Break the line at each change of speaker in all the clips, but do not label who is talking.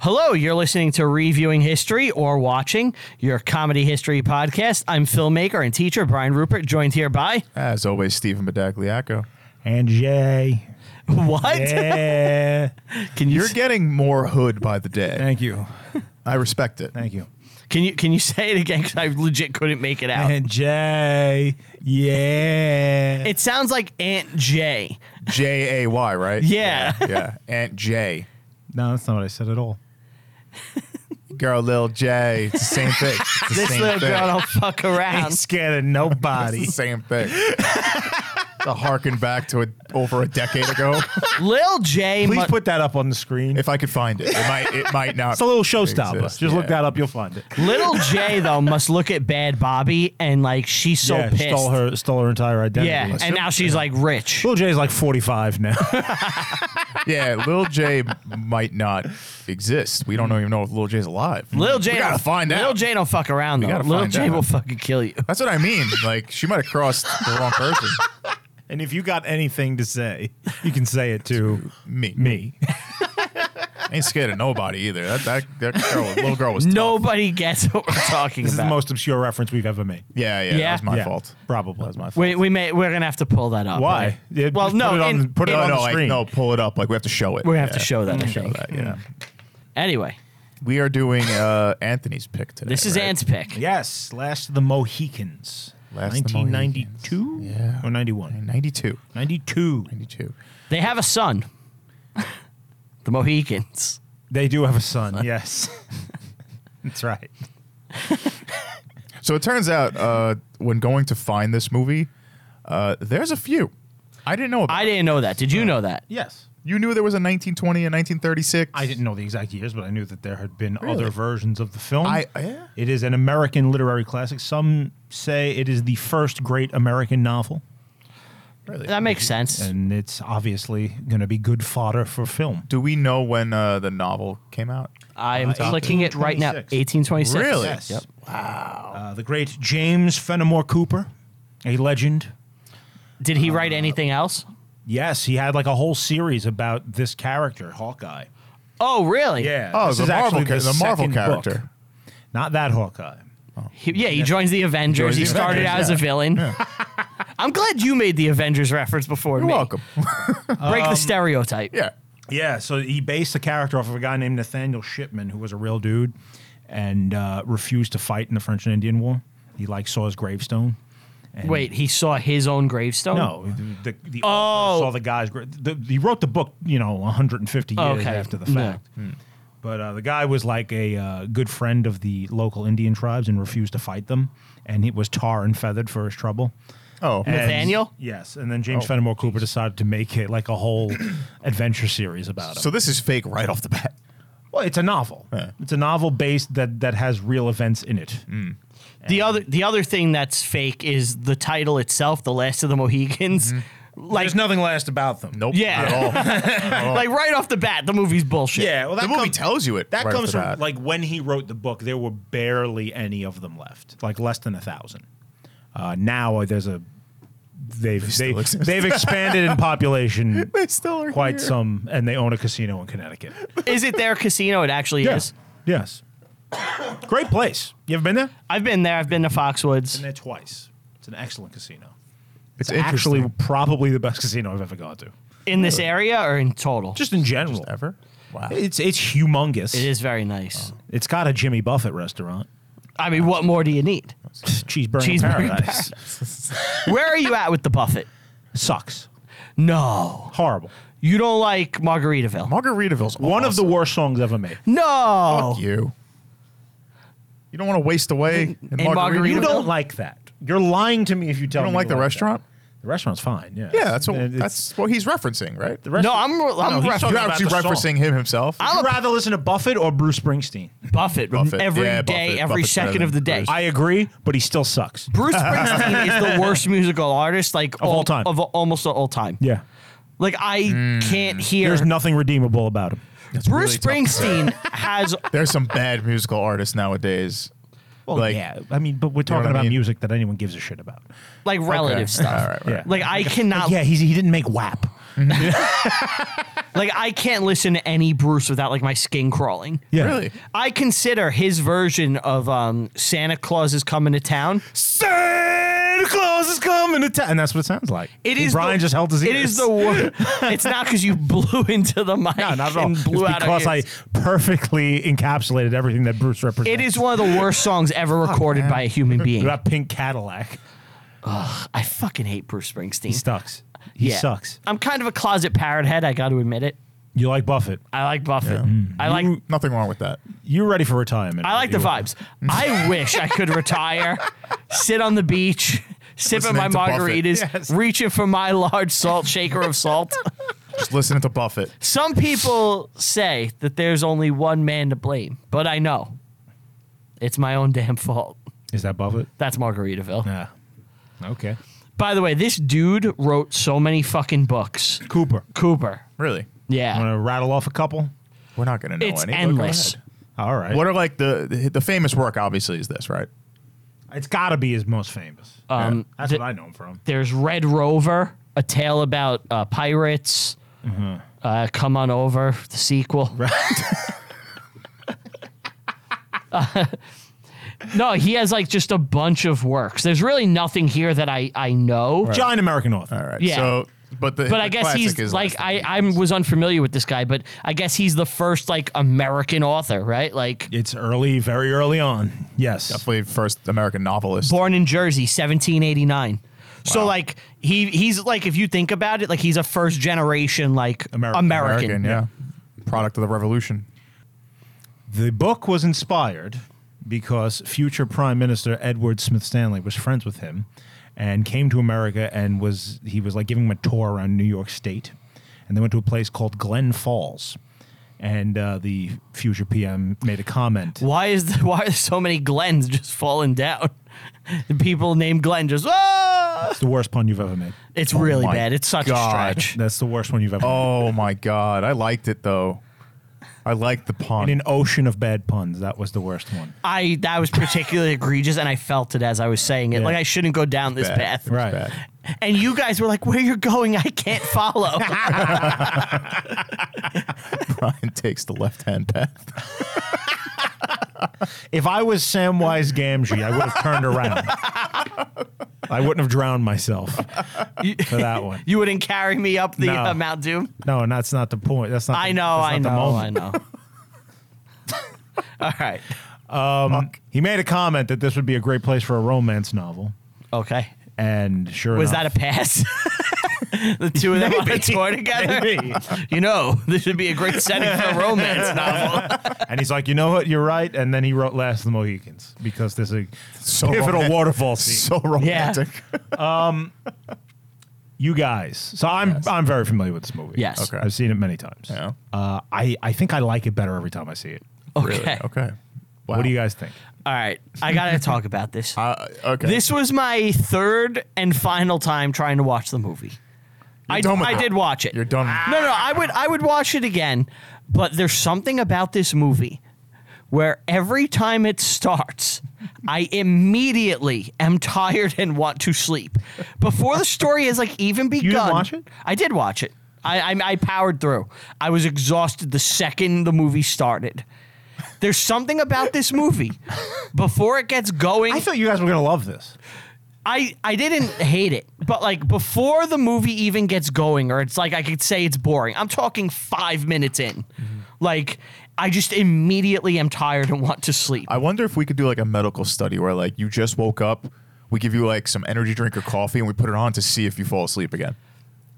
Hello, you're listening to Reviewing History or Watching, your comedy history podcast. I'm filmmaker and teacher Brian Rupert, joined here by
As always, Stephen Medagliaco.
And yay.
what?
Yeah.
Can you
You're getting more hood by the day.
Thank you.
I respect it.
Thank you.
can you can you say it again? Because I legit couldn't make it out.
And Jay. Yeah.
It sounds like Aunt J.
J A Y, right?
Yeah.
yeah. yeah. Aunt J.
no, that's not what I said at all.
Girl, Lil J. It's the same thing. It's the
This
same
little
thing.
girl don't fuck
Ain't
around.
scared of
It's
nobody.
the same thing. to harken back to a, over a decade ago,
Lil J.
Please
mu-
put that up on the screen.
if I could find it, it might. It might not.
It's a little showstopper.
Exists,
Just look
yeah.
that up. You'll find it.
Little J though must look at Bad Bobby and like she's so
yeah,
pissed.
stole her stole her entire identity.
yeah, and now she's like rich.
Lil Jay's like 45 now.
yeah, Lil J might not exist. We don't even know if Lil J's alive.
Lil J
we gotta
don't-
find out.
Lil J don't fuck around though.
gotta
Lil
find
J
out.
will fucking kill you.
That's what I mean. Like she might have crossed the wrong person.
and if you got anything to say, you can say it to
Me.
me.
Ain't scared of nobody either. That that, that girl, little girl was. tough.
Nobody gets what we're talking
This is
about.
the most obscure reference we've ever made.
Yeah, yeah,
Yeah.
that was my
Yeah,
fault.
Probably. That was my fault.
we we may we're gonna have to pull that up.
Why?
right?
Yeah,
well,
just
no,
put it on-
in-
put it
in-
No,
on
no,
the
I-
screen.
no, pull it up. Like we have to show it.
We're gonna have to
Yeah.
show that. I
Show
think.
that. Yeah,
Mm-hmm.
Anyway,
we are doing uh, Anthony's pick today.
this is
right?
Ant's pick.
Yes, Last of the Mohicans.
Last of the
1992
Yeah.
or 91?
92.
92.
92.
They have a son, the Mohicans.
They do have a son, yes. That's right.
So it turns out uh, when going to find this movie, uh, there's a few. I didn't know about.
I didn't know that. Did you know that?
Yes.
you knew there was a 1920 and 1936.
I didn't know the exact years, but I knew that there had been
Really?
other versions of the film.
I- oh, yeah.
It is an American literary classic. Some say it is the first great American novel,
Really?
That makes sense.
and it's obviously going to be good fodder for film.
Do we know when uh, the novel came out?
I'm
Uh,
clicking it right now.
1826.
1826.
Really?
Yes.
Yep.
Uh, the great James Fenimore Cooper, a legend,
Did he write anything else?
Yes, he had like a whole series about this character, Hawkeye.
Oh, really?
Yeah.
Oh,
Uh, this
the
is
Marvel
actually
char- the Marvel
second book.
character.
Not that Hawkeye.
He, yeah, he joins the Avengers.
the
he started
Avengers,
out as a
yeah.
villain. I'm glad you made the Avengers reference before
You're
me.
welcome.
Break the stereotype.
yeah.
Yeah, so he based the character off of a guy named Nathaniel Shipman, who was a real dude and uh, refused to fight in the French and Indian War. He like saw his gravestone. And
Wait, he saw his own gravestone?
No, the, the, the
Oh.
author saw the guy's. gra- The, he wrote the book, you know, 150 years
Okay.
after the
No.
fact. But uh, the guy was like a uh, good friend of the local Indian tribes and refused to fight them, and he was tar and feathered for his trouble.
Oh.
And-
Nathaniel?
yes, and then James Fenimore Cooper decided to make it like a whole adventure series about him.
So this is fake right off the bat.
well, it's a novel. It's a novel based that that has real events in it.
The other the other thing that's fake is the title itself, The Last of the Mohicans. Like
Mm-hmm.
There's nothing last about them.
Nope.
Yeah.
Not at all.
like right off the bat, the movie's bullshit.
Yeah, well, that
the movie
comes-
tells you it.
That
right off
comes
the
from
bat.
like when he wrote the book, there were barely any of them left, like less than a thousand. Uh, now there's a they've they,
still exist.
they've expanded in population
They still are
quite
here.
some, and they own a casino in Connecticut.
Is it their casino? It actually is.
yes, great place. You ever been there?
I've been there. I've been to Foxwoods.
there twice. It's an excellent casino.
It's,
Actually,
interesting.
probably the best casino I've ever gone to.
In this area or in total?
Just in general,
ever. Wow.
it's it's humongous.
it is very nice.
Oh,
It's got a Jimmy Buffett restaurant,
I mean, what more do you need?
cheeseburger,
Cheeseburger
paradise.
Where are you at with the Buffett?
Sucks.
No.
Horrible.
You don't like Margaritaville?
Margaritaville's
One of the worst songs ever made.
no.
you. You don't want to waste away in,
in
Margaritaville.
Margaritaville.
You don't like that. You're lying to me if you tell
You don't
me
like the restaurant?
that. The restaurant's fine. Yeah.
Yeah, that's what
It's-
that's what he's referencing, right?
the restaurant-
I'm- I'm
he's
ref-
talking
You're
about
actually
the song.
referencing him himself.
Would you rather listen to Buffett or Bruce Springsteen?
Buffett,
Buffett.
every day,
Yeah, Buffett.
every
Buffett's better
second
than
of the day.
Bruce.
I agree, but he still sucks.
Bruce Springsteen is the worst musical artist, like of
all time.
of almost all time.
Yeah.
Like I can't hear.
There's nothing redeemable about him.
Bruce
really
Springsteen has
There's some bad musical artists nowadays.
Well,
Like-
yeah. I mean, but we're
know
talking
what I
about
mean?
music that anyone gives a shit about.
like relative
Okay.
stuff.
All right, right.
Yeah.
Like I cannot.
yeah, he's, he didn't make WAP.
like I can't listen to any Bruce without like my skin crawling.
Yeah.
Really?
I consider his version of um, Santa Claus is coming to town.
Santa Claus is coming to town, and that's what it sounds like.
It
And
is
Brian
the-
just held his ears.
It is the worst. it's not because you blew into the mic
no, not at all.
and
It's
blew out
because
our
I
ears.
perfectly encapsulated everything that Bruce represents.
It is one of the worst songs ever recorded by a human being.
that pink Cadillac.
I fucking hate Bruce Springsteen.
He sucks. He
Yeah.
sucks.
I'm kind of a closet parrot head. I got to admit it.
You like Buffett?
I like Buffett. I like
Nothing wrong with that.
You're ready for retirement.
I like the
You are.
vibes. I wish I could retire, sit on the beach, sipping
Listening
my
to Buffett.
margaritas,
Yes.
reaching for my large salt shaker of salt.
Just listening to Buffett.
Some people say that there's only one man to blame, but I know it's my own damn fault.
Is that Buffett?
That's Margaritaville.
Yeah. Okay.
By the way, this dude wrote so many fucking books.
Cooper.
Cooper.
Really?
Yeah.
Want to rattle off a couple?
We're not going to know
it's
any. Go
endless.
ahead.
All right.
What are like the, the the famous work? Obviously, is this right?
It's got to be his most famous.
Um,
That's
th-
what I know him from.
there's Red Rover, a tale about uh, pirates.
Mm-hmm.
Uh, Come on over, the sequel. no, he has like just a bunch of works. There's really nothing here that I I know.
Giant American author.
All right.
Yeah.
So, but the
But
the
I guess
classic
he's
is
like
less
I
than-
I was unfamiliar with this guy, but I guess he's the first like American author, right? Like
It's early, very early on. Yes.
definitely first American novelist.
born in Jersey, 1789. So like he he's like if you think about it, like he's a first generation like
American.
American, yeah. Product of the revolution.
The book was inspired because future Prime Minister Edward Smith Stanley was friends with him and came to America and was he was like giving him a tour around New York State. And they went to a place called Glen Falls. And uh, the future PM made a comment.
Why is the, why are so many Glens just falling down? The people named Glenn just oh,
It's the worst pun you've ever made.
it's really
my
bad. It's such
God.
a stretch.
That's the worst one you've ever made.
Oh my god, I liked it though. I liked the
In
pun.
an ocean of bad puns, that was the worst one.
I that was particularly egregious, and I felt it as I was saying it.
Yeah.
Like I shouldn't go down this
Bad.
path.
Right.
Bad.
And you guys were like, "Where you're going, I can't follow."
Brian takes the left hand path.
If I was Samwise Gamgee, I would have turned around. I wouldn't have drowned myself for that one.
you wouldn't carry me up the
No.
uh, Mount Doom.
No, and that's not the point. That's not.
I
the-
know,
that's
I
not the
know, I
moment.
know. All right.
Um, He made a comment that this would be a great place for a romance novel,
Okay.
and sure
Was
enough,
that a pass? the two of them on a
Maybe.
tour together.
Maybe.
You know, this would be a great setting for a romance novel.
and he's like, you know what, you're right. And then he wrote Last of the Mohicans because there's a
So
pivotal
romantic.
waterfall scene.
So romantic.
you guys, so I'm I'm very familiar with this movie.
Yes.
Okay.
I've seen it many times.
Yeah.
Uh, I I think I like it better every time I see it.
Okay.
Really? Okay. Wow.
What do you guys think?
All right. I got to talk about this.
Uh, okay.
This was my third and final time trying to watch the movie. I,
done with
I
it.
did watch it.
You're done.
No, no, I would I would watch it again, but there's something about this movie where every time it starts, I immediately am tired and want to sleep. Before the story has like even begun.
didn't watch it?
I did watch it. I, I I powered through. I was exhausted the second the movie started. There's something about this movie. Before it gets going,
I thought you guys were gonna love this.
I, I didn't hate it, but like before the movie even gets going, or it's like I could say it's boring. I'm talking five minutes in.
Mm-hmm.
Like, I just immediately am tired and want to sleep.
I wonder if we could do like a medical study where like you just woke up, we give you like some energy drink or coffee, and we put it on to see if you fall asleep again.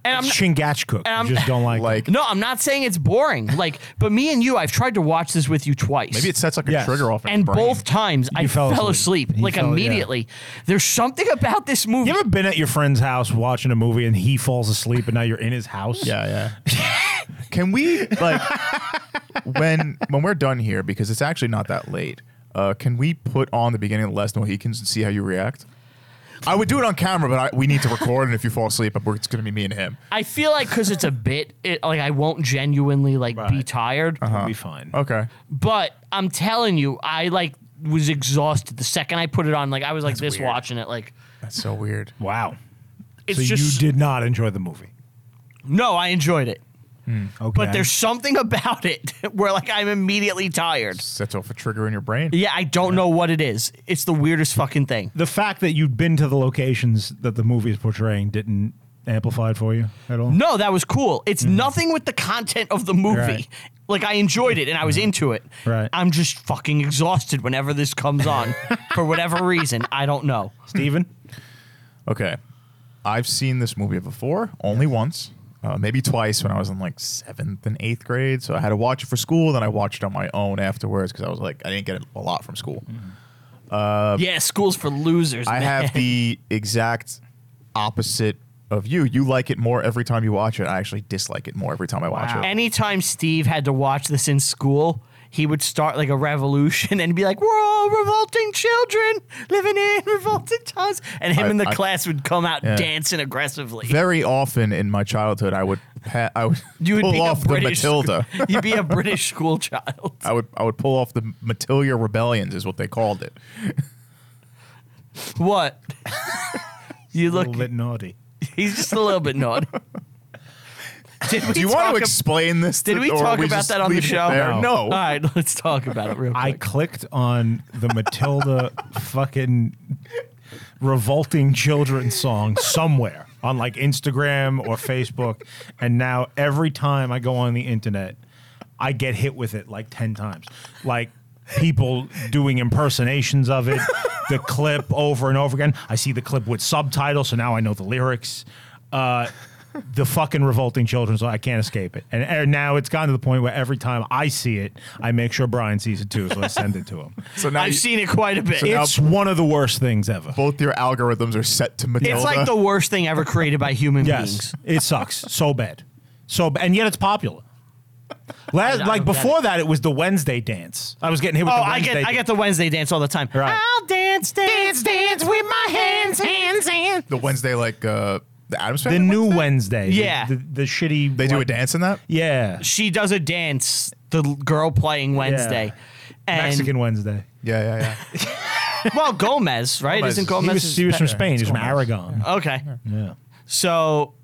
And I'm
It's
not,
Chingachgook.
I'm-
You just don't like.
Like
no, I'm not saying it's boring. Like, but me and you, I've tried to watch this with you twice.
maybe it sets like a
Yes.
trigger off. In
and
your brain.
both times I fell,
fell
asleep,
asleep. You
like
fell- yeah.
immediately. There's something about this movie.
You ever been at your friend's house watching a movie and he falls asleep and now you're in his house?
Yeah, yeah. Can we like when when we're done here because it's actually not that late? Uh, can we put on the beginning of the Last Mohicans and see how you react? I would do it on camera, but I, we need to record, and if you fall asleep, we're- it's going to be me and him.
I feel like because it's a bit, it, like I won't genuinely like be
Right. Uh-huh.
tired.
It'll be fine.
Uh-huh. Okay.
But I'm telling you, I like was exhausted the second I put it on. Like I was like this
weird.
watching it. Like
That's so weird.
Wow.
it's
so
just
you did not enjoy the movie.
No, I enjoyed it.
Okay.
But there's something about it where like I'm immediately tired.
Sets off a trigger in your brain.
Yeah, I don't know what it is. It's the weirdest fucking thing.
the fact that you'd been to the locations that the movie is portraying didn't amplify it for you at all.
No, that was cool. It's nothing with the content of the movie.
Mm-hmm. Right.
Like I enjoyed it and I was into it.
Right.
I'm just fucking exhausted whenever this comes on for whatever reason. I don't know.
Steven?
Okay. I've seen this movie before, only once, uh, maybe twice when I was in like seventh and eighth grade. So I had to watch it for school. Then I watched it on my own afterwards because I was like, I didn't get a lot from school.
Uh,
yeah, school's for losers.
I
man.
have the exact opposite of you. You like it more every time you watch it. I actually dislike it more every time I watch
Wow.
it.
Anytime Steve had to watch this in school, he would start like a revolution and be like, "We're all revolting children living in revolting times," and him
I-
and the
I-
class would come out
Yeah.
dancing aggressively.
Very often in my childhood, I would pa- I would
you would
pull
be
off
a
the
British
Matilda.
You'd be a British school child.
I would I would pull off the Matilda rebellions is what they called it.
What? you
A
look.
little bit naughty.
He's just a little bit naughty. Did we
Do you want
talk
to
ab-
explain this?
Did
to-
we
or
talk about
just
that on the
leave it
show? Uh,
there? No.
All right, let's talk about it real quick.
I clicked on the Matilda fucking revolting children song somewhere on like Instagram or Facebook. And now every time I go on the internet, I get hit with it like 10 times. Like people doing impersonations of it, the clip over and over again. I see the clip with subtitles, so now I know the lyrics. Uh, the fucking revolting children, so I can't escape it. And, and now it's gotten to the point where every time I see it, I make sure Brian sees it too, so I send it to him.
So now
I've
you-
seen it quite a bit.
now-
It's one of the worst things ever.
both your algorithms are set to Matilda.
it's like the worst thing ever created by human beings.
Yes, it sucks so bad, so ba- and yet it's popular. La-
don't
like
get
before that, it was the Wednesday dance. I was getting hit with
Oh,
the
I
Wednesday.
get I get the Wednesday dance all the time.
Right.
I'll dance, dance, dance with my hands, hands, hands.
The Wednesday like uh, the Adams
the
Family.
new Wednesday. the-
Yeah.
the, the, shitty.
they do a
like-
dance in that.
Yeah,
She does a dance, the l- girl playing Wednesday. And
Mexican Wednesday.
Yeah, yeah, yeah.
well, Gomez, right?
Gomez.
Isn't
He
Gomez?
he was,
his
he was
pa-
from Spain. He's from
Gomez.
Aragon.
Okay.
Yeah,
So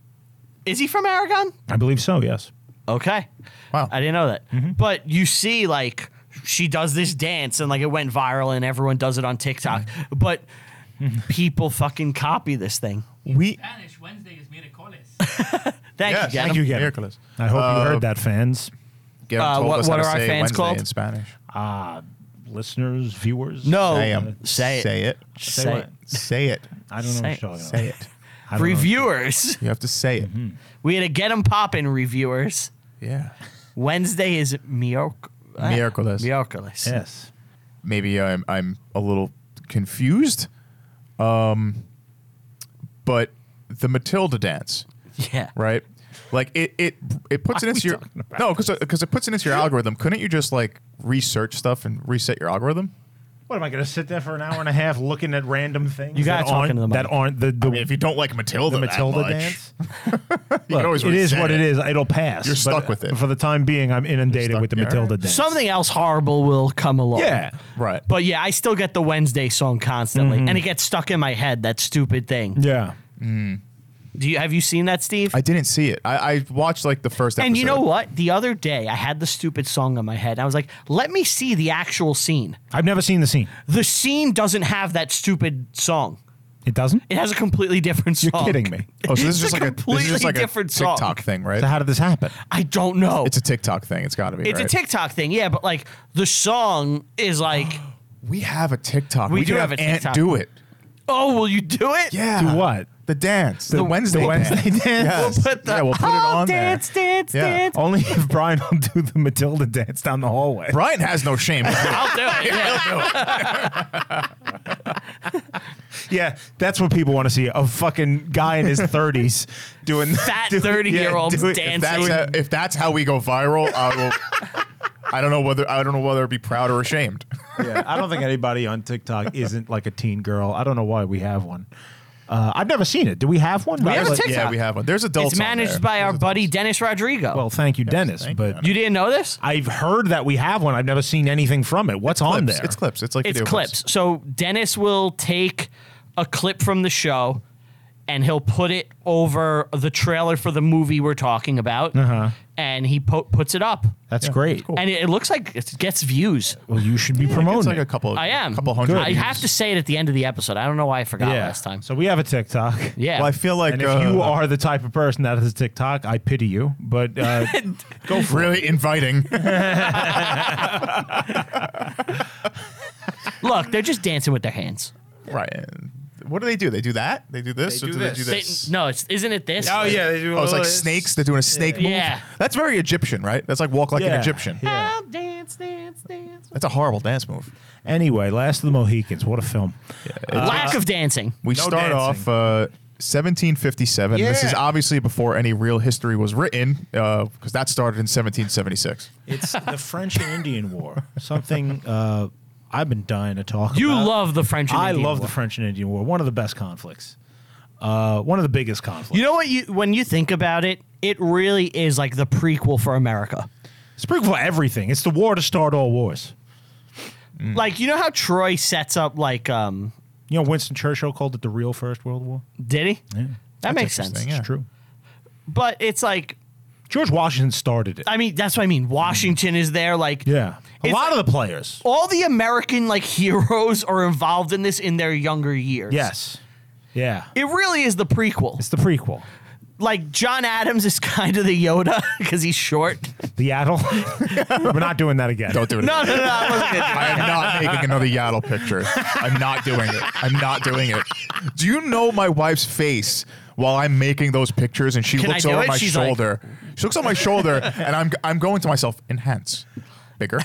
is he from Aragon?
I believe so. Yes.
Okay.
Wow.
I didn't know that. But you see, like, she does this dance and, like, it went viral and everyone does it on TikTok. But Mm-hmm. people fucking copy this thing.
we
Spanish, Wednesday is miércoles.
Thank
Yes.
you, Ganem.
Thank you, Gavin.
Miracles.
I hope
Uh,
you heard that, fans,
Gavin
Uh,
told
what-
us how
what
to
are our
say
fans
Wednesday
called?
in Spanish.
listeners, viewers.
No.
Damn.
Oh, Say it.
Say it.
Say,
Say
it.
what?
Say it.
I don't know
Say-
what you're talking about.
Say it.
I don't know.
Reviewers.
You have to say it.
We had to get them popping, reviewers.
Yeah.
Wednesday is mioc- ah,
Miércoles.
Miércoles.
Yes.
Maybe I'm I'm a little confused. Um, but the Matilda dance.
Yeah.
right? Like it it it puts it into your no because because it puts it into your algorithm. Couldn't you just like research stuff and reset your algorithm?
What am I going to sit there for an hour and a half looking at random things?
You gotta
that
talk
aren't,
into the mic.
that aren't the, the,
I mean, if you don't like Matilda,
the Matilda
that much,
dance.
you can always
it is
reset
what it is. It'll pass.
You're
But
stuck with it.
for the time being. I'm inundated
stuck
with the
there.
Matilda dance.
Something else horrible will come along.
Yeah.
Right.
But yeah, I still get the Wednesday song constantly,
Mm-hmm.
and it gets stuck in my head. That stupid thing.
Yeah.
Do you have you seen that, Steve?
I didn't see it. I, I watched like the first episode.
and you know what? The other day, I had the stupid song in my head. I was like, "Let me see the actual scene."
I've never seen the scene.
The scene doesn't have that stupid song.
It doesn't.
It has a completely different
You're
song.
kidding me.
Oh, so this
It's
is
a
just like a this is
completely
just like a
different
TikTok
song.
thing, right?
So how did this happen?
I don't know.
it's a TikTok thing. It's got to be.
It's
right?
a TikTok thing, yeah, but like the song is like,
We have a TikTok.
We
We,
do
could
have a
Ant
TikTok.
do it.
"Oh, will you do it?"
Yeah.
Do what?
The dance. The, Wednesday.
the Wednesday
dance.
dance.
Yes.
Put the
yeah, we'll put it
"Oh,
on there.
dance, dance,
Yeah.
dance.
Only if Brian will do the Matilda dance down the hallway.
Brian has no shame.
I'll do it. Yeah.
Yeah, that's what people want to see. A fucking guy in his 30s doing
Fat
doing- yeah,
30-year-olds
doing-
dancing.
if that's how, if that's how we go viral, I will. I don't know whether I don't know whether I'd be proud or ashamed.
yeah, I don't think anybody on TikTok isn't like a teen girl. I don't know why we have one. Uh, I've never seen it. Do we have one?
We have a
Like-
TikTok.
Yeah, we have one. There's adults.
It's managed
on there.
by our buddy Dennis Rodrigo.
Well, thank you, Dennis.
thank
but
you didn't know this?
I've heard that we have one. I've never seen anything from it. What's on
clips.
there?
It's clips. It's like
It's
video
clips. So Dennis will take a clip from the show. and he'll put it over the trailer for the movie we're talking about,
Uh-huh.
and he po- puts it up,
That's great.
cool.
and it, it looks like it gets views.
Well, you should be
Like,
promoting.
it's like a
it.
couple.
I am.
Couple hundred.
I
views.
have to say it at the end of the episode. I don't know why I forgot
yeah.
last time.
So we have a TikTok.
yeah,
Well, I feel like
And if
uh,
you are the type of person that has a TikTok, I pity you. But uh,
go really inviting.
look, they're just dancing with their hands.
right. What do they do? They do that. They do this.
They
or
do
they
this.
do
They-
this.
no, it's, isn't it this?
Oh yeah, they do
Oh, it's
all
like
this.
snakes. They're doing a snake move.
Yeah.
That's very Egyptian, right? That's like walk like an
Yeah.
Egyptian.
Yeah.
dance, dance, dance.
That's a horrible dance move.
Anyway, Last of the Mohicans. What a film.
Lack of dancing.
We
No
start off
dancing.
uh, 1757. This is
Yeah.
obviously before any real history was written, because that started in 1776.
It's the French and Indian War. Something uh, I've been dying to talk
You
about.
love the French. And
I
Indian
love
War.
the French and Indian War. One of the best conflicts. Uh, one of the biggest conflicts.
You know what? You when you think about it, it really is like the prequel for America.
It's pretty for everything. It's the war to start all wars. Mm.
Like you know how Troy sets up like um
You know, Winston Churchill called it the real First World War.
did he?
Yeah,
That makes sense.
interesting, yeah.
it's true.
But it's like
George Washington started it.
I mean that's what I mean. Washington is there like
yeah, a
It's-
lot of the players.
all the American like heroes are involved in this in their younger years.
Yes, yeah.
It really is the prequel.
It's the prequel,
Like John Adams is kind of the Yoda because he's short.
the Adel. We're not doing that again.
Don't do it.
No, no, no, I wasn't gonna do
I am not making another Yaddle picture. I'm not doing it. I'm not doing it. Do you know my wife's face while I'm making those pictures and she
Can I
looks
do
over
it?
my
She's like-
shoulder? she looks on my shoulder and I'm I'm going to myself, enhance. Bigger.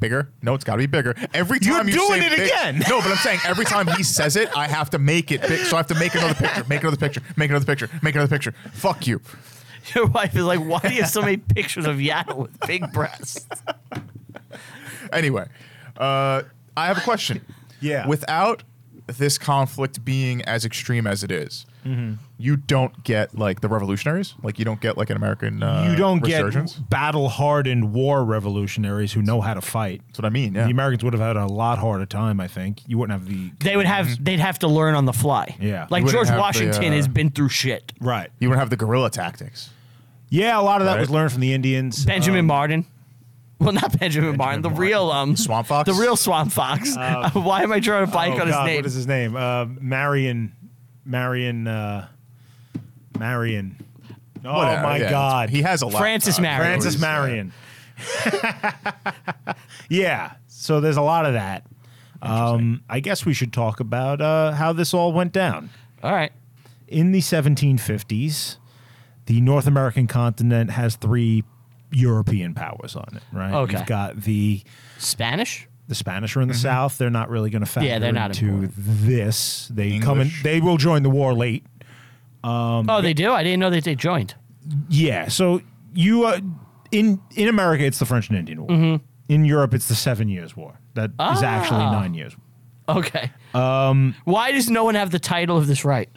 bigger. No, it's gotta be bigger. Every
You're
time you
doing
say
it
big-
again.
No, but I'm saying every time he says it, I have to make it big. So I have to make another picture, make another picture, make another picture, make another picture. Fuck you.
Your wife is like, why do you have so many pictures of Yaddle with big breasts?
Anyway, uh, I have a question.
Yeah.
Without this conflict being as extreme as it is,
Mm-hmm.
you don't get like the revolutionaries. Like you don't get like an American. Uh,
you don't get
resurgence.
battle-hardened war revolutionaries who know how to fight.
That's what I mean. Yeah.
The Americans would have had a lot harder time, I think. You wouldn't have the
They would have, they'd have to learn on the fly.
Yeah.
Like
You wouldn't
George
have the,
Washington
uh,
has been through shit.
right.
you don't have the guerrilla tactics.
Yeah, a lot of that
Right.
was learned from the Indians.
Benjamin Martin. Well, not Benjamin, Martin, the
um, Martin.
real um,
Swamp Fox?
The real Swamp Fox. Why am I drawing a blank
oh,
on
God,
his name?
What is his name? Uh, Marion. Marion. Uh, Marion. Oh
Whatever,
my
yeah, it's-
God. Uh,
he has a lot. Uh,
Francis Marion.
Francis Marion. yeah. So there's a lot of that. Um, I guess we should talk about uh, how this all went down.
All right.
in the 1750s, the North American continent has three European powers on it, right?
Okay.
You've got the
Spanish?
the Spanish are in the south. They're not really going to factor
Mm-hmm. Yeah, they're not
into this. They come in.
English.
They will join the war late.
Um,
oh, they do? I didn't know that they joined.
Yeah. So you uh, in in America, it's the French and Indian War. In Europe, it's the Seven Years' War. That is actually
Mm-hmm. Ah.
nine years.
Okay. Um, Why does no one have the title of this right?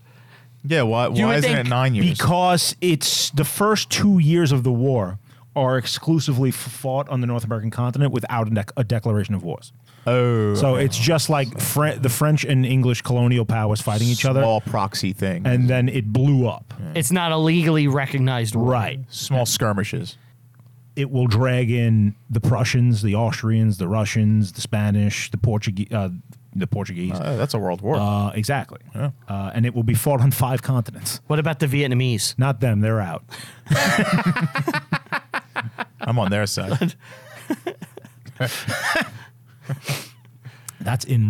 Yeah. Why?
You
Why
would
isn't it
think
nine years?
Because it's the first two years of the war are exclusively f- fought on the North American continent without a, dec- a declaration of wars.
oh,
So it's just like Fre- the French and English colonial powers fighting each other,
Small proxy thing.
and then it blew up.
It's not a legally recognized war.
Right.
small skirmishes.
It will drag in the Prussians, the Austrians, the Russians, the Spanish, the Portuguese, uh, the Portuguese.
Uh, that's a world war.
Uh, exactly. Uh, and it will be fought on five continents.
What about the Vietnamese?
Not them; they're out.
I'm on their side.
That's in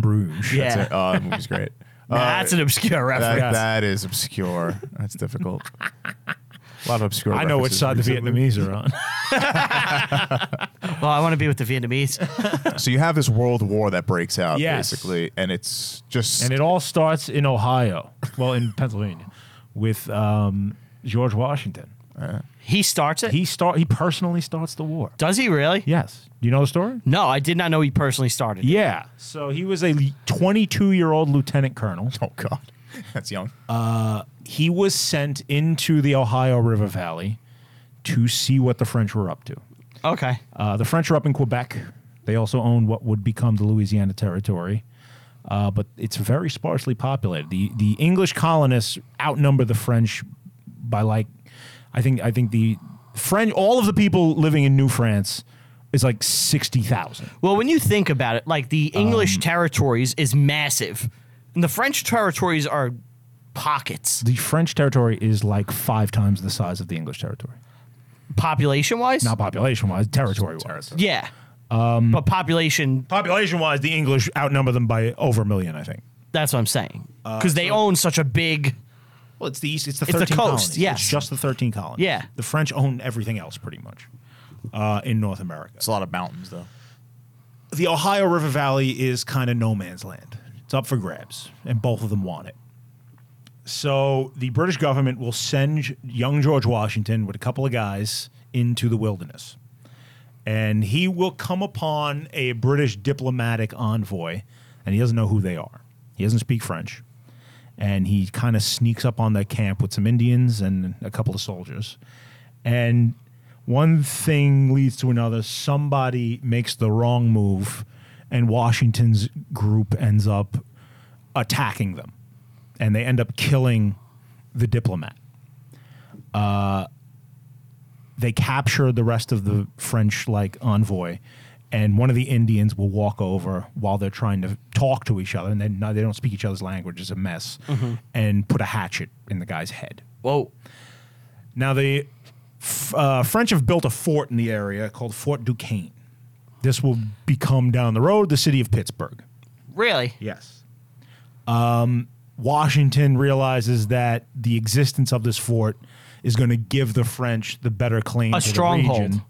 Bruges.
Yeah.
That's it. Oh, that movie's great. Uh,
That's an obscure
that,
reference.
that is obscure. That's difficult. A lot of obscure.
I know which
references
side the
recently.
Vietnamese are on.
Well, I want to be with the Vietnamese.
So you have this world war that breaks out
Yes.
basically, and it's just
And it all starts in Ohio, well, in Pennsylvania, with um, George Washington.
He starts it.
He start he personally starts the war.
Does he really?
Yes, you know the story.
No, I did not know he personally started. it.
Yeah. So he was a 22 year old lieutenant colonel.
oh god, that's young.
He was sent into the Ohio River Valley to see what the French were up to.
Okay.
Uh, the French are up in Quebec. They also own what would become the Louisiana Territory. uh, but it's very sparsely populated. the The English colonists outnumber the French by like, I think I think the French all of the people living in New France is like sixty thousand.
Well, when you think about it, like the English
Um,
territories is massive, and the French territories are pockets,
The French territory is like five times the size of the English territory,
population wise.
not Um, population wise, territory wise.
Yeah. but population,
Population wise, the English outnumber them by over a million, I think.
that's what I'm saying.
Uh,
Because they own such a big.
Well, it's the east. It's the
It's the
13
coast,
colonies.
yes.
It's just the 13 colonies.
Yeah.
The French own everything else pretty much uh, in North America.
It's a lot of mountains, though.
The Ohio River Valley is kind of no man's land. It's up for grabs, and both of them want it. So the British government will send young George Washington with a couple of guys into the wilderness. And he will come upon a British diplomatic envoy, and he doesn't know who they are. He doesn't speak French. And he kind of sneaks up on their camp with some Indians and a couple of soldiers. And one thing leads to another. Somebody makes the wrong move, and Washington's group ends up attacking them and they end up killing the diplomat. Uh, they capture the rest of the French like envoy, and one of the Indians will walk over while they're trying to talk to each other, and they, no, they don't speak each other's language. It's a mess, and put a hatchet in the guy's head.
Whoa.
Now, the f- uh, French have built a fort in the area called Fort Duquesne. This will become down the road the city of Pittsburgh.
Really?
Yes. Um, Washington realizes that the existence of this fort is going to give the French the better claim
A
to
stronghold.
the region.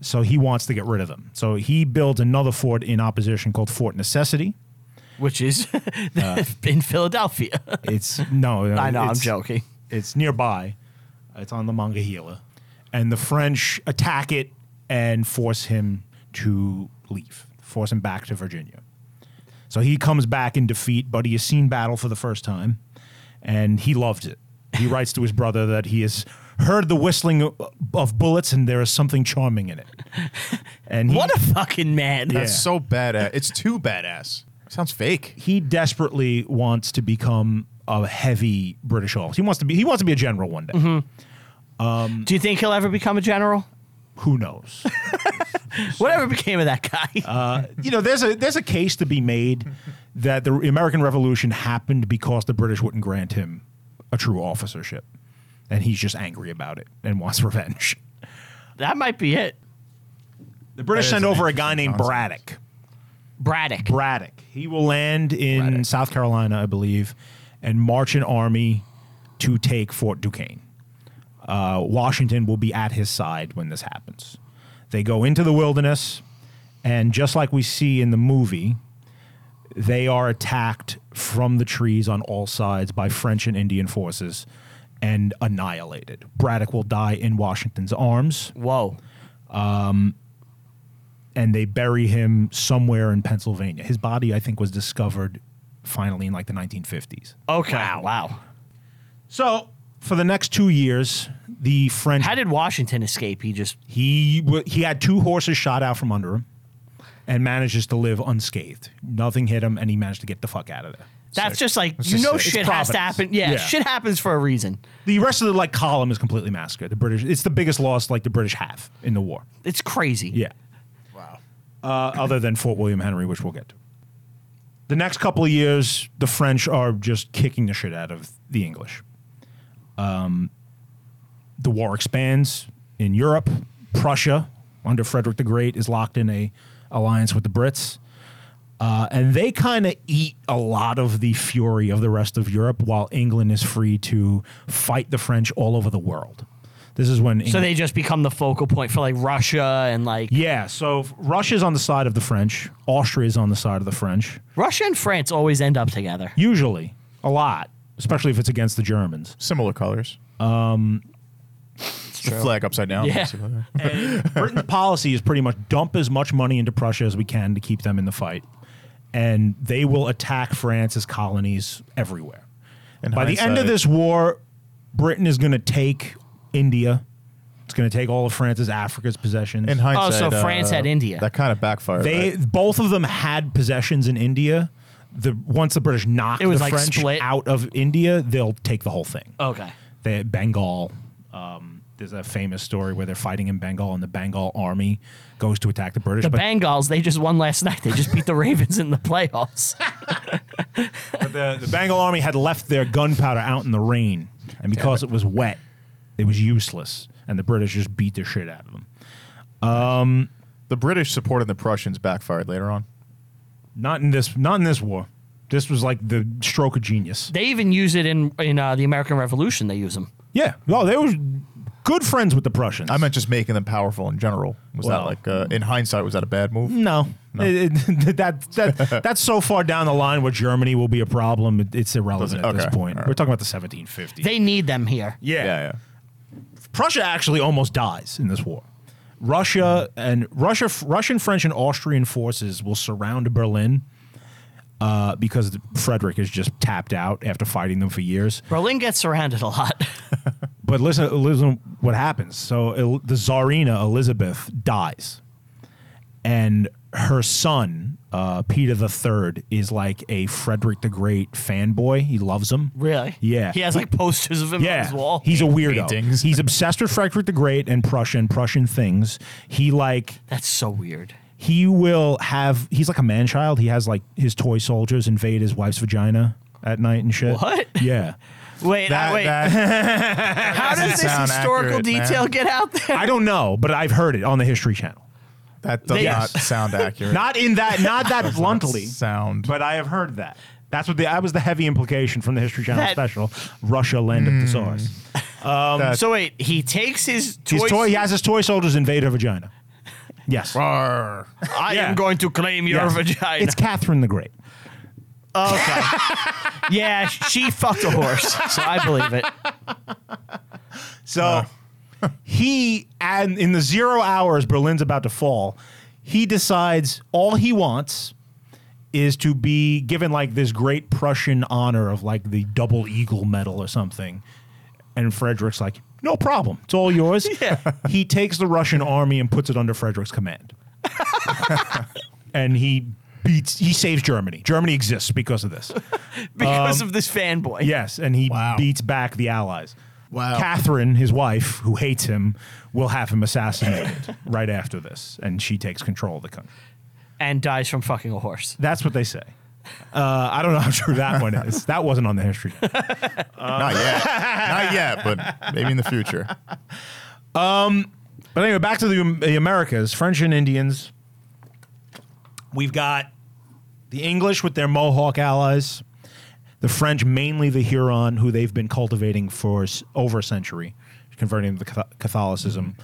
So he wants to get rid of them. So he builds another fort in opposition called Fort Necessity.
Which is
Uh,
in Philadelphia.
It's no, no
I know, I'm
it's-
joking.
It's nearby. It's on the Monongahela, and the French attack it and force him to leave, force him back to Virginia. So he comes back in defeat, but he has seen battle for the first time, and he loves it. He writes to his brother that he has heard the whistling o- of bullets, and there is something charming in it. And he,
What a fucking man.
That's
Yeah.
so badass. It's too badass. Sounds fake.
he desperately wants to become a heavy British officer. He wants to be he wants to be a general one
Mm-hmm.
day.
Do you think he'll ever become a general?
Who knows?
Whatever became of that guy.
Uh, you know, there's a there's a case to be made that the American Revolution happened because the British wouldn't grant him a true officership, and he's just angry about it and wants revenge.
that might be it.
The British
is
send
an
over a guy named
concept.
Braddock.
Braddock.
Braddock. He will land in
Braddock.
South Carolina, I believe, and march an army to take Fort Duquesne. Uh, Washington will be at his side when this happens. They go into the wilderness, and just like we see in the movie, they are attacked from the trees on all sides by French and Indian forces and annihilated. Braddock will die in Washington's arms
Whoa.
and they bury him somewhere in Pennsylvania. His body, I think, was discovered finally in like the 1950s.
Okay. Wow.
So for the next two years, the French
How did Washington escape? He just.
he w- he had two horses shot out from under him, and manages to live unscathed. Nothing hit him, and he managed to get the fuck out of there.
That's
So
just like
It's
you
just
know,
like-
shit
It's
has to
providence.
happen. Yeah,
Yeah.
shit happens for a reason.
the rest of the like column is completely massacred. The British it's the biggest loss like the British have in the war.
It's crazy.
Yeah.
Wow.
uh, other than Fort William Henry, which we'll get to. The next couple of years, the French are just kicking the shit out of the English. Um, the war expands in Europe. Prussia, under Frederick the Great, is locked in a alliance with the Brits. Uh, and they kind of eat a lot of the fury of the rest of Europe while England is free to fight the French all over the world. This is when England
So they just become the focal point for like Russia and like
yeah, so f- Russia's on the side of the French. Austria's on the side of the French.
Russia and France always end up together.
Usually, a lot, especially if it's against the Germans.
Similar colors. Um, the flag upside down.
Yeah.
basically.
Britain's policy is pretty much dump as much money into Prussia as we can to keep them in the fight, and they will attack France's colonies everywhere.
In
By the end of
hindsight-
this war, Britain is going to take India. It's going to take all of France's Africa's possessions.
In hindsight,
so France
uh,
had India.
That kind of backfired.
They
right?
both of them had possessions in India. the once the British knock
It was,
the
like,
French
split.
out of India, they'll take the whole thing.
Okay.
They Bengal. Um, there's a famous story where they're fighting in Bengal, and the Bengal army goes to attack the British.
The
but
Bengals, they just won last night. They just beat the Ravens in the playoffs.
the, the Bengal army had left their gunpowder out in the rain, and because it was wet, it was useless, and the British just beat the shit out of them.
The British supporting the Prussians backfired later on.
Not in this, not in this war. This was like the stroke of genius.
They even use it in in uh, the American Revolution. They use them.
Yeah, no, they were good friends with the Prussians.
I meant just making them powerful in general. Was
Well-
that like uh, in hindsight? Was that a bad move?
no, It- it- that, that that's so far down the line where Germany will be a problem. it- it's irrelevant
Doesn't-
at this
okay,
point.
all right.
We're talking about the 1750s.
They need them here.
yeah,
yeah.
Prussia actually almost dies in this war. Russia and Russia, Russian, French, and Austrian forces will surround Berlin uh, because Frederick is just tapped out after fighting them for years.
Berlin gets surrounded a lot.
But listen, listen, what happens? So El- the Tsarina Elizabeth dies, and her son uh, Peter the Third is like a Frederick the Great fanboy. He loves him.
Really?
Yeah.
He has like posters of him on
Yeah,
his wall.
he's a weirdo.
Paintings.
He's obsessed with Frederick the Great and Prussia and Prussian things. He like
That's so weird.
he will have. He's like a man child. He has like his toy soldiers invade his wife's vagina at night and shit.
What?
Yeah.
Wait, I-
That,
wait.
that-
how does this
sound
historical
accurate, man.
detail get out there?
I don't know, but I've heard it on the History Channel.
that does
They-
not sound accurate.
Not in that, not that bluntly.
sound.
But I have heard that. That's what the that was the heavy implication from the History Channel
That-
special. Russia land of the Tsars. Um,
Uh,
So wait, he takes his toy.
His toy, he has his toy soldiers invade her vagina. Yes.
Arr.
I
yeah.
am going to claim your
Yes.
vagina.
It's Catherine the Great.
yeah, she fucked a horse, so I believe it.
So he and in the zero hours Berlin's about to fall, he decides all he wants is to be given like this great Prussian honor of like the double eagle medal or something. And Frederick's like, no problem. It's all yours.
Yeah.
He takes the Russian army and puts it under Frederick's command. and he beats he saves Germany. Germany exists because of this.
Because of this fanboy.
Yes, and he
Wow.
beats back the Allies.
Wow.
Catherine, his wife, who hates him, will have him assassinated right after this, and she takes control of the country.
And dies from fucking a horse.
That's what they say. Uh, I don't know how true that one is. That wasn't on the history.
not yet. not yet, but maybe in the future.
But anyway, back to the, um, the Americas, French and Indians. We've got the English with their Mohawk allies, the French, mainly the Huron, who they've been cultivating for s- over a century, converting to Catho- Catholicism.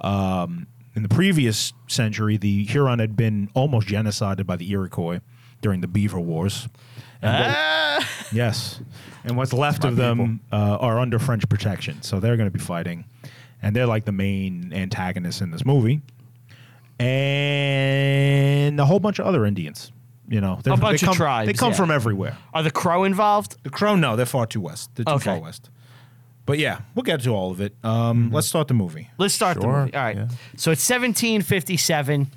Um, in the previous century, the Huron had been almost genocided by the Iroquois during the Beaver Wars. And what-
Ah!
Yes. And what's left of them uh, are under French protection. So they're going to be fighting. And they're like the main antagonists in this movie. And a whole bunch of other Indians. You know, They're-
A bunch
they
of
come,
tribes,
They come
yeah.
from everywhere.
Are the crow involved?
The Crow, no, they're far too west. They're too
Okay.
far west. But yeah, we'll get to all of it. Um, Let's start the movie.
Let's start the
Sure,
movie. All right.
yeah.
So it's 1757.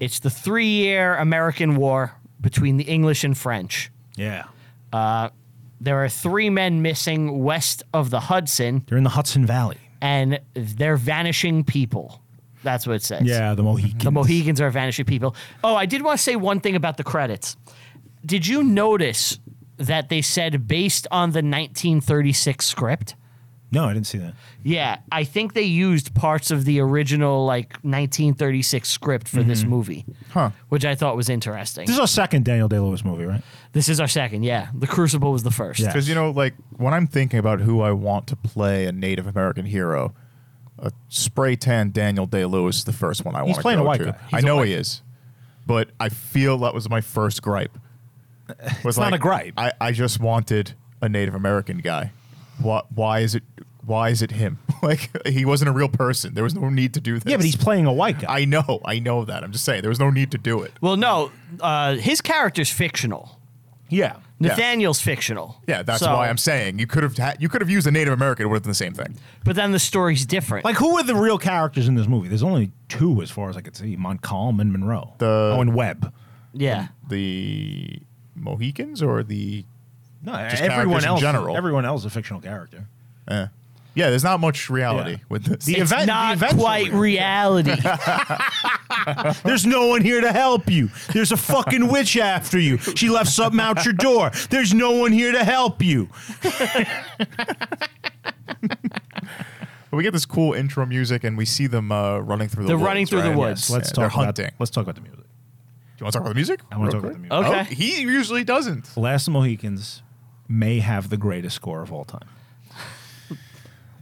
It's the three year American War between the English and French.
Yeah.
There are three men missing west of the Hudson,
They're in the Hudson Valley.
and they're vanishing people. That's what it says.
Yeah, the Mohicans.
The Mohicans are vanishing people. Oh, I did want to say one thing about the credits. Did you notice that they said based on the 1936 script?
No, I didn't see that.
Yeah, I think they used parts of the original like 1936 script for this movie,
Huh.
which I thought was interesting.
Mm-hmm. This is our second Daniel Day Lewis movie, right?
This is our second. Yeah, The Crucible was the first.
Yeah.
Because you know, like when I'm thinking about who I want to play a Native American hero, a spray tan Daniel Day Lewis is the first one I want to
playing a
go
white
to.
guy.
I
He's a
know
white
he is, but I feel that was my first gripe. Was
It's not a gripe.
I, I just wanted a Native American guy. Why, why is it? Why is it him? Like he wasn't a real person. There was no need to do this.
Yeah, but he's playing a white guy.
I know. I know that. I'm just saying there was no need to do it.
Well, no, uh, his character's fictional.
yeah.
Nathaniel's fictional.
Yeah, that's
So-
why I'm saying you could have ha- you could have used a Native American. It would have been the same thing.
But then the story's different.
Like, who are the real characters in this movie? There's only two, as far as I can see: Montcalm and Monroe.
The-
oh, and Webb.
yeah.
the Mohicans or the?
No,
Just characters
everyone
in
else.
general.
Everyone else is a fictional character.
Eh. Yeah, there's not much reality
Yeah.
with this.
The
It's
event- the
not
event's
quite
real.
reality.
There's no one here to help you. There's a fucking witch after you. She left something out your door. There's no one here to help you.
But we get this cool intro music, and we see them uh, running through the.
They're
woods,
running through the
right?
woods.
Let's
Yeah, they're
talk about
hunting.
let's talk about the music.
Do you want to talk about the music?
I want to
Real
talk about the
quick?
Okay.
music.
Oh, he usually doesn't.
Last of the Mohicans may have the greatest score of all time.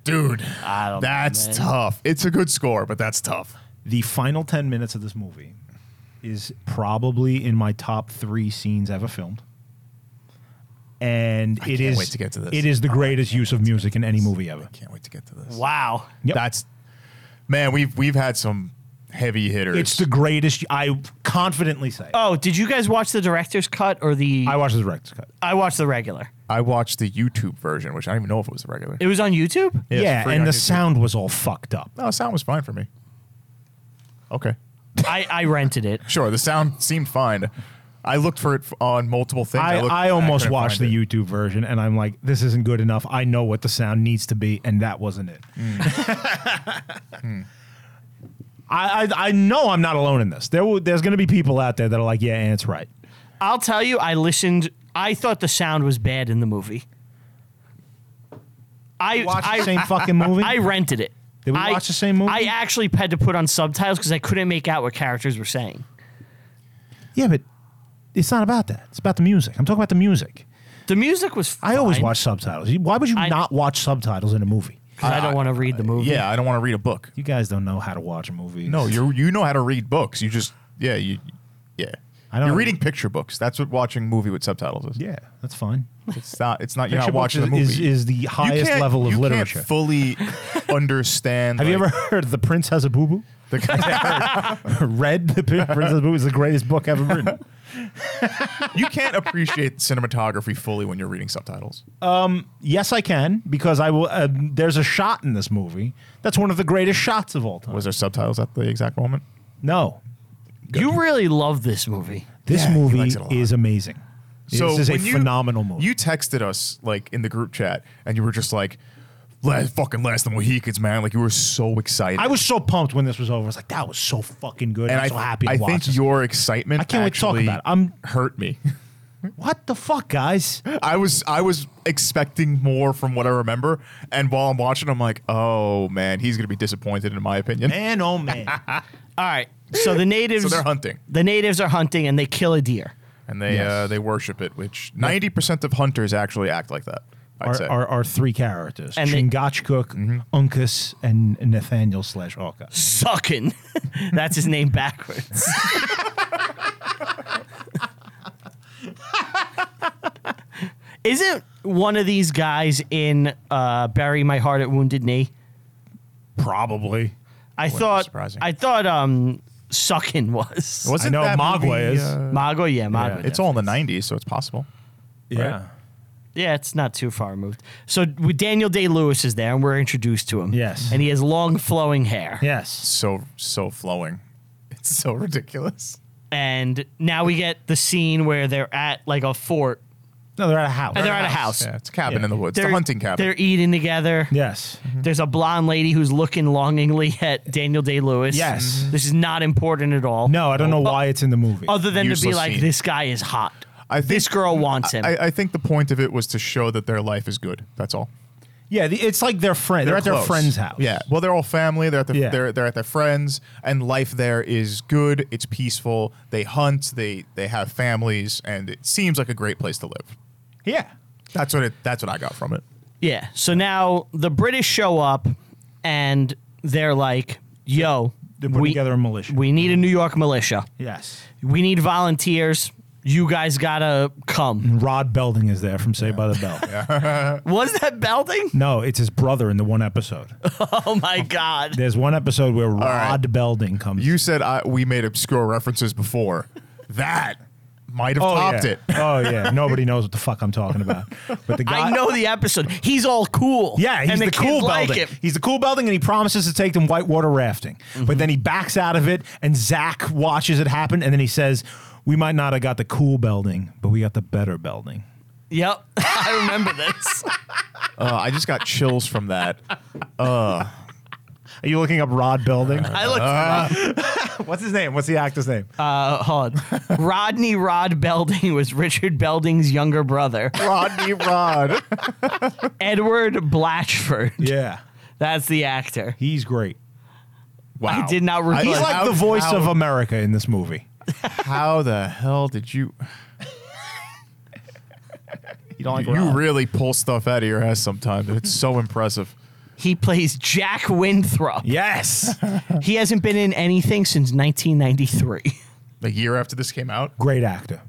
Dude,
I don't know,
that's
man.
tough. It's a good score, but that's tough.
The final 10 minutes of this movie is probably in my top 3 scenes ever filmed. And it is
can't wait to get to this.
it is the greatest use of music in any movie ever.
Can't wait to get to this.
Wow.
Yep.
That's man, we've we've had some heavy hitters.
It's the greatest I confidently say. it.
Oh, did you guys watch the director's cut or the?
I watched the director's cut.
I watched the regular.
I watched the YouTube version, which I don't even know if it was regular.
It was on YouTube.
Yeah, it's
yeah
free
and
on
the
YouTube.
sound was all fucked up.
no, sound was fine for me. Okay,
I, I rented it.
sure. The sound seemed fine. I looked for it f- on multiple things.
I,
looked-
I almost
couldn't
watched the
find it.
YouTube version and I'm like, this isn't good enough. I know what the sound needs to be, and that wasn't it. Mm. Hmm. I, I I know I'm not alone in this. There will, there's going to be people out there that are like, yeah, Ant's right.
I'll tell you, I listened. I thought the sound was bad in the movie. I
Watch the
I,
same fucking movie.
I rented it.
Did we
I-
watch the same movie?
I actually had to put on subtitles because I couldn't make out what characters were saying.
yeah, but it's not about that. It's about the music. I'm talking about the music.
The music was.
I always
fine,
watch subtitles. You- Why would you
I-
not watch subtitles in a movie?
'cause I don't want to read the movie.
Yeah, I don't want to read a book.
You guys don't know how to watch a movie.
No, you you know how to read books. You just yeah you yeah.
I don't-
you're reading picture books. That's what watching movie with subtitles is.
Yeah, that's fine.
It's not. It's not. You're
Picture
not watching the
books
movie.
is- is- is the
You
highest
can't-
level of
you can't
literature.
fully understand.
Have you ever
like,
heard The Prince Has a Boo Boo? Read The Prince Has a Boo Boo is the greatest book ever written.
you can't appreciate cinematography fully when you're reading subtitles.
Yes, I can because I will. Uh, there's a shot in this movie that's one of the greatest shots of all time.
Was there subtitles at the exact moment?
no,
You really love this movie.
this
Yeah, he
movie
likes it a lot.
is amazing. this is a
when you-
phenomenal movie.
You texted us like in the group chat, and you were just like, "Last fucking last of the Mohicans, man!" Like you were so excited.
I was so pumped when this was over. I was like, that was so fucking good.
and
I'm
I,
so happy to
I
watch
think
this.
your excitement.
I can't wait to talk
actually
about it. I'm-
hurt me.
What the fuck, guys?
I was I was expecting more from what I remember, and while I'm watching, I'm like, "Oh man, he's gonna be disappointed," in my opinion.
Man, oh man.
All right. So the natives.
So they're hunting.
The natives are hunting and they kill a deer.
and they
Yes.
uh, they worship it. Which ninety percent of hunters actually act like that. I'd
Our,
say.
our, our three characters,
And they-
Chingachgook,
Mm-hmm.
Uncas, and Nathaniel slash Orca.
Sucking. That's his name backwards. Isn't one of these guys in uh, "Bury My Heart at Wounded Knee"?
Probably.
I thought.
surprising.
I thought um, Sucking was.
Wasn't
I know
that
Mogwai
movie,
is.
uh,
Mago? Yeah, Mago.
it's all in the nineties, so it's possible.
Yeah.
Yeah, it's not too far removed. So with Daniel Day Lewis is there, and we're introduced to him.
Yes.
and he has long flowing hair.
Yes.
So so flowing. It's so ridiculous.
and now we get the scene where they're at like a fort.
No, they're at a house.
And they're at a house.
Yeah, it's a cabin
Yeah.
in the woods.
They're
It's a hunting cabin.
They're eating together.
Yes.
Mm-hmm.
There's a blonde lady who's looking longingly at Daniel Day Lewis.
Yes.
This is not important at all.
No, I don't know why it's in the movie.
Oh,
Other than to be
Useless
like,
scene.
this guy is hot.
I think,
This girl wants him.
I, I think the point of it was to show that their life is good. That's all.
yeah, the, it's like their friend. They're, at
close.
their friend's house.
Yeah. Well, they're all family. They're at the,
Yeah.
they're they're at their friends, and life there is good. It's peaceful. They hunt. They they have families, and it seems like a great place to live.
Yeah.
That's what it. That's what I got from it.
yeah. So now the British show up and they're like, yo,
They're putting
we,
together a militia.
we need a New York militia.
yes.
We need volunteers. You guys gotta come.
Rod Belding is there from Saved by the Bell.
Was that Belding?
No, it's his brother in the one episode.
Oh my God.
There's one episode where
right.
Rod Belding comes.
You said I, we made obscure references before. That might have
oh,
topped
yeah.
it.
oh yeah. Nobody knows what the fuck I'm talking about. But the guy
I know the episode. He's all cool.
Yeah, he's
and
the,
the,
cool
kids like
building.
him.
He's the cool building, and he promises to take them whitewater rafting. But then he backs out of it, and Zach watches it happen, and then he says, "We- we might not have got the cool building, but we got the better building.
Yep, I remember this.
Uh, I just got chills from that.
Are you looking up Rod Building?
I looked. Uh,
What's his name? What's the actor's name?
hold on. Rodney Rod Belding was Richard Belding's younger brother,
Rodney Rod.
Edward Blatchford.
yeah,
That's the actor.
he's great.
Wow.
I did not realize-
He's
But
like the voice of America in this movie.
How the hell did you?
You don't like
You really pull stuff out of your ass sometimes. It's so impressive.
He plays Jack Winthrop.
yes,
He hasn't been in anything since 1993.
The year after this came out,
great actor.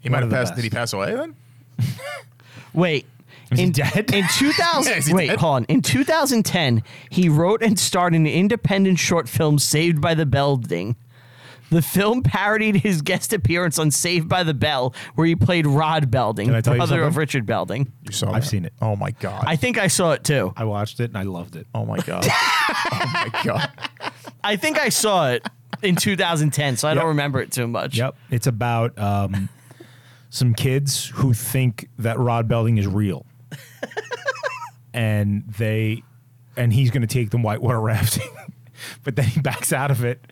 he
One
might
of
have
the
passed.
best.
Did he pass away then?
Wait.
he
in,
dead?
In 2000,
Yeah, is he
wait,
dead?
hold on. In 2010, he wrote and starred in the independent short film Saved by the Bell Ding. The film parodied his guest appearance on Saved by the Bell, where he played Rod Belding,
Can I tell you
brother of
something?
Richard Belding.
You saw?
I've
that?
seen it.
Oh my god.
I think I saw it too.
I watched it and I loved it.
oh my god. oh my god.
I think I saw it in 2010, so I don't remember it too much.
Yep, it's about um, some kids who think that Rod Belding is real, and they and he's going to take them whitewater rafting, but then he backs out of it,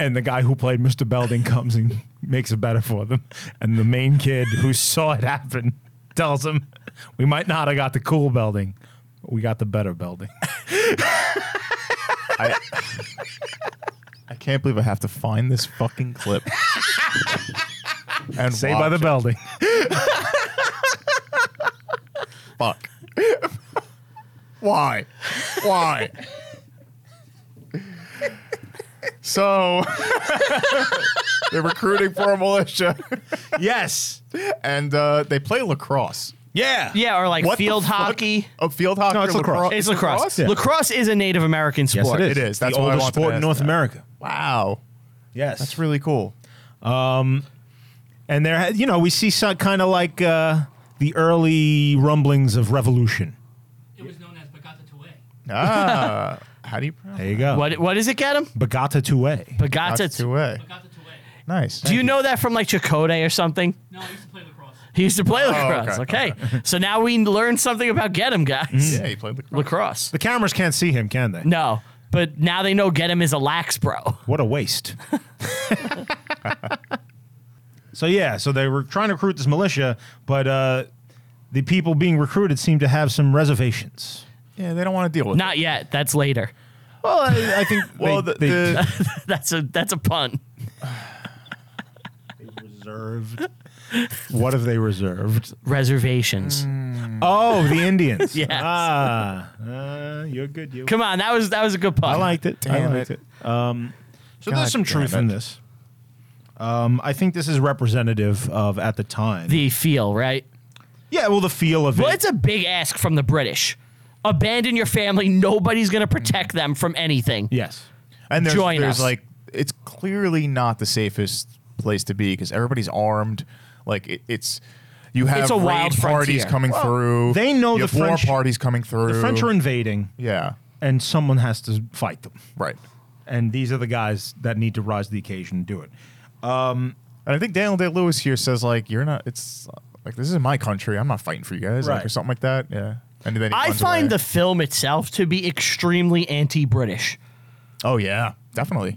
and the guy who played Mr. Belding comes and makes it better for them, and the main kid who saw it happen tells him, "We might not have got the cool Belding." but We got the better Belding.
I, I can't believe I have to find this fucking clip. and
Saved by the
watch
Belding.
it. Fuck. Why? Why? so they're recruiting for a militia,
yes.
and uh, they play lacrosse.
Yeah.
Yeah, or like
What the
field
fuck?
hockey.
Oh, field hockey.
No, it's
or
lacrosse.
It's lacrosse. Lacrosse,
Yeah.
is a Native American
Yes,
sport.
it is.
It is.
The
That's why I
oldest
wanted to
sport in
ask
North
that.
America.
Wow,
Yes.
that's really cool.
and there ha- you know we see some kind of like uh, the early rumblings of revolution
It was known as Bagata Tue.
Ah, how do you pronounce
there you go
What what does it get him?
bagata Toure.
Bagata.
Two way.
Bagata Tue.
Nice.
Do you know that from like Chakotay or something?
No, I used to play lacrosse.
He used to play lacrosse. okay.
Oh, okay,
so now we learned something about Get Him, guys.
Yeah, he played lacrosse.
Lacrosse.
the cameras can't see him can they
No, but now they know Get Him is a lax bro.
what a waste so yeah so they were trying to recruit this militia but uh, the people being recruited seem to have some reservations
Yeah, they don't want to deal with. it.
Not yet. That's later.
well i, I think
Well,
they,
the, the,
that's a that's a pun.
they reserved what have they reserved
Reservations.
Mm.
oh the indians
Yes.
ah uh, you're good you
Come on, that was that was a good pun.
I liked it.
Damn
I liked it.
it.
Um, so
God
there's some
damn
truth
it.
in this. Um, I think this is representative of at the time.
the feel, right?
yeah, well, the feel of
Well,
it.
it's a big ask from the British. Abandon your family. Nobody's gonna protect them from anything.
yes,
and there's,
Join
there's
us.
like it's clearly not the safest place to be because everybody's armed. Like it, it's you have
a
raid
wild
parties
frontier.
coming through.
they know
you
the
have war
French-
parties coming through.
the French are invading,
yeah,
and someone has to fight them.
right.
And these are the guys that need to rise to the occasion and do it.
And I think Daniel Day Lewis here says like you're not. It's like this is my country. I'm not fighting for you guys, like,
Right.
or something like that. Yeah. And then he
I
runs
find
away.
the film itself to be extremely anti-British.
oh yeah definitely.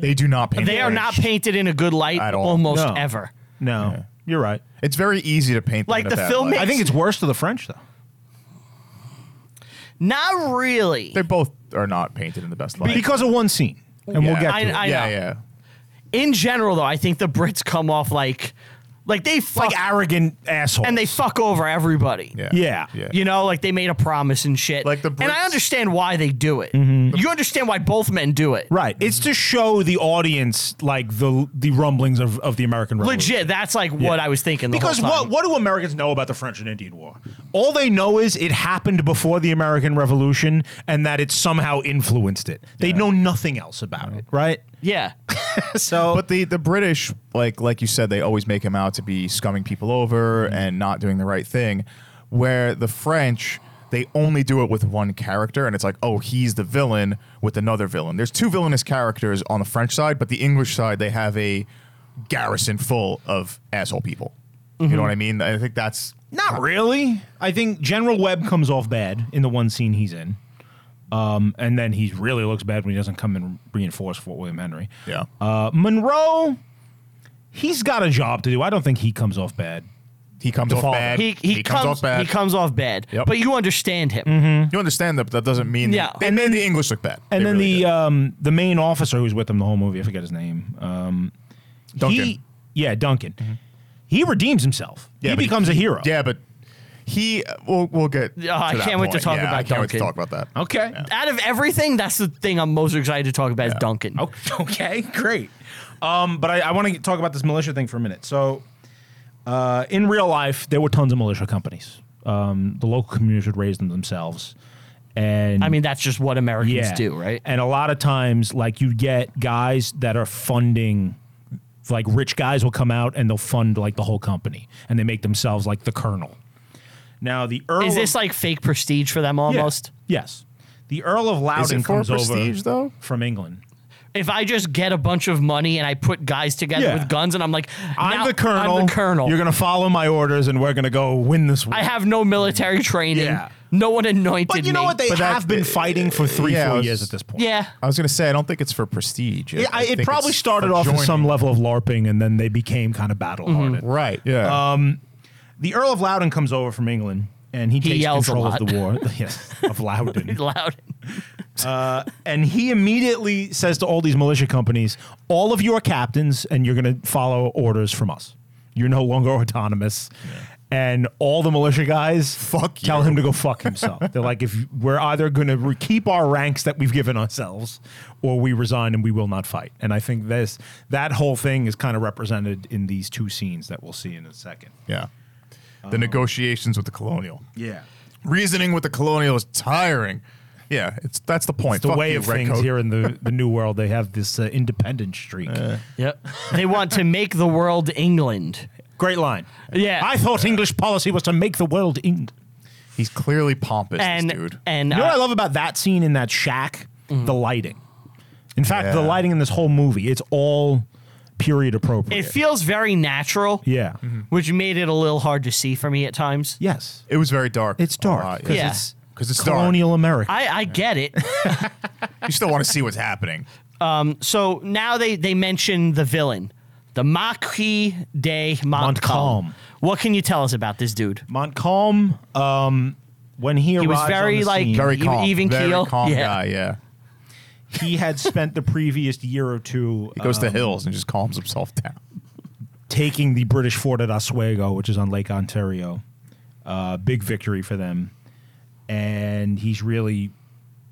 They do not paint.
They are not
British.
painted in a good light
At all.
almost
No.
ever.
No, you're right.
It's very easy to paint. them
Like
in a
the
bad
film-
light.
I think it's worse to the French though.
Not really.
They both are not painted in the best light.
Because of one scene, and we'll
Yeah.
get to
I-
it.
I-
yeah,
know.
yeah.
In general, though, I think the Brits come off like, like they fuck
like arrogant assholes.
and they fuck over everybody.
Yeah.
Yeah.
Yeah.
You know, like they made a promise and shit.
Like the
and I
Brits-
understand why they do it. You understand why both men do it.
right. It's to show the audience like the the rumblings of, of the American Revolution.
Legit, that's like what I was thinking. The
Because
whole time.
what what do Americans know about the French and Indian War? All they know is it happened before the American Revolution and that it somehow influenced it. They know nothing else about it, right?
Yeah,
So
But the, the British, like like you said, they always make
Mm-hmm.
him out to be scumming people over and not doing the right thing. Where the French, they only do it with one character, and it's like, oh, he's the villain with another villain. There's two villainous characters on the French side, but the English side they have a garrison full of asshole people. You
Mm-hmm.
know what I mean? I think that's
Not really. I think General Webb comes off bad in the one scene he's in. Um, and then he really looks bad when he doesn't come and reinforce Fort William Henry.
yeah.
Uh, Monroe, he's got a job to do. I don't think he comes off bad.
he comes
the
off
father.
bad.
He, he, comes,
off bad.
He comes off bad.
Yep.
But you understand him.
you understand that, but that doesn't mean
Yeah.
They made the English look bad. They
And then
really
the
did.
um, the main officer who's with him the whole movie, I forget his name. Um,
Duncan. Mm-hmm.
he- yeah, Duncan. He redeems himself.
Yeah,
he
but he-
becomes a hero.
yeah, but he we'll we'll get. to
I
that
can't wait to
point.
talk
Yeah,
about
I can't wait to
Duncan.
talk about that.
Okay.
Out of everything, that's the thing I'm most excited to talk about is Duncan.
O- Okay, great. Um, but I, I want to talk about this militia thing for a minute. So, uh, in real life, there were tons of militia companies. Um, the local communities would raise them themselves, and
I mean, that's just what Americans
yeah,
do, right?
And a lot of times, like you get guys that are funding, like rich guys will come out and they'll fund like the whole company, and they make themselves like the colonel. Now the Earl
Is this
of-
like fake prestige for them
Yeah.
almost?
yes. The Earl of Loudon
Is it for
comes
prestige,
over
though?
from England.
If I just get a bunch of money and I put guys together
Yeah.
with guns and I'm like,
I'm
now-
the colonel.
I'm the colonel.
You're gonna follow my orders, and we're gonna go win this war.
I have no military training.
Yeah.
No one anointed
but you know
me.
what? They
But that-
have been fighting for three,
Yeah, I
four
was-
years at this point.
yeah.
I was gonna say I don't think it's for prestige.
It, I, it
think
probably
it's
started
for
off as some
joining.
level of LARPing, and then they became kind of battle
Mm-hmm.
hardened.
right. Yeah, um,
The Earl of Loudon comes over from England, and he, takes
yells a
control
lot.
of the war. yes, of Loudon. Uh,
Loud.
and he immediately says to all these militia companies, all of you are captains and you're going to follow orders from us. You're no longer autonomous. And all the militia guys
Fuck
tell
you.
him to go fuck himself. They're like, if we're either going to re- keep our ranks that we've given ourselves, or we resign and we will not fight. And I think this that whole thing is kind of represented in these two scenes that we'll see in a second.
yeah.
Oh.
The negotiations with the colonial,
Yeah,
reasoning with the colonial is tiring. Yeah, it's that's the point.
the
Fuck
way
you,
of
red
things
coat.
here in the the new world, they have this uh, independent streak.
Uh.
Yep. they want to make the world England.
Great line.
Yeah.
I thought English policy was to make the world England.
He's clearly pompous,
And
this dude.
and
You know what I
uh,
love about that scene in that shack?
Mm.
The lighting. In fact, the
Yeah.
lighting in this whole movie, it's all period appropriate.
it feels very natural,
yeah.
Mm-hmm.
which made it a little hard to see for me at times.
Yes.
it was very dark.
It's dark.
Uh,
Because
Yeah.
it's,
because it's
colonial America.
I, I get it.
dark. You still want to see what's happening.
so now they they mention the villain, the Marquis de Montcalm.
Montcalm.
What can you tell us about this dude?
Montcalm, um, when he arrived,
was very, like,
Very
Even-
calm,
even
very
keel?
calm
Yeah.
guy. Yeah,
he had spent the previous year or two
he
uh,
goes
Um,
to hills and just calms himself down.
taking the British fort at Oswego, which is on Lake Ontario. Uh, big victory for them. And he's really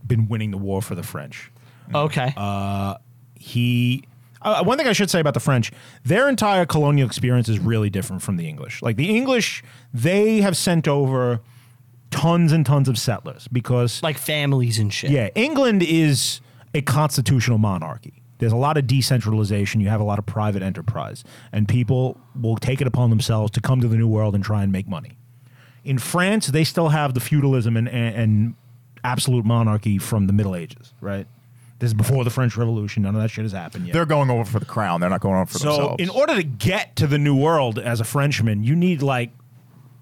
been winning the war for the French.
Okay.
uh, He. Uh, one thing I should say about the French, their entire colonial experience is really different from the English. Like the English, they have sent over tons and tons of settlers because
like families and shit.
yeah, England is a constitutional monarchy. There's a lot of decentralization. You have a lot of private enterprise, and people will take it upon themselves to come to the New World and try and make money. In France, they still have the feudalism and, and, and absolute monarchy from the Middle Ages, right? This is before the French Revolution. None of that shit has happened yet.
They're going over for the crown. They're not going over for
so,
themselves.
in order to get to the New World as a Frenchman, you need like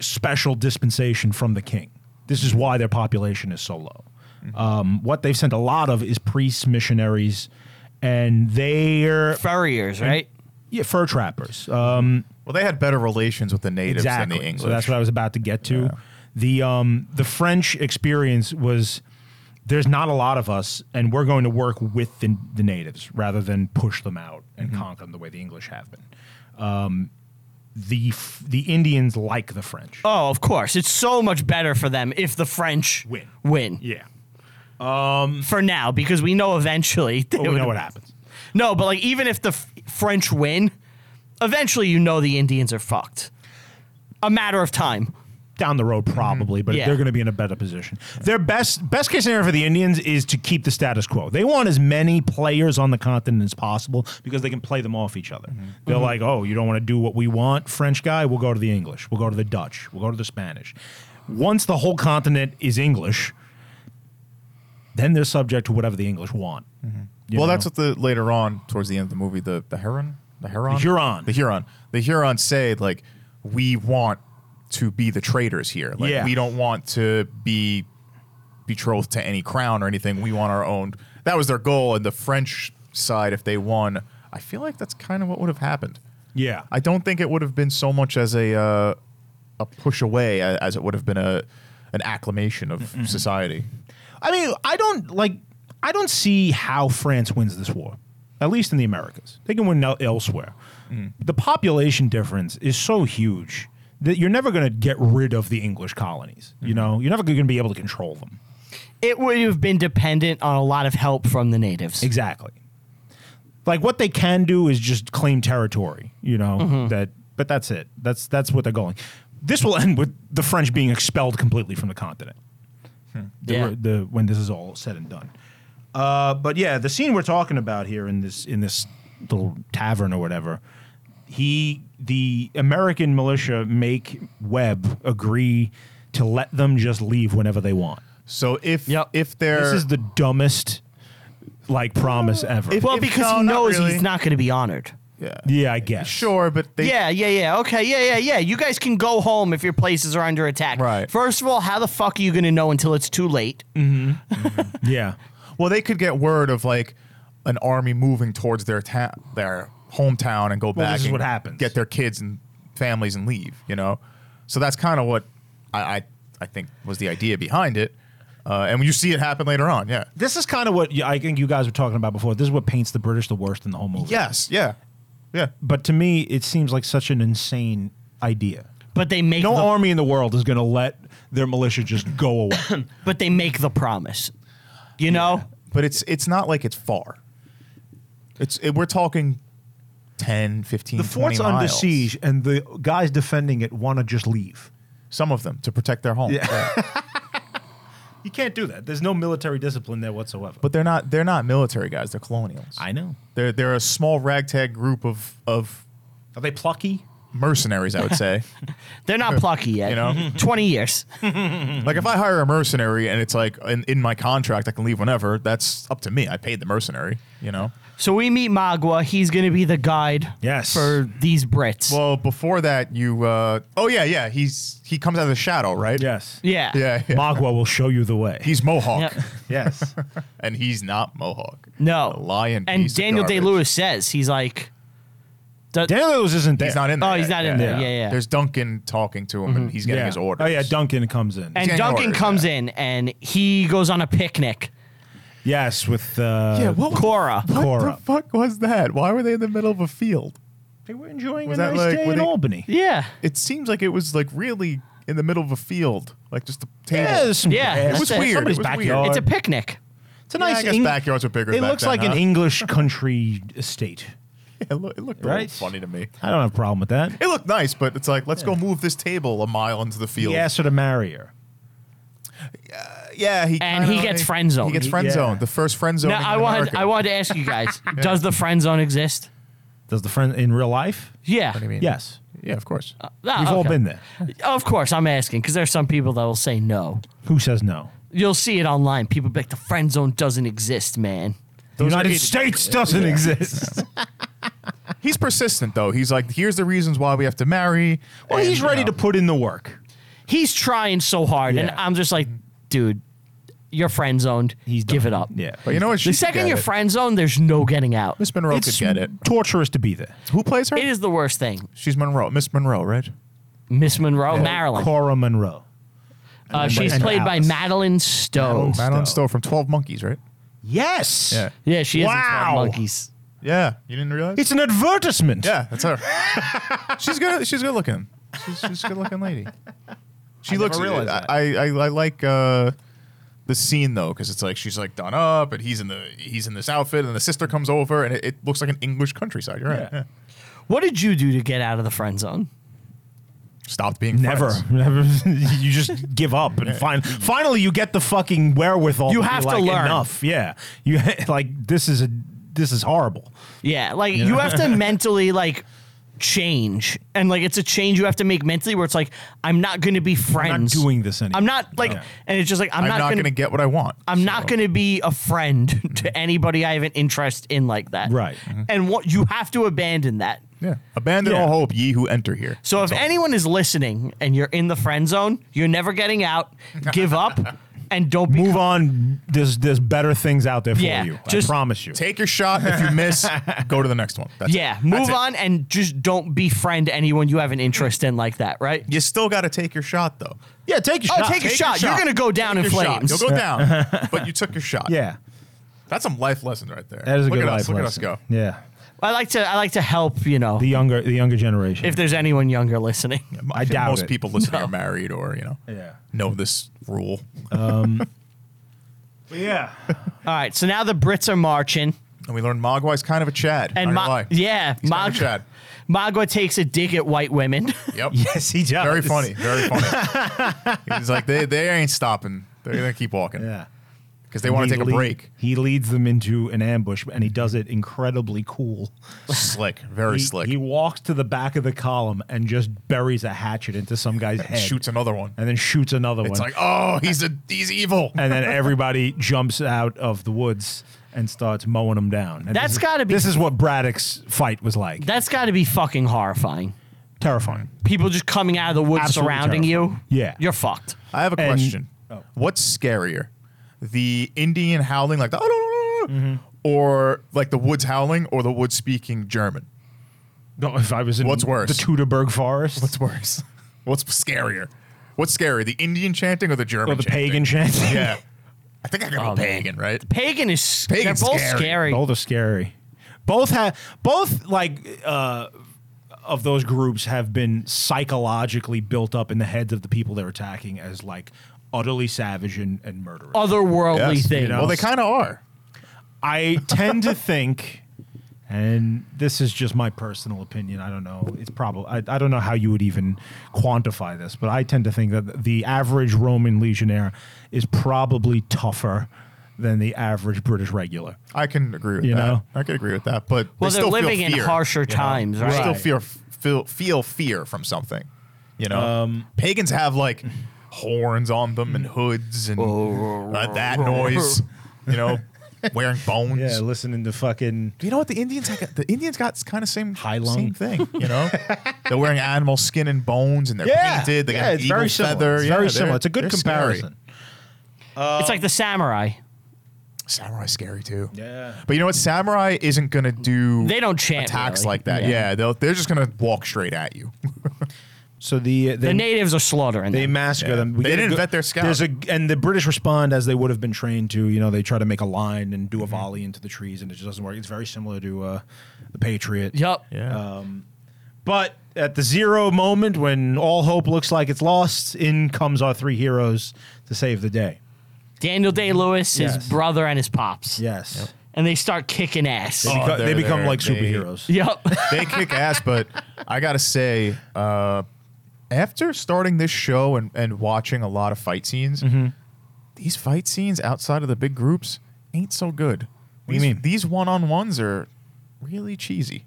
special dispensation from the king. This is why their population is so low.
Mm-hmm.
Um, what they've sent a lot of is priests, missionaries, and they're
Furriers, right?
yeah, fur trappers. Um,
well, they had better relations with the natives
exactly.
than the English.
So that's what I was about to get to. The um, the French experience was there's not a lot of us, and we're going to work with the, the natives rather than push them out and conquer them the way the English have been. Um, the f- the Indians like the French.
Oh, of course. It's so much better for them if the French
Win.
Win
Yeah,
for now because we know eventually.
but
Oh,
we know what happens.
No, but like even if the F- French win, eventually you know the Indians are fucked. A matter of time.
down the road
Mm-hmm.
probably, but
Yeah.
they're going to be in a better position. Their best best case scenario for the Indians is to keep the status quo. They want as many players on the continent as possible because they can play them off each
Mm-hmm.
other. They're like, "Oh, you don't want to do what we want, French guy? We'll go to the English. We'll go to the Dutch. We'll go to the Spanish." Once the whole continent is English, then they're subject to whatever the English want. You
Mm-hmm. well,
know?
that's what the later on towards the end of the movie the the Heron, the Heron,
The Huron.
the Huron, the Huron say like we want to be the traitors here. Like
Yeah.
we don't want to be betrothed to any crown or anything. We want our own. That was their goal. And the French side, if they won, I feel like that's kind of what would have happened.
yeah.
I don't think it would have been so much as a uh, a push away a- as it would have been a an acclamation of society.
I mean, I don't like. I don't see how France wins this war. At least in the Americas, they can win el- elsewhere. The population difference is so huge that you're never going to get rid of the English colonies. You know, you're never going to be able to control them.
It would have been dependent on a lot of help from the natives.
Exactly. Like what they can do is just claim territory, you know, that but that's it. That's that's what they're going. This will end with the French being expelled completely from the continent. The,
Yeah.
the when this is all said and done. Uh, but yeah, the scene we're talking about here in this in this little tavern or whatever, he the American militia make Webb agree to let them just leave whenever they want.
So if
Yep.
if they're
This is the dumbest like promise ever.
If-
Well,
if-
because
no,
he
not
knows
really.
he's not going to be honored.
yeah.
yeah, I guess.
Sure, but they
Yeah, yeah, yeah. Okay, yeah, yeah, yeah. You guys can go home if your places are under attack.
Right. Mm.
First of all, how the fuck are you going to know until it's too late?
Yeah.
well they could get word of like an army moving towards their ta- their hometown and go back
this is
and
what happens.
get their kids and families and leave, you know. So that's kind of what I, I I think was the idea behind it. Uh, and you see it happen later on, yeah.
This is kind of what y- I think you guys were talking about before. This is what paints the British the worst in the whole movie.
Yes, yeah. Yeah.
But to me, it seems like such an insane idea.
But they make
No
the,
army in the world is going to let their militia just go away.
but they make the promise. You know?
but it's it's not like it's far. It's it, we're talking 10, 15,
the fort's
20
under
miles.
siege, and the guys defending it want to just leave.
Some of them to protect their home. Yeah.
You can't do that. There's no military discipline there whatsoever.
but they're not they're not military guys. They're colonials.
I know.
they're they're a small ragtag group of of
Are they plucky?
mercenaries. I would say.
They're not plucky yet.
You know?
20 years.
like if I hire a mercenary and it's like in, in my contract I can leave whenever. That's up to me. I paid the mercenary. You know.
So we meet Magua. He's going to be the guide
Yes.
for these Brits.
Well, before that, you. Uh, oh yeah, yeah. He's he comes out of the shadow, right?
Yes.
yeah.
Yeah. yeah.
Magua will show you the way.
He's Mohawk,
Yeah.
yes.
and he's not Mohawk.
No.
A lion.
And
piece of
Daniel Day
garbage.
Lewis says, he's like, the-
Daniel Lewis isn't there.
He's not in there.
Oh, he's
yet.
not in there. Yeah, yeah.
There's Duncan talking to him, and he's getting
Yeah.
his orders.
Oh yeah, Duncan comes in.
and
Daniel
Duncan
Orders,
comes
yeah.
in and he goes on a picnic.
yes, with uh,
Yeah, what was-
Cora.
What
Cora.
the fuck was that? Why were they in the middle of a field?
They were enjoying
Was
a
that
nice
like-
day
were
in
they-
Albany.
Yeah.
It seems like it was like really in the middle of a field, like just a table.
Yeah, there's some
Yeah,
grass.
it was
It's
weird.
Somebody's
It was
backyard.
weird.
It's a picnic.
It's a
Yeah, I
nice.
guess backyards were bigger
It
back
looks
then,
like an
huh?
English country estate.
It, loo- it looked a
Right?
little funny to me.
I don't have a problem with that.
It looked nice, but it's like let's go move this table a mile into the field.
He asked her to marry her.
yeah. He
And
kinda-
he gets friend zoned.
He gets
He-
friend
yeah.
zoned. The first friend zone.
Now, I wanted, I wanted to ask you guys Does the friend zone exist?
Does the friend in real life?
Yeah.
What do you mean?
Yes,
Yeah, of course.
Ah,
we've all
okay.
been there.
Of course, I'm asking because there's some people that will say no.
Who says no?
You'll see it online. People be like, the friend zone doesn't exist, man.
The
Those are
United
idiots.
States doesn't exist.
He's persistent though. He's like, here's the reasons why we have to marry.
well,
and,
he's
you
ready
know.
to put in the work.
He's trying so hard, and
Yeah.
I'm just like, dude, you're friend zoned.
He's
give
done.
it up.
Yeah,
But you know what? She
The
could
second
get
you're
it.
friend zoned, there's no getting out.
Miss Monroe could
it's
get it.
torturous to be there.
Who plays her?
It is the worst thing.
She's Monroe. Miss Monroe, right?
Miss Monroe, Marilyn.
Cora Monroe.
Uh, she's
and
played
Alice.
by Madeline Stowe.
Madeline
Stowe.
Stowe from Twelve Monkeys, right?
Yes.
Yeah.
Yeah, she is in Twelve
Wow.
Monkeys.
Yeah. You didn't realize?
It's an advertisement.
yeah, that's her. she's good. She's good looking. She's, she's a good looking lady. She
never
looks.
realized
I,
that.
I I I like uh, the scene though because it's like she's like done up and he's in the he's in this outfit and the sister comes over and it, it looks like an English countryside. You're right.
Yeah.
Yeah.
What did you do to get out of the friend zone?
Stopped being
Never,
friends.
never. you just give up and find. Finally, you get the fucking wherewithal.
You
be
have to
like,
learn.
enough. Yeah, you like this is a this is horrible.
Yeah, like you have to mentally like change, and like it's a change you have to make mentally, where it's like I'm not going to be friends.
doing this anymore.
I'm not like,
Yeah.
and it's just like I'm,
I'm
not,
not
going
going to
to.
get what I want.
I'm not going to be a friend to anybody I have an interest in like that.
Right.
And what you have to abandon that.
Yeah. Abandon
Yeah.
all hope, ye who enter here.
So if anyone is listening and you're in the friend zone, you're never getting out. Give up and don't be
Move on. There's there's better things out there for
Yeah,
you.
just-
I promise you.
Take your shot. If you miss, go to the next one. That's
Yeah,
it. That's
move
it.
on and just don't befriend anyone you have an interest in like that, right?
You still got to take your shot, though.
yeah, take a
Oh, take, a, shot. You're going to go down in
Your shot.
flames.
You'll go down, but you took your shot.
Yeah,
That's some life lesson right there.
that is a
look
good
at
life
us, Look
lesson.
at us go.
Yeah,
I like to I like to help, you know,
the younger the younger generation.
if there's anyone younger listening.
I
think
doubt
most
it.
people listening are married or, you know,
yeah,
know this rule.
yeah.
All right, so now the Brits are marching
And we learned Mogwai's kind of a Chad.
and
not
Ma-
gonna lie.
yeah,
He's kind of a
Mag-
Chad.
Magua takes a dig at white women.
Yep.
yes, he does.
Very funny. Very funny. He's like, they, they ain't stopping. They're going to keep walking because
Yeah.
they want
He
to take
lead-
a break.
He leads them into an ambush, and he does it incredibly cool.
Slick. Very
he,
slick.
He walks to the back of the column and just buries a hatchet into some guy's head,
Shoots another one.
and then shoots another
It's
one.
like, oh, he's a he's evil.
and then everybody jumps out of the woods and starts mowing them down. And
That's
this is-
gotta be-
This is what Braddock's fight was like.
That's got to be fucking horrifying.
Terrifying.
People just coming out of the woods
Absolutely
surrounding
terrifying.
you.
Yeah.
You're fucked.
I have a
And-
question. What's scarier, the Indian howling like the oh, no, no, no, no," or like the woods howling or the woods speaking German?
No, if I was in
What's worse?
the Teutoburg Forest
What's worse? What's scarier? What's scarier, the Indian chanting or the German?
or the
chanting?
pagan chant.
Yeah, I think I got
Oh,
go pagan, right?
Pagan is
Pagan's
they're both
scary.
scary.
Both are scary. Both have both like uh, of those groups have been psychologically built up in the heads of the people they're attacking as like utterly savage and, and murderous.
Otherworldly
Yes, you
things.
Well, they kind of are.
I tend to think, and this is just my personal opinion. I don't know. It's probably I, I don't know how you would even quantify this, but I tend to think that the average Roman legionnaire is probably tougher than the average British regular.
I can agree with
You
that.
know?
I could agree with that, but
well,
they
they're
still
living
feel
in
fear.
harsher times, right?
They still feel
Right.
feel feel fear from something. You know,
Um,
pagans have like horns on them and hoods and uh, that noise. You know, wearing bones.
Yeah, listening to fucking
You know what the Indians got? The Indians got kind of same
High
same
lung.
thing. You know, they're wearing animal skin and bones, and they're painted. They got an
it's
eagle
very similar.
feather.
It's
Yeah,
very
they're-
similar. It's a good
they're scary.
comparison.
it's like the samurai.
Samurai's scary too.
Yeah.
But you know what? Samurai isn't gonna do.
They don't chant
attacks
really.
like that. Yeah,
Yeah.
they'll, they're just gonna walk straight at you.
So the
The
the
natives are slaughtering
They
them.
massacre
Yeah.
them.
They
get a
didn't
good-
vet their scout.
There's a, and the British respond as they would have been trained to. You know, they try to make a line and
Mm-hmm.
do a volley into the trees, and it just doesn't work. It's very similar to uh, the Patriot.
Yup.
Um, But at the zero moment when all hope looks like it's lost, in comes our three heroes to save the day.
Daniel Day Lewis, his
Yes.
brother, and his pops.
Yes.
And they start kicking ass.
They,
Oh,
beco-
they're-
they become
they're-
like
they-
superheroes.
Yup.
they kick ass, but I gotta say, uh, after starting this show and, and watching a lot of fight scenes,
Mm-hmm.
these fight scenes outside of the big groups ain't so good.
What do you
These-
mean?
These one on ones are really cheesy.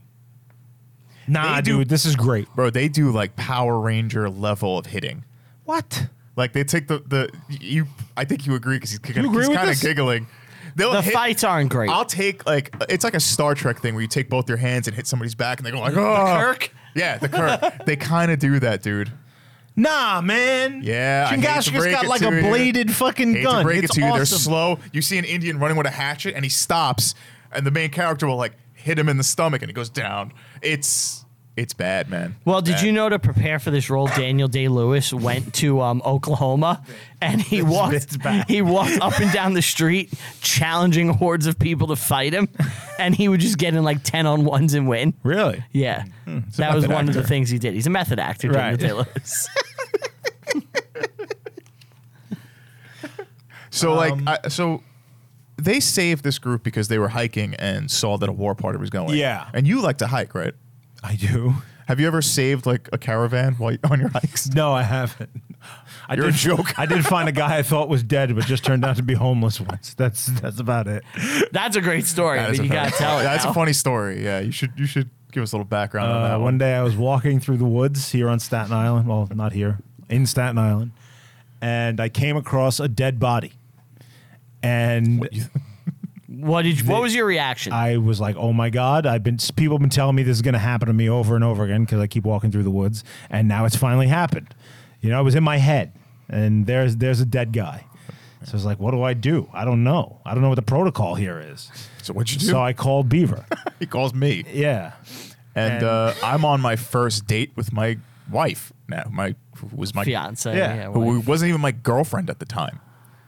Nah,
They do-
dude, this is great.
Bro, they do like Power Ranger level of hitting.
What?
Like they take the, the you I think you agree because he's kicking
You agree
he's
with
kind of
this?
giggling. They'll
the
hit-
fights aren't great.
I'll take like it's like a Star Trek thing where you take both your hands and hit somebody's back and they go like oh
Kirk?
yeah the Kirk they kind of do that dude
Nah, man.
Yeah, I hate to
Chingachgook's
break
got
it
like
to
a
you.
bladed fucking
hate
gun.
to break
it's
it to you they're
awesome.
slow you see an Indian running with a hatchet and he stops and the main character will like hit him in the stomach and he goes down it's it's bad man
well, did
Bad.
you know to prepare for this role, Daniel Day Lewis went to um, Oklahoma and he walked he walked up and down the street challenging hordes of people to fight him, and he would just get in like ten on ones and win.
Really?
Yeah, that was
method
one of the
actor.
things he did. He's a method actor, Daniel
Right.
Day Lewis.
so
um,
like I, so they saved this group because they were hiking and saw that a war party was going
Yeah.
and you like to hike right
I do.
have you ever saved like a caravan while on your hikes
No, I haven't. I
You're a
did,
joke.
I did find a guy I thought was dead, but just turned out to be homeless once. That's that's about it.
That's a great story.
That
I
is
mean,
a
you
very
gotta
funny-
tell it.
That's
now.
a funny story. Yeah, you should you should Give us a little background on
Uh,
that
one day I was walking through the woods here on Staten Island. Well, not here, in Staten Island. And I came across a dead body. And
What did? You, what was your reaction?
I was like, "Oh my god! I've been people have been telling me this is going to happen to me over and over again because I keep walking through the woods, and now it's finally happened." You know, it was in my head, and there's there's a dead guy. So I was like, "What do I do? I don't know. I don't know what the protocol here is."
So what'd you do?
So I called Beaver.
he calls me,
yeah,
and uh, I'm on my first date with my wife now. My who was my
Fiance.
Yeah.
who
wife.
wasn't even my girlfriend at the time.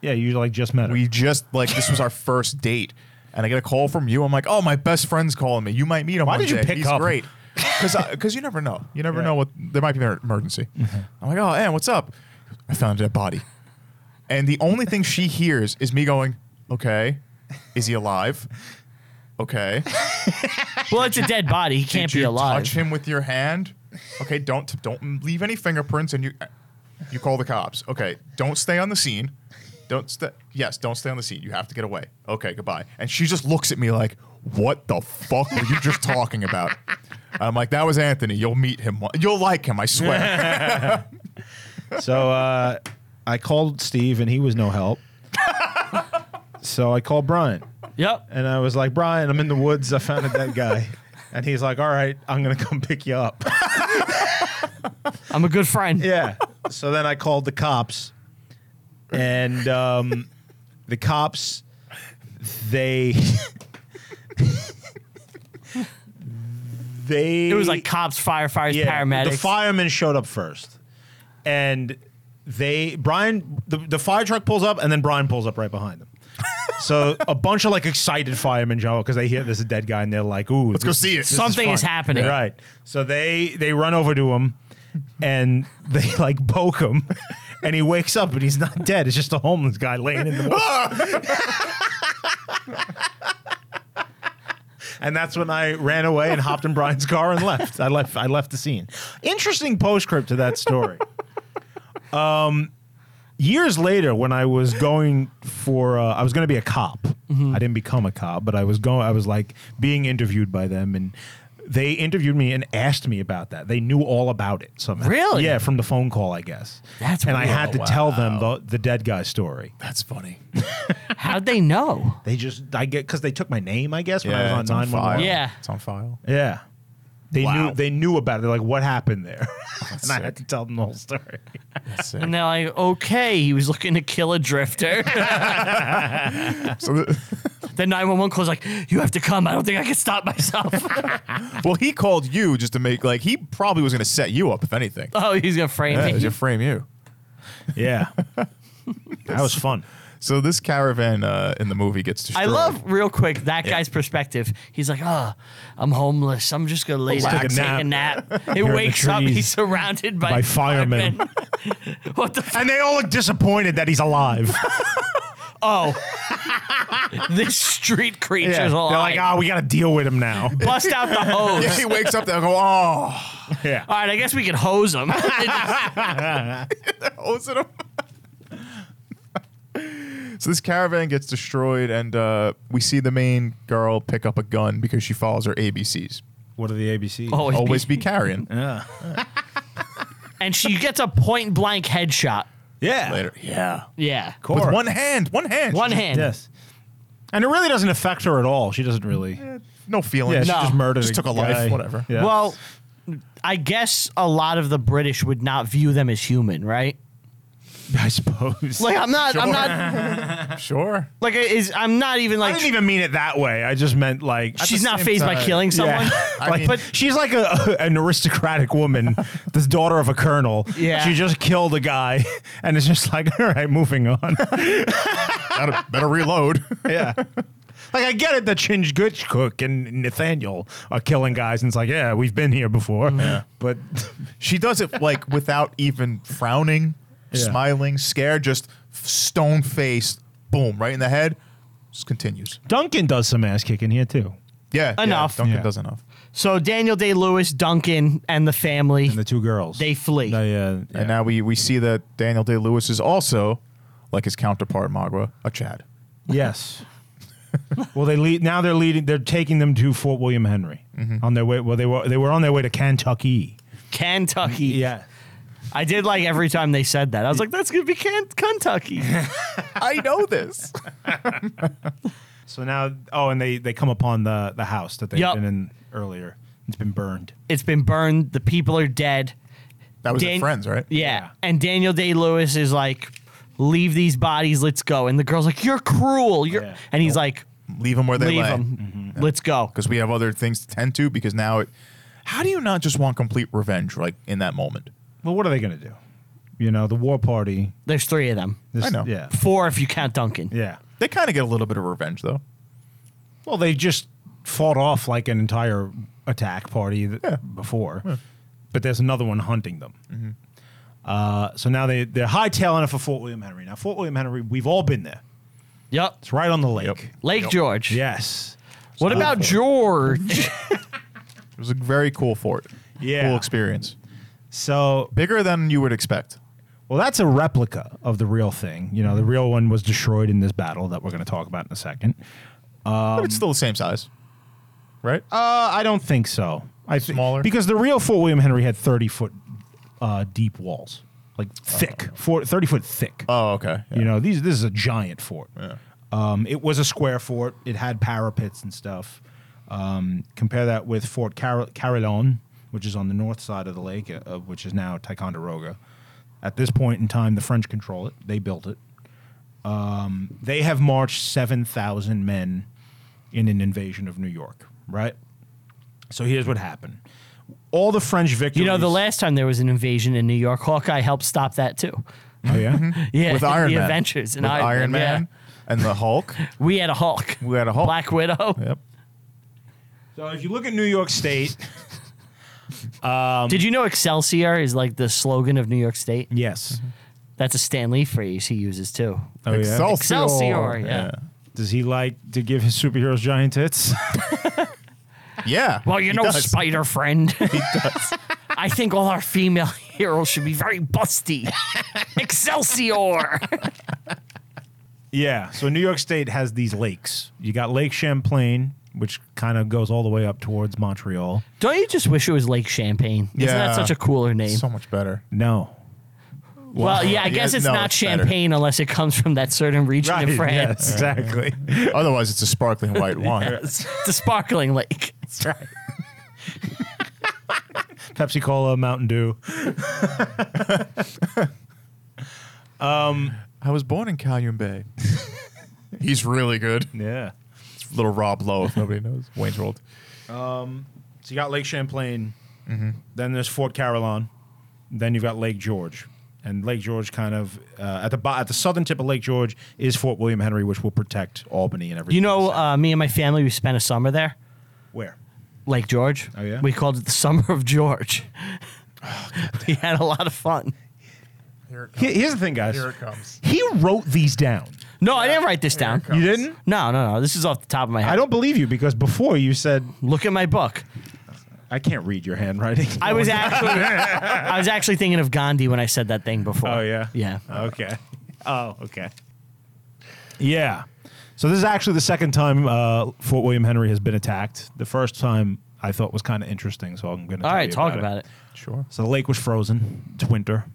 yeah. You like just met her.
We just like this was our first date, and I get a call from you. I'm like, oh, my best friend's calling me. You might meet him.
Why
one
did you
day.
pick
He's
up?
Great, because you never know. You never
Yeah. Mm-hmm.
know what there might be an emergency. I'm like, oh, Ann, what's up? I found a dead body, and the only thing she hears is me going, okay, is he alive? Okay.
well, it's a dead body. He can't
Did
be
you
alive.
Touch him with your hand. Okay, don't don't leave any fingerprints, and you you call the cops. Okay, don't stay on the scene. Don't stay. Yes, don't stay on the scene. You have to get away. Okay, goodbye. And she just looks at me like, "What the fuck were you just talking about?" I'm like, "That was Anthony. You'll meet him. one- You'll like him. I swear."
So uh, I called Steve, and he was no help. so I called Brian.
Yep.
And I was like, Brian, I'm in the woods. I found a dead guy. And he's like, all right, I'm going to come pick you up.
I'm a good friend.
yeah. So then I called the cops. And um, the cops, they. they.
It was like cops, firefighters, paramedics.
The firemen showed up first, and they Brian the, the fire truck pulls up, and then Brian pulls up right behind them. so a bunch of like excited firemen show up because they hear there's a dead guy, and they're like, "Ooh, let's
go see it."
Something is happening.
Right. So they they run over to him, and they like poke him, and he wakes up, but he's not dead. It's just a homeless guy laying in the. And that's when I ran away and hopped in Brian's car and left. I left. I left the scene. Interesting postscript to that story. Um, years later, when I was going for, uh, I was going to be a cop.
Mm-hmm.
I didn't become a cop, but I was going. I was like being interviewed by them, and they interviewed me and asked me about that. They knew all about it somehow.
Really?
Yeah, from the phone call, I guess.
That's
and I
weird.
had to tell them the, the dead guy story.
That's funny.
How'd they know?
They just I get because they took my name, I guess, when I was on
it's
nine one one.
file.
Yeah.
it's on file.
Yeah. They
Wow.
knew they knew about it. They're like, what happened there? and I
sick.
had to tell them the whole story.
That's sick.
And they're like, okay, he was looking to kill a drifter.
So the-
the 911 call's like, you have to come. I don't think I can stop myself.
well, he called you just to make like he probably was going to set you up if anything.
oh, he's going to frame
Yeah,
me.
to frame you.
yeah. that was fun.
So this caravan uh, in the movie gets
I
destroyed.
love real quick that guy's perspective. He's like, "Oh, I'm homeless. I'm just gonna lay down,
take a
take a nap." It
in the
wakes up.
trees.
He's surrounded by,
By firemen.
firemen. what the? F-
And they all look disappointed that he's alive.
oh, this street creature's
They're
alive.
like, "Ah, oh, we gotta deal with him now.
Bust out the hose.
Yeah, he wakes up there and go, oh.
yeah.
All right, I guess we can hose him.
owes it him. so this caravan gets destroyed, and uh, we see the main girl pick up a gun because she follows her ABCs.
What are the ABCs?
Always,
Always
be-
be carrying.
Yeah.
and she gets a point blank headshot.
Yeah.
Later, yeah,
Yeah,
Cool.
with one hand, one hand,
one hand.
Yes. And it really doesn't affect her at all. She doesn't really. Yeah,
no feeling.
she
No.
just murdered.
Just took a life,
guy.
whatever.
Yeah.
Well, I guess a lot of the British would not view them as human, right?
I suppose.
Like I'm not. I'm
Sure.
not.
Sure.
Like it is I'm not even
I
like.
didn't even mean it that way. I just meant like
she's
the
not
same
phased by
time-
killing someone.
I
like,
mean-
but she's like a, an aristocratic woman, this daughter of a colonel.
Yeah.
She just killed a guy and it's just like, all right, moving on.
Gotta- better reload.
yeah. Like, I get it that Chingachgook and Nathaniel are killing guys and it's like, yeah, we've been here before. But
she does it like without even frowning,
Yeah.
smiling, scared, just stone faced. Boom, right in the head. Just continues.
Duncan does some ass kicking here too.
Yeah, yeah,
Enough.
Duncan
Yeah.
does enough.
So Daniel Day Lewis, Duncan, and the family.
And the two girls.
They flee.
They, uh, yeah.
And now we, we see that Daniel Day Lewis is also, like his counterpart Magua, a Chad.
yes. well, they lead now. They're leading. They're taking them to Fort William Henry
Mm-hmm.
on their way. Well, they were they were on their way to Kentucky.
Kentucky.
Yeah,
I did like every time they said that. I was like, that's gonna be Ken- Kentucky.
I know this.
So now, oh, and they they come upon the the house that they've
Yep.
been in earlier. It's been burned.
it's been burned. The people are dead.
That was
Dan-
their friends, right?
Yeah.
Yeah.
And Daniel Day Lewis is like, leave these bodies, let's go. And the girl's like, you're cruel. You're,
Yeah. Mm-hmm.
and he's like,
Leave them where they
leave
lay.
them, let's go.
Because we have other things to tend to. Because now, it, how do you not just want complete revenge, like in that moment?
Well, what are they going to do? You know, the war party.
There's three of them.
This,
I know.
Yeah,
Four if you count Duncan.
yeah.
They kind of get a little bit of revenge, though.
Well, they just fought off like an entire attack party th-
Yeah. Mm-hmm.
before, but there's another one hunting them. Uh, so now they they're hightailing it for Fort William Henry. Now Fort William Henry, we've all been there.
Yep.
It's right on the lake.
Lake George.
Yes.
What about George?
It was a very cool fort.
Yeah.
Cool experience.
So
Bigger than you would expect.
Well, that's a replica of the real thing. You know, the real one was destroyed in this battle that we're going to talk about in a second.
but
Um,
it's still the same size, right?
Oh.
Uh, I don't think so. I thi-
Smaller?
because the real Fort William Henry had thirty foot uh, deep walls, like thick, four, 30 foot thick.
oh, okay. Yeah.
You know, these this is a giant fort. Um, it was a square fort. It had parapets and stuff. Um, compare that with Fort Car- Carillon, which is on the north side of the lake, uh, uh, which is now Ticonderoga. At this point in time, the French control it. They built it. Um, they have marched seven thousand men in an invasion of New York. Right. So here's what happened. All the French victories.
you know, the last time there was an invasion in New York, Hawkeye helped stop that too.
Oh yeah.
Yeah.
With Iron
the
Man.
Adventures in
With
Iron, Man.
and the Hulk.
yeah. We had a Hulk.
We had a Hulk.
Black Widow.
Yep.
so if you look at New York State.
Did you know Excelsior is like the slogan of New York State?
Yes.
That's a Stan Lee phrase he uses too.
Oh, yeah?
Excelsior, yeah.
Does he like to give his superheroes giant tits?
Yeah. Yeah.
Well, you
He
know,
does.
Spider Friend. I think all our female heroes should be very busty. Excelsior.
yeah. So New York State has these lakes. You got Lake Champlain, which kind of goes all the way up towards Montreal.
Don't you just wish it was Lake Champagne? Isn't that
Yeah.
such a cooler name?
so much better.
No.
well, yeah, I
yeah,
guess it's
no,
not
it's better.
Champagne unless it comes from that certain region of France.
Yes, exactly.
Otherwise, it's a sparkling white wine.
It's the sparkling lake.
That's right. Pepsi Cola, Mountain Dew.
I was born in Calhoun Bay. He's really good.
Yeah.
Little Rob Lowe, if nobody knows. Wayne's World.
So you got Lake Champlain. Then there's Fort Carillon. Then you've got Lake George. And Lake George kind of uh, at the bo- at the southern tip of Lake George is Fort William Henry, which will protect Albany and everything.
You know, uh, me and my family, we spent a summer there,
where?
Lake George.
Oh, yeah?
We called it the Summer of George. we had a lot of fun.
Here- Here's the thing, guys.
comes.
He wrote these down.
No, I didn't write this down.
You didn't?
No, no, no. This is off the top of my head.
I don't believe you because before you said
Look at my book.
I can't read your handwriting.
I was actually, I was actually thinking of Gandhi when I said that thing before.
Oh yeah.
yeah.
Okay. Oh okay. Yeah. So this is actually the second time uh, Fort William Henry has been attacked. The first time I thought was kind of interesting, so I'm going to.
All right, talk about it.
Sure.
So the lake was frozen. It's winter.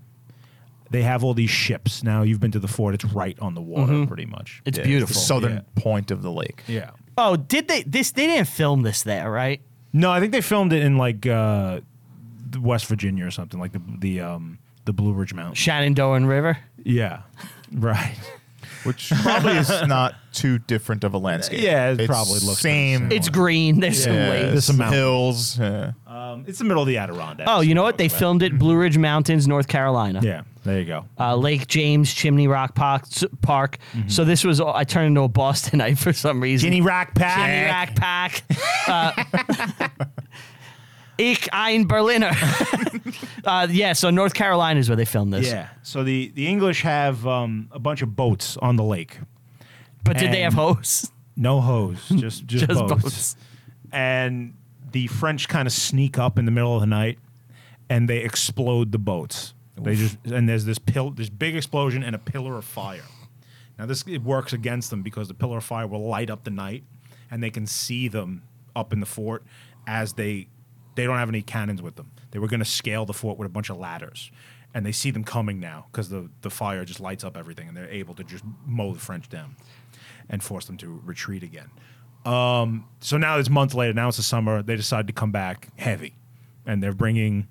They have all these ships now. You've been to the fort; it's right on the water, pretty much.
Mm-hmm. It's
Yeah,
beautiful.
the southern
Yeah.
point of the lake.
yeah.
oh, did they? This they didn't film this there, right?
No, I think they filmed it in like uh, th- West Virginia or something, like the the um, the Blue Ridge Mountains.
Shenandoah and River.
Yeah, right.
Which probably is not too different of a landscape.
Yeah, it probably looks
same.
pretty
It's green. There's some
Yeah,
lakes.
There's some mountains.
hills. yeah.
Um, it's the middle of the Adirondacks.
Oh, you know what? They filmed it Blue Ridge Mountains, North Carolina.
Yeah, there you go.
Uh, Lake James, Chimney Rock Park. Park.
Mm-hmm.
So this was all, I turned into a Bostonite for some reason.
Guinea Rock Pack.
Chimney Rock Park. Uh, ich ein Berliner. uh, yeah. So North Carolina is where they filmed this.
Yeah. So the the English have um, a bunch of boats on the lake.
But did they have
And-
hose?
No hose, just just,
Just
boats.
boats.
And the French kind of sneak up in the middle of the night, and they explode the boats. They just and there's this pill, this big explosion and a pillar of fire. Now this it works against them because the pillar of fire will light up the night, and they can see them up in the fort as they they don't have any cannons with them. They were going to scale the fort with a bunch of ladders, and they see them coming now because the the fire just lights up everything, and they're able to just mow the French down and force them to retreat again. Um, so now it's months later. Now it's the summer. They decide to come back heavy, and they're bringing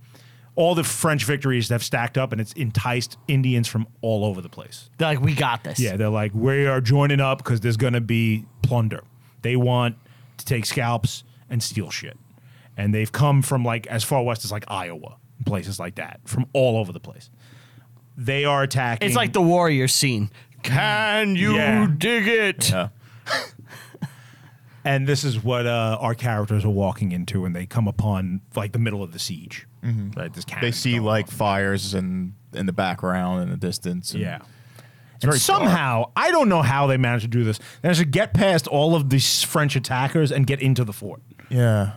all the French victories have stacked up, and it's enticed Indians from all over the place.
They're like, we got this.
Yeah, they're like, we are joining up because there's going to be plunder. They want to take scalps and steal shit. And they've come from like as far west as like Iowa, places like that, from all over the place. They are attacking.
It's like the warrior scene. Can you
Yeah.
dig it?
Yeah.
and this is what uh, our characters are walking into when they come upon like the middle of the siege. Right, this
Mm-hmm. They
cannon's
see
going
like
off.
fires in in the background in the distance. and-
yeah.
very
And somehow, I don't know how they managed to do this. They managed to get past all of these French attackers and get into the fort.
yeah.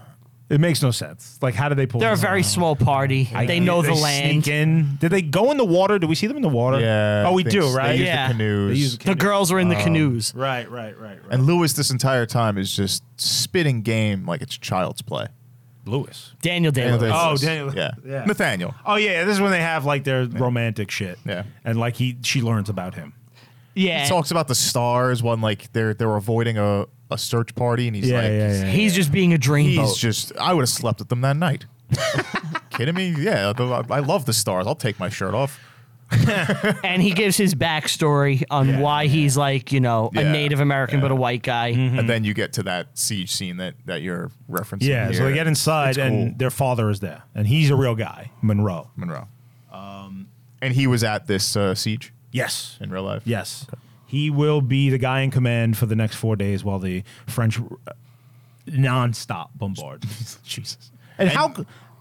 It makes no sense. Like, how did they pull?
They're a
this
very
off?
small party. they know the land.
Sneak in. Did they go in the water? Do we see them in the water?
Yeah.
Oh, we
they-
do, right?
They use
Yeah.
the canoes.
They use
The girls are in the
Um,
canoes.
Right, right, right, right.
and Lewis this entire time is just spitting game like it's child's play.
Lewis.
Daniel Day.
Daniel
Oh,
Day-Lewis.
Daniel-
Yeah.
yeah.
Nathaniel.
Oh yeah, this is when they have like their romantic shit.
Yeah.
And like he, she learns about him.
yeah.
He talks about the stars when like they're they're avoiding a, a search party and he's like
he's just being a
he's
dreamboat.
just I would have slept with them that night. Kidding me? Yeah, I I love the stars. I'll take my shirt off.
and he gives his backstory on
Yeah. Mm-hmm.
why he's like, you know, a
Yeah.
Native American but a white guy.
And then you get to that siege scene that, that you're referencing.
yeah. So
here.
they get inside,
It's
and
cool.
their father is there, and he's a real guy, Monroe.
Monroe. Um, and he was at this uh, siege
Yes.
in real life.
Yes. He will be the guy in command for the next four days while the French uh, nonstop bombard. Jesus. And, how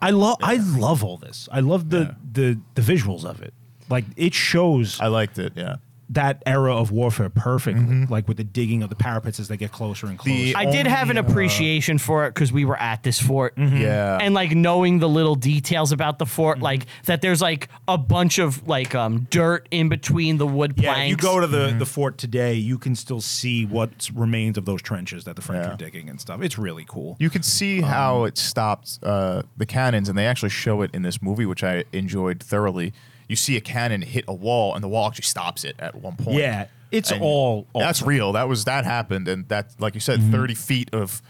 I love I love all this. I love the, the the visuals of it. Like it shows
I liked it. Yeah.
that era of warfare perfectly. Like with the digging of the parapets as they get closer and closer.
Mm-hmm. The-
I did have an
Only, uh,
appreciation for it because we were at this fort.
Mm-hmm.
Mm-hmm.
Yeah.
And like knowing the little details about the fort, like that there's like a bunch of like um dirt in between the wood planks.
yeah, if you go to the,
Mm-hmm.
the fort today, you can still see what remains of those trenches that the French
Yeah.
are digging and stuff. It's really cool.
you can
Um,
see how it stopped uh, the cannons, and they actually show it in this movie, which I enjoyed thoroughly. You see a cannon hit a wall, and the wall actually stops it at one point.
Yeah, it's
And
all
That's
awesome. Mm-hmm.
real. That was that happened, and that, like you said, thirty feet of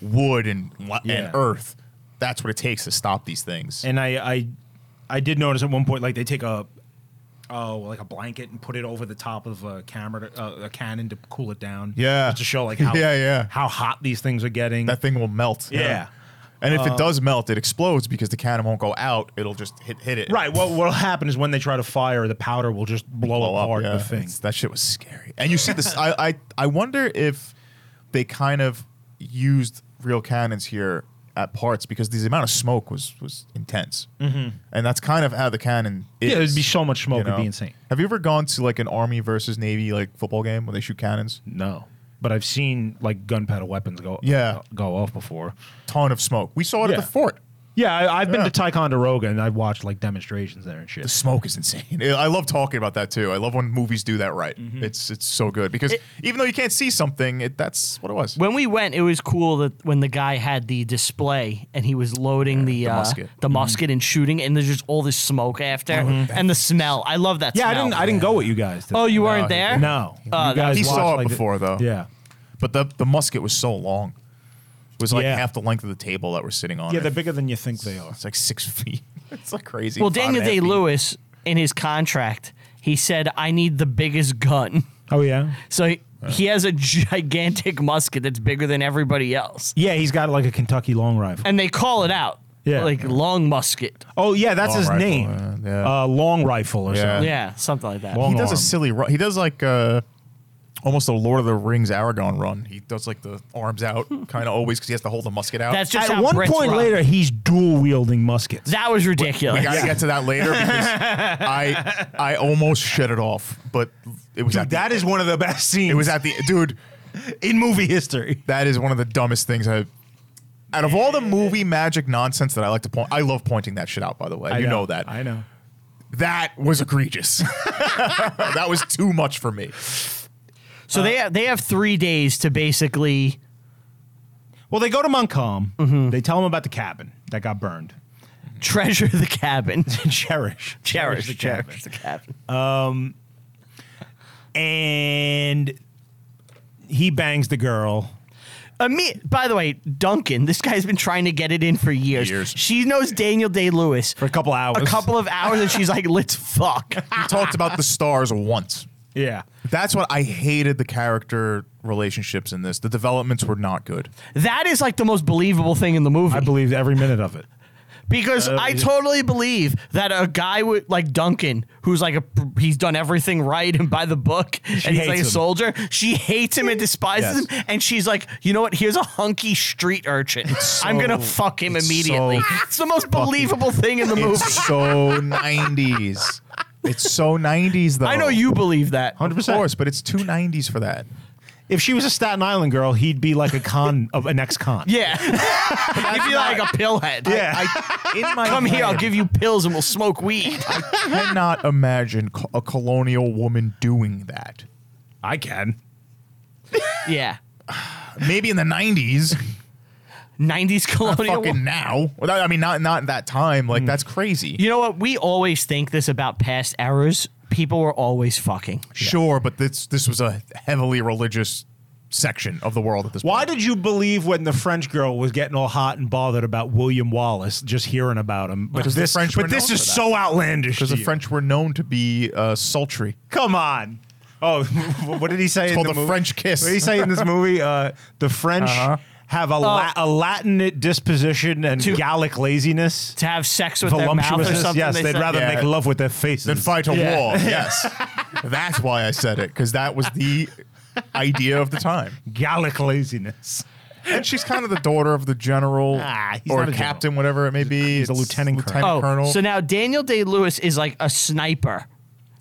wood and li-
Yeah.
and earth. That's what it takes to stop these things.
and I, I I did notice at one point like they take a oh like a blanket and put it over the top of a camera to, uh, a cannon to cool it down.
Yeah.
just to show like how
Yeah, yeah.
how hot these things are getting.
that thing will melt.
Yeah. Um,
And if it does melt, it explodes because the cannon won't go out. It'll just hit hit it.
right. What will happen is when they try to fire, the powder will just blow,
blow up.
apart
Yeah.
the thing.
It's- That shit was scary. And you see this. I, I I wonder if they kind of used real cannons here at parts because the amount of smoke was was intense. Mm-hmm. And that's kind of how the cannon. Is,
Yeah, there'd be so much smoke,
you
it'd be
know?
insane.
Have you ever gone to like an army versus navy like football game where they shoot cannons?
No, but I've seen like gunpowder weapons go
Yeah.
go off before.
Ton of smoke. We saw it
Yeah.
at the fort.
Yeah, I, I've been
Yeah.
to Ticonderoga and I've watched like demonstrations there and shit.
The smoke is insane. I love talking about that too. I love when movies do that right.
Mm-hmm.
It's it's so good because even though you can't see something, it, that's what it was.
when we went, it was cool that when the guy had the display and he was loading the, uh,
musket.
Mm-hmm.
the musket and shooting, it, and there's just all this smoke after and the smell. I love that.
yeah, I
smell.
didn't. I didn't go with you guys. to-
Oh, you weren't
he
there?
No,
Uh,
you guys
He
watched,
saw it
like, the-
before though.
Yeah.
But the the musket was so long. It was like
Yeah.
half the length of the table that we're sitting on.
Yeah, they're bigger than you think they are.
It's like six feet. It's like crazy.
Well,
Five and a
Daniel
half
Day
feet.
Lewis in his contract, he said, "I need the biggest gun."
Oh yeah.
So he, he has a gigantic musket that's bigger than everybody else,
Yeah, he's got like a Kentucky long rifle.
and they call it out.
Yeah.
like long musket.
oh yeah, that's
Long
his
rifle,
name.
uh, yeah.
Uh, long rifle or
Yeah.
something.
Yeah, something like that.
Long
He does a
arm.
silly run. He does like uh, almost a Lord of the Rings Aragon run. He does like the arms out kind of always because he has to hold the musket out.
That's just
At
how
one
Brits
point
run.
later, he's dual wielding muskets.
That was ridiculous.
we gotta get to that later because I I almost shut it off, but it was at the,
that is one of the best scenes
it was at the dude.
in movie history.
That is one of the dumbest things I. Out of all the movie magic nonsense that I like to point, I love pointing that shit out. By the way, you know, that.
I know.
that was egregious. that was too much for me.
So
uh,
they have, they have three days to basically.
Well, they go to Montcalm.
Mm-hmm.
They tell him about the cabin that got burned.
treasure the cabin.
Cherish,
cherish,
the
cherish
cabin.
the cabin.
And he bangs the girl.
Uh, me, by the way, Duncan, this guy's been trying to get it in for years.
Years.
She knows Daniel Day Lewis
For a couple hours.
a couple of hours, and she's like, "Let's fuck."
He talked about the stars once.
Yeah.
That's what I hated the character relationships in this. The developments were not good.
That is like the most believable thing in the movie.
I uh, believed every minute of it.
because I totally believe that a guy with like Duncan, who's like a he's done everything right and by the book, and he's
hates
like a
him.
soldier. She hates him and despises
Yes.
him, and she's like, you know what? Here's a hunky street urchin. I'm gonna fuck him
it's
immediately.
so
it's the most believable thing in the movie.
It's so 90s. It's so 90s though.
I know you believe that.
100%.
Of course, but it's two 90s for that.
If she was a Staten Island girl, he'd be like a con, of an ex con.
Yeah, you'd be like a pill head.
Yeah.
I, in my
Come here, I'll
head,
give you pills and we'll smoke weed.
cannot imagine co- a colonial woman doing that.
I can.
yeah.
Maybe in the 90s,
90s colonial.
fucking now. Well, I mean, not not that time.
Hmm.
Like that's crazy.
You know what? We always think this about past eras. People were always fucking.
Sure, but this this was a heavily religious section of the world at this
Why
point.
did you believe when the French girl was getting all hot and bothered about William Wallace, just hearing about him? But
'Cause the
this,
French were
but this
known
is
for that.
so outlandish.
Because
to
the
you.
French were known to be uh, sultry.
Come on. Oh, what did he say? in
called
the
the
movie?
French kiss.
What did he say in this movie? Uh, the French
Uh-huh.
have a, la- a Latinate disposition and Gallic laziness,
To have sex with their mouth or
voluptuousness.
something.
Yes,
they
they'd
said.
rather
Yeah.
make love with their faces.
Then fight a
Yeah.
wall. Yes, that's why I said it because that was the idea of the time.
Gallic laziness.
And she's kind of the daughter of the general
Ah, he's
or
not a general.
captain, whatever it may be.
He's a
It's
lieutenant colonel.
Oh,
lieutenant colonel.
so now Daniel Day Lewis is like a sniper,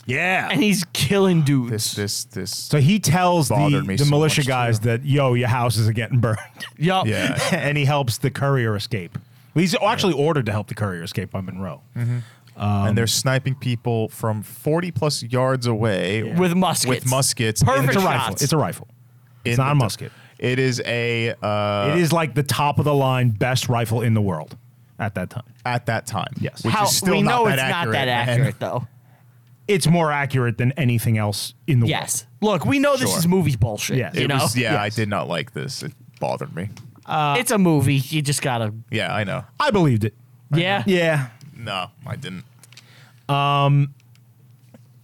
Yeah.
and he's killing dudes.
this this this.
so he tells the,
Bothered me
the
so
militia
much, too.
guys that, yo, your houses are getting burned.
Yup.
Yeah.
and he helps the courier escape. Well, He's actually ordered to help the courier escape by Monroe.
Mm-hmm.
and they're sniping people from 40 plus yards away
With muskets.
With muskets. in
Perfect
It's a
shots.
rifle. It's a rifle.
in
It's not
the
a
d-
musket.
It is a uh,
it is like the top of the line best rifle in the world at that time.
at that time.
Yes.
which
How,
is still
we
not
know
that
it's
accurate,
not that
man.
accurate, though.
It's more accurate than anything else in the
Yes. Look, we know this
Sure.
is movie bullshit.
Yeah.
You
It
know?
was, yeah, I did not like this. It bothered me.
it's a movie. You just gotta.
Yeah, I know.
world. I believed it.
Yeah.
Yeah.
No, I didn't.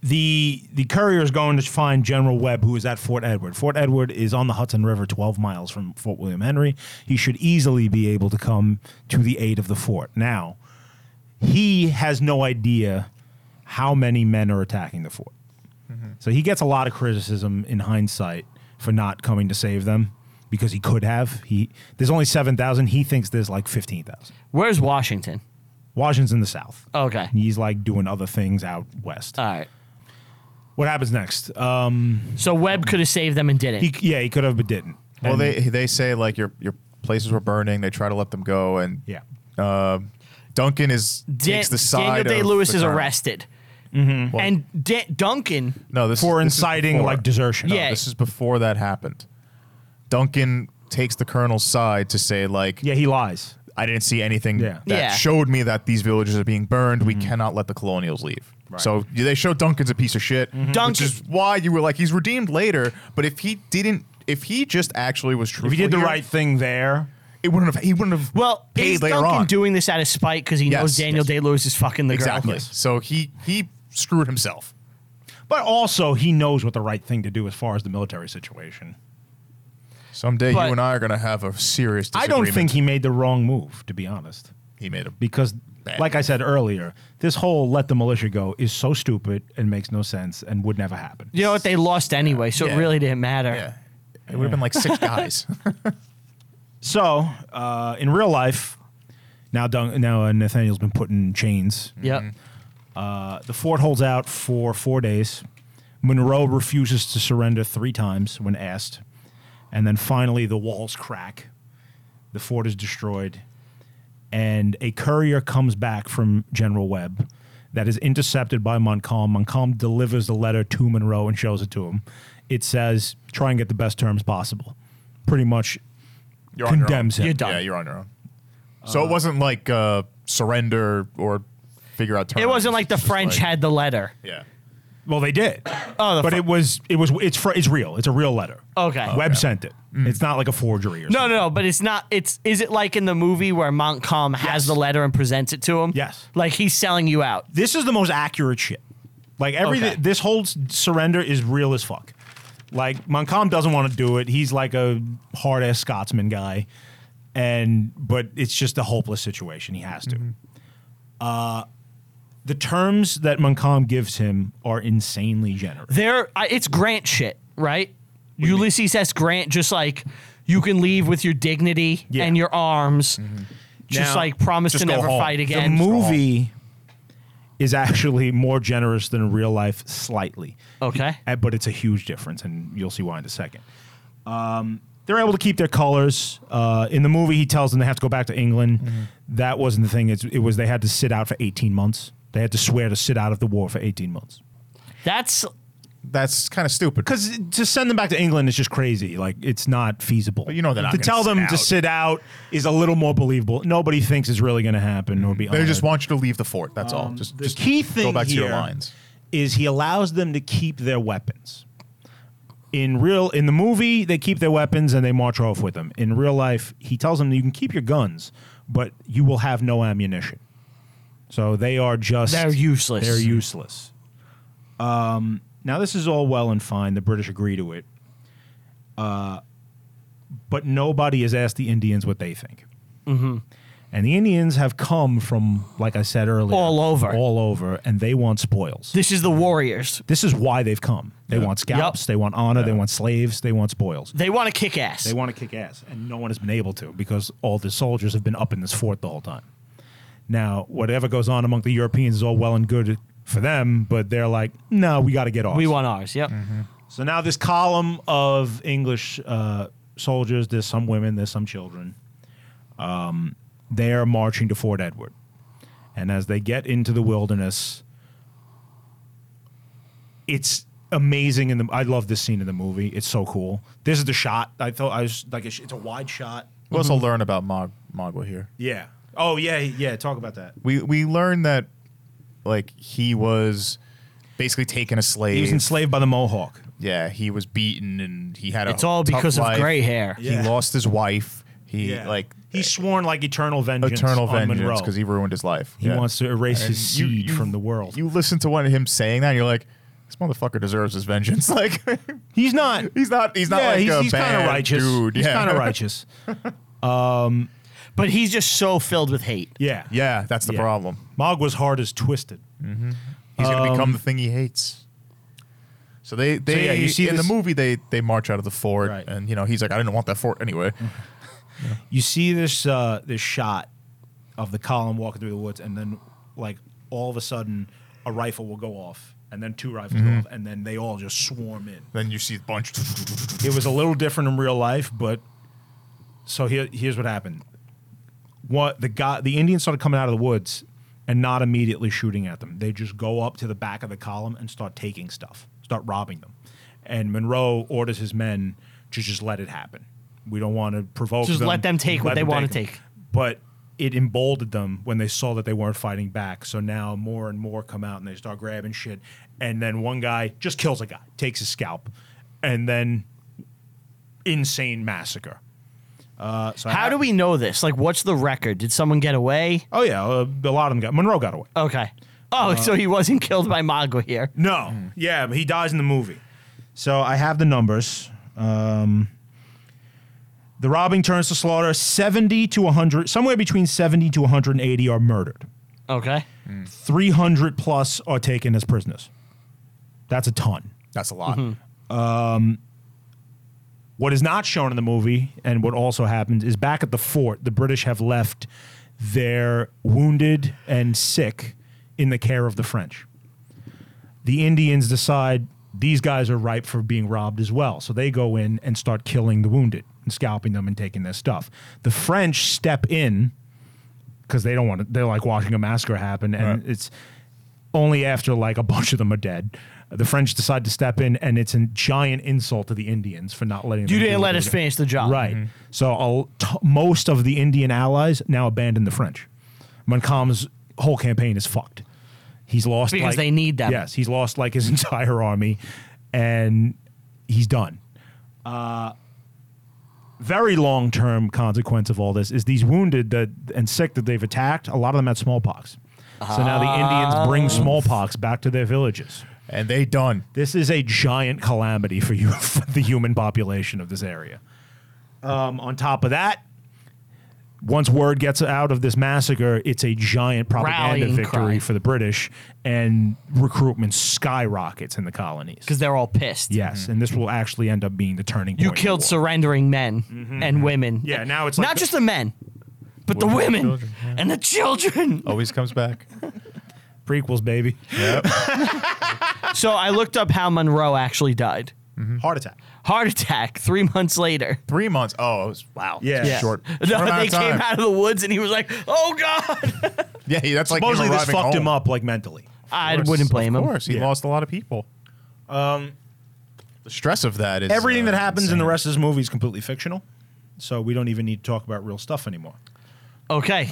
The the courier is going to find General Webb, who is at Fort Edward. Fort Edward is on the Hudson River, twelve miles from Fort William Henry. He should easily be able to come to the aid of the fort. Now, he has no idea how many men are attacking the fort. So he gets a lot of criticism in hindsight for not coming to save them because he could have. He there's only seven thousand. He thinks there's like fifteen thousand.
Where's Washington?
Washington's in the south.
Okay. Uh.
He's like doing other things out west.
All right.
what happens next? Uh,
So Webb could have saved them and didn't.
he, yeah, he could have, but didn't.
Well,
And-
they they say like your your places were burning. They try to let them go, and
yeah.
Duncan is
Dan-
takes the
Daniel
side.
Day
of
Lewis
the Mm-hmm.
is
colonel.
arrested, and Da- Duncan.
No, this
For
is, this is
inciting
before.
like desertion.
No,
Yeah.
this is before that happened. Duncan takes the colonel's side to say like,
Yeah, he lies.
I didn't see anything
Yeah. Mm-hmm.
that
Yeah.
showed me that these villages are being burned. We cannot let the colonials leave. So they show Duncan's a piece of shit,
Mm-hmm.
which
Duncan-
is why you were like he's redeemed later. But if he didn't, if he just actually was true,
If he did the right thing there,
it wouldn't have. He wouldn't have.
Well,
paid
is
later
Duncan
on.
doing this out of spite because he
Yes,
knows Daniel
yes.
Day Lewis is fucking the
exactly.
girl?
So he he screwed himself.
but also he knows what the right thing to do as far as the military situation.
Someday
But-
you and I are gonna have a serious.
I
Disagreement.
don't think he made the wrong move, to be honest.
he made a.
Because, like I said earlier, this whole let the militia go is so stupid and makes no sense and would never happen.
You know what? They lost anyway, so
Yeah.
it really didn't matter.
Yeah, it would have been like six guys.
So, uh, in real life, now Dun- now uh, Nathaniel's been put in chains.
Yep.
Mm-hmm.
Uh, the fort holds out for four days. Monroe refuses to surrender three times when asked, and then finally the walls crack. The fort is destroyed, and a courier comes back from General Webb that is intercepted by Montcalm. Montcalm delivers the letter to Monroe and shows it to him. It says, "Try and get the best terms possible." Pretty much
You're
Condemns
on your
him. You're
own.
done.
Yeah, you're on your own. So it wasn't like uh, surrender or figure out terms.
It wasn't like the
It's just
French
like-
had the letter.
Yeah.
Well, they did.
Oh, the
but
fu-
it was it was it's fr- it's real. It's a real letter.
Okay.
Webb sent it. It's not like a forgery or
No,
something.
no, no, but it's not. It's is it like in the movie where Montcalm has the letter and presents it to him?
Yes.
like he's selling you out.
This is the most accurate shit. Like every
Okay.
this whole s- surrender is real as fuck. Like Montcalm doesn't want to do it. He's like a hard ass Scotsman guy, and but it's just a hopeless situation. He has to. Uh, the terms that Montcalm gives him are insanely generous.
There, I, it's Grant shit, right? Ulysses S. Grant, just like you can leave with your dignity
Yeah.
and your arms, just
Now-
like promise
Mm-hmm. Just
to
go
never
home.
fight
The
again.
The movie is actually more generous than real life, slightly.
Okay.
Uh, But it's a huge difference, and you'll see why in a second. Um, they're able to keep their colors. Uh, in the movie, he tells them they have to go back to England. That wasn't the thing. It's, it was they had to sit out for 18 months. They had to swear to sit out of the war for 18 months.
That's
That's kind of stupid.
Because to send them back to England is just crazy. Like it's not feasible. But
you know they're not
to
gonna
tell
sit
them to
out.
sit out is a little more believable. Nobody thinks it's really going to happen or be.
They just
honored.
want you to leave the fort. That's all. Just,
Um, the
just
key thing
go back
here
to your lines.
is he allows them to keep their weapons. In real in the movie, they keep their weapons and they march off with them. In real life, he tells them you can keep your guns, but you will have no ammunition. So they are just
They're useless.
They're useless. Um, now this is all well and fine. The British agree to it, uh, but nobody has asked the Indians what they think.
Mm-hmm.
And the Indians have come from, like I said earlier,
All over.
all over, and they want spoils. This,
this is the warriors.
is why they've come. They want scalps,
Yep.
they want honor, they want slaves, they want spoils.
They want to kick ass.
They want to kick ass, and no one has been able to because all the soldiers have been up in this fort the whole time. Now, whatever goes on among the Europeans is all well and good for them, but they're like, no, we got to get off.
we want ours. Yep.
Mm-hmm.
So now this column of English uh, soldiers, there's some women, there's some children. Um, they are marching to Fort Edward, and as they get into the wilderness, it's amazing. In the I love this scene in the movie. It's so cool. This is the shot. I thought I was like, it's a wide shot.
We also learn about Mog- Mogwa here.
Yeah. Oh yeah, yeah. Talk about that.
We we learn that like he was basically taken a slave.
He was enslaved by the Mohawk.
yeah, he was beaten and he had a
It's all
tough
because of
life.
gray hair.
Yeah.
He lost his wife. He like
he's sworn like eternal vengeance.
eternal
on
vengeance
Monroe.
because he ruined his life.
He
Yeah.
wants to erase
And
his
you-
seed
you-
from the world.
You listen to one of him saying that, and you're like, this motherfucker deserves his vengeance. Like
he's not.
he's not he's not like
he's,
a
he's
bad
kind of righteous.
dude.
He's
yeah.
kind of righteous.
But he's just so filled with hate.
Yeah.
Yeah, that's the
Yeah.
problem.
Mogwa's heart is twisted.
He's
Um,
gonna become the thing he hates. So they they
yeah, you see
in
this-
the movie they they march out of the fort
Right. Mm.
and you know he's like I didn't want that fort anyway.
You see this uh, this shot of the column walking through the woods, and then like all of a sudden, a rifle will go off, and then two rifles
Mm-hmm.
go off, and then they all just swarm in.
then you see a bunch.
It was a little different in real life, but so here, here's what happened. What the guy, the Indians started coming out of the woods and not immediately shooting at them. They just go up to the back of the column and start taking stuff, start robbing them. And Monroe orders his men to just let it happen. We don't want to provoke.
Just
them.
let them take what they wanna
them.
take.
But it emboldened them when they saw that they weren't fighting back. So now more and more come out and they start grabbing shit. And then one guy just kills a guy, takes his scalp, and then insane massacre. Uh, so
How
I-
do we know this? Like, what's the record? Did someone get away?
Oh yeah, uh, a lot of them got Monroe got away.
Okay. Oh,
Uh,
so he wasn't killed by Magua here.
No,
Hmm.
yeah, but he dies in the movie. So I have the numbers. Um, the robbing turns to slaughter. Seventy to hundred, somewhere between seventy to one hundred and eighty are murdered.
Okay.
Three hundred plus are taken as prisoners. That's a ton.
That's a lot.
Mm-hmm. What is not shown in the movie, and what also happens, is back at the fort, the British have left their wounded and sick in the care of the French. The Indians decide these guys are ripe for being robbed as well. So they go in and start killing the wounded and scalping them and taking their stuff. The French step in because they don't want to, they're like watching a massacre happen. And
Right.
it's only after like a bunch of them are dead. The French decide to step in, and it's a giant insult to the Indians for not letting.
You
them do
didn't
what
let
they
us
were-
finish the job.
Right. So I'll- t- most of the Indian allies now abandon the French. Montcalm's whole campaign is fucked. He's lost
Because
like-
they need them.
Yes, he's lost like his entire army, and he's done. Uh, very long term consequence of all this is these wounded that and sick that they've attacked. A lot of them had smallpox. So now the Indians
Oh.
bring smallpox back to their villages.
and they done.
This is a giant calamity for you for the human population of this area. Um, on top of that, once word gets out of this massacre, it's a giant propaganda
Rallying
victory
cry.
for the British, and recruitment skyrockets in the colonies.
Because they're all pissed.
Yes, and this will actually end up being the turning point.
Mm-hmm. You
of the
killed
war.
surrendering men
Mm-hmm.
and women.
Yeah, now it's
not
like the-
just the men, but the
Women and
women
children, yeah. Oh.
and the children.
Always comes back.
prequels, baby.
So I looked up how Monroe actually died.
Heart attack.
Heart attack three months later.
Three months. Oh, it was, wow.
Yeah. Yeah.
Short. short
No,
amount
they
of time.
came out of the woods and he was like, "Oh God!"
Yeah, he- that's like him
Supposedly this
arriving
fucked him
home.
up like mentally.
I
course,
wouldn't blame
Of
him.
course, he
Yeah.
lost a lot of people. Um, the stress of that is
Everything
uh,
that happens in
insane.
the rest of this movie is completely fictional, so we don't even need to talk about real stuff anymore.
Okay,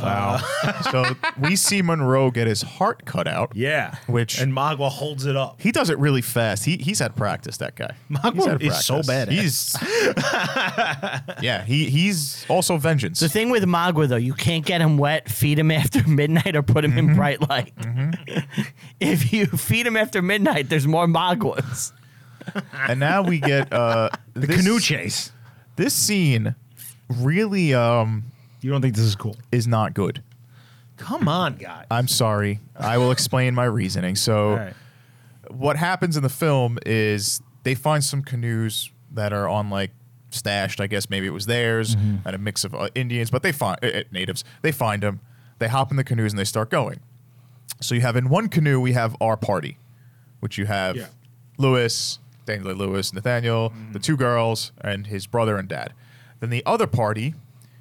so we see Monroe get his heart cut out.
Yeah,
Which-
and Magua holds it up.
He does it really fast. He he's had practice. That guy.
Magua
He's had
is so
practice.
badass.
He's yeah. He he's also vengeance.
the thing with Magua though, you can't get him wet, feed him after midnight, or put him in bright light. Mm-hmm. if you feed him after midnight, there's more Maguas.
and now we get uh, the this,
Canoe chase.
This scene really um
You don't think this is cool?
is not good.
Come on, guys.
I'm sorry. I will explain my reasoning. So.
All right.
what happens in the film is they find some canoes that are on like stashed. I guess maybe it was theirs and a mix of uh, Indians, but they find uh, uh, natives. They find them. They hop in the canoes and they start going. So you have in one canoe we have our party, which you have
Yeah. Mm-hmm.
Lewis, Daniel Lewis, Nathaniel, the two girls, and his brother and dad. Then the other party,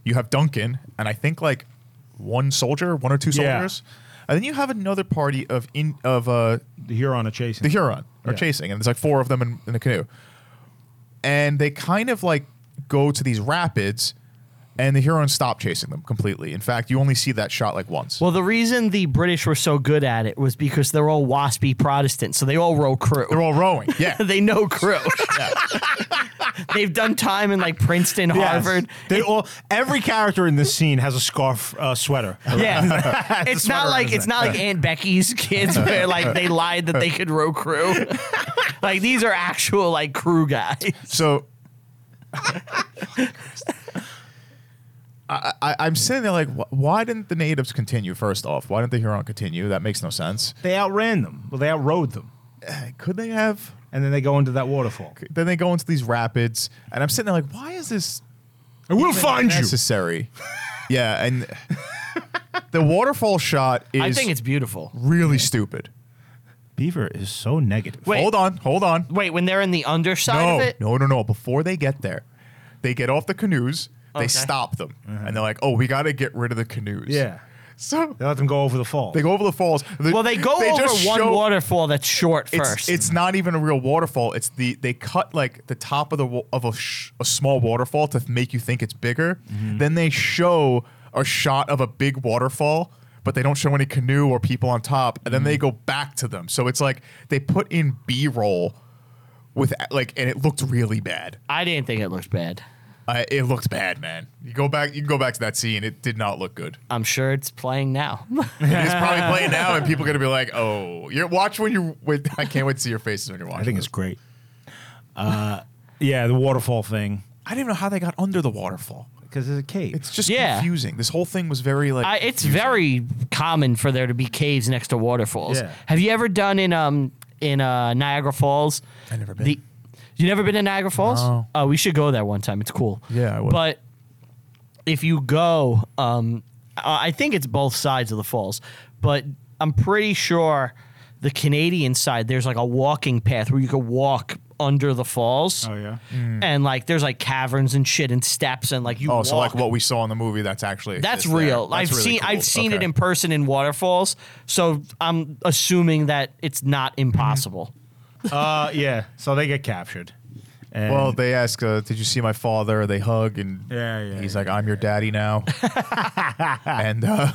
you have Duncan and I think like one soldier, one or two
Yeah.
soldiers. And then you have another party of in of uh
The Huron are chasing.
the Huron are
Yeah.
chasing, and there's like four of them in, in the canoe. And they kind of like go to these rapids, and the Hurons stop chasing them completely. In fact, you only see that shot like once.
Well, the reason the British were so good at it was because they're all waspy Protestants, so they all row crew.
They're all rowing. Yeah.
they know crew. They've done time in like Princeton,
Yes.
Harvard.
They all. Every character in this scene has a scarf uh, sweater.
Yeah, it's
smarter
not like it's
reason.
not like Aunt Becky's kids where like they lied that they could row crew. like these are actual like crew guys.
So I, I, I'm sitting there like, wh- why didn't the natives continue? First off, why didn't the Huron continue? That makes no sense.
They outran them. Well, they outrode them,
Could they have?
and then they go into that waterfall.
Then they go into these rapids, and I'm sitting there like, why is this
And we'll
even
find you.
necessary. yeah, and the waterfall shot is
I think it's beautiful.
really stupid.
Beaver is so negative.
Wait.
Hold on, hold on.
Wait, when they're in the underside
no,
of it,
no, no, no. Before they get there, they get off the canoes. They
Okay.
stop them, and they're like, "Oh, we got to get rid of the canoes."
Yeah.
So
They let them go over the fall.
they go over the falls.
well they go over
just
one
show-
waterfall that's short
It's,
first.
it's not even a real waterfall. It's the they cut like the top of the wa- of a, sh- a small waterfall to make you think it's bigger.
Mm-hmm.
Then they show a shot of a big waterfall, but they don't show any canoe or people on top. And then they
Mm-hmm.
go back to them. So it's like they put in B roll with like, and it looked really bad.
I didn't think it looked bad.
Uh, it looked bad, man. You go back, you can go back to that scene. It did not look good.
I'm sure it's playing now.
It is probably playing now, and people are gonna be like, "Oh, you watch when you." Wait, I can't wait to see your faces when you're watching.
I think
this.
it's great. Uh, yeah, the waterfall thing.
I didn't even know how they got under the waterfall.
Because it's a cave.
It's just
Yeah.
confusing. This whole thing was very like
I, it's
confusing.
very common for there to be caves next to waterfalls.
Yeah.
Have you ever done in um in uh, Niagara Falls?
I've never been.
you never been to Niagara Falls?
No.
Oh, we should go there one time. It's cool.
Yeah, I would.
But if you go, um, I I think it's both sides of the falls, but I'm pretty sure the Canadian side there's like a walking path where you could walk under the falls.
Oh, yeah?
And like there's like caverns and shit and steps and like you.
Oh, so
walk.
like what we saw in the movie, that's actually
That's
exists there.
real.
That's
I've
really
seen
cool.
I've seen it
Okay.
in person in waterfalls, so I'm assuming that it's not impossible.
Uh, yeah. So they get captured. And
Well, they ask, uh, "Did you see my father?" They hug, and
Yeah, yeah,
he's
yeah,
like, "I'm your daddy now." and uh,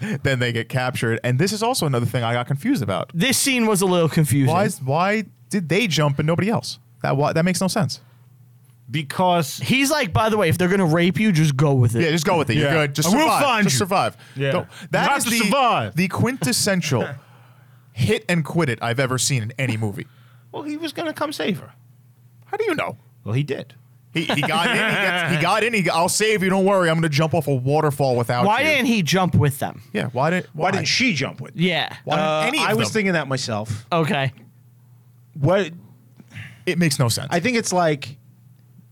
then they get captured. And this is also another thing I got confused about.
This scene was a little confusing.
Why? Is, why did they jump and nobody else? That why, that makes no sense.
because
He's like, by the way, if they're gonna rape you, just go with it.
Yeah, just go with it.
Yeah.
You're good. Just
I will
survive.
find
just
you.
survive.
Yeah.
Don't-
You
that
have
is
to
the,
survive.
the quintessential hit and quit it I've ever seen in any movie.
well, he was gonna come save her.
How do you know?
Well, he did.
He, he got in. He, gets, he got in. He, I'll save you. Don't worry. I'm going to jump off a waterfall without
Why
you.
didn't he jump with them?
Yeah. Why didn't?
Why, didn't she jump with? him?
Yeah.
Why didn't
Uh,
any of
I was
them?
thinking that myself.
Okay.
What
It makes no sense.
I think it's like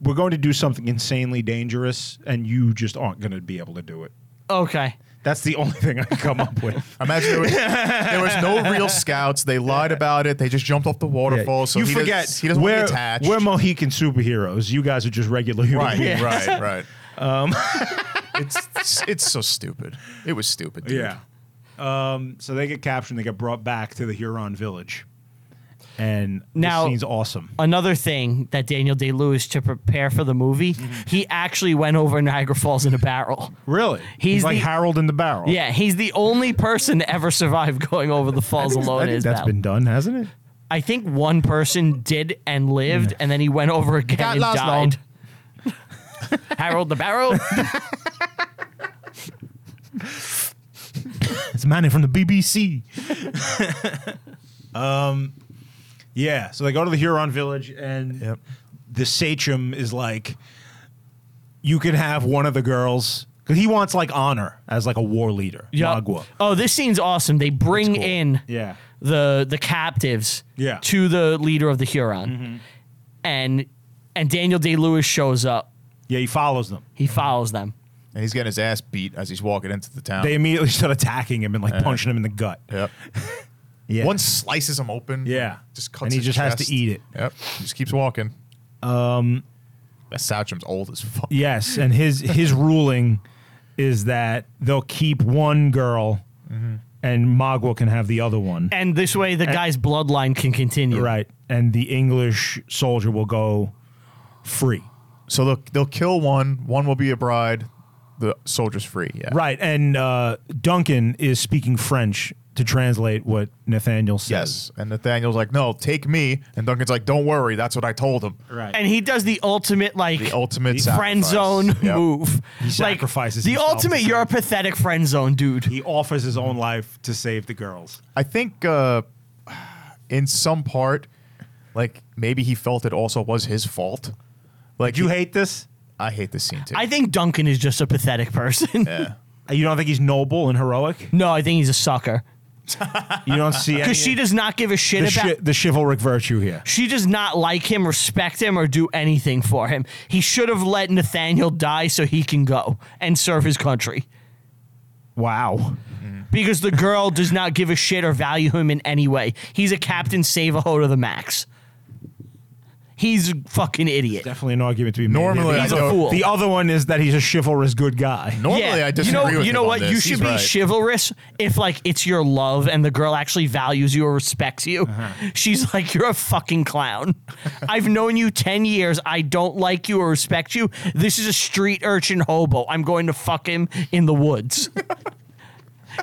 we're going to do something insanely dangerous, and you just aren't going to be able to do it.
Okay.
That's the only thing I can come up with.
Imagine there was, there was no real scouts. They lied about it. They just jumped off the waterfall. So
you
he
forget
Does, he doesn't
we're,
want to be attached.
we're Mohican superheroes. You guys are just regular human
right,
beings.
right. Right. Um. it's it's so stupid. It was stupid. Dude.
Yeah. Um, so they get captured. and They get brought back to the Huron village, and
Now-
this scene's awesome.
Another thing that Daniel Day Lewis to prepare for the movie,
Mm-hmm.
he actually went over Niagara Falls in a barrel.
Really,
He's
like
the-
Harold in the barrel.
Yeah, he's the only person to ever survive going over the falls alone.
I
in
think
his
that's
battle.
been done, hasn't it?
I think one person did and lived, and then he went over again
got
and
lost,
died. Harold the Barrow.
It's Manny from the BBC. um, yeah. So they go to the Huron village, and
Yep.
the sachem is like, "You can have one of the girls." 'Cause he wants like honor as like a war leader,
Yup.
Magua.
Oh, this scene's awesome. They bring
cool.
in
Yeah.
the the captives
Yeah.
to the leader of the Huron, and and Daniel Day Lewis shows up.
Yeah, he follows them.
He follows them.
And he's getting his ass beat as he's walking into the town.
They immediately start attacking him and like punching him in the gut.
yep.
Yeah.
One slices him open.
Yeah.
Just cuts
And he
his
just has to
chest.
eat it.
Yep. He just keeps walking. Um. That Sachem's old as fuck.
Yes, and his his ruling is that they'll keep one girl, and Magua can have the other one.
And this way, the guy's bloodline can continue.
Right, and the English soldier will go free.
So they'll they'll kill one. One will be a bride. The soldier's free. Yeah.
Right, and uh, Duncan is speaking French to translate what Nathaniel says.
Yes. And Nathaniel's like, no, take me. And Duncan's like, don't worry. That's what I told him.
Right.
And he does the ultimate like
The ultimate
friend
sacrifice.
zone
Yep.
move.
He sacrifices
the
himself to
ultimate.
save-
You're a pathetic friend zone, dude.
he offers his own life to save the girls.
I think uh, in some part, like maybe he felt it also was his fault. Like
Do you
he-
hate this?
I hate this scene too.
I think Duncan is just a pathetic person.
yeah.
You don't think he's noble and heroic?
no, I think he's a sucker
You don't see any,
because she does not give a shit
the,
about.
chi- the chivalric virtue here.
She does not like him, respect him, or do anything for him. He should have let Nathaniel die so he can go and serve his country.
Wow.
Because the girl does not give a shit or value him in any way. He's a captain, save a hoe to the max. He's a fucking idiot.
Definitely an argument to be made.
Normally,
The
I
He's a
don't-
fool.
The other one is that he's a chivalrous good guy.
Normally,
yeah,
I disagree
you know,
with
you know
him on
what?
this.
You should
He's
be
right.
chivalrous if like it's your love and the girl actually values you or respects you.
Uh-huh.
She's like, you're a fucking clown. I've known you ten years. I don't like you or respect you. This is a street urchin hobo. I'm going to fuck him in the woods.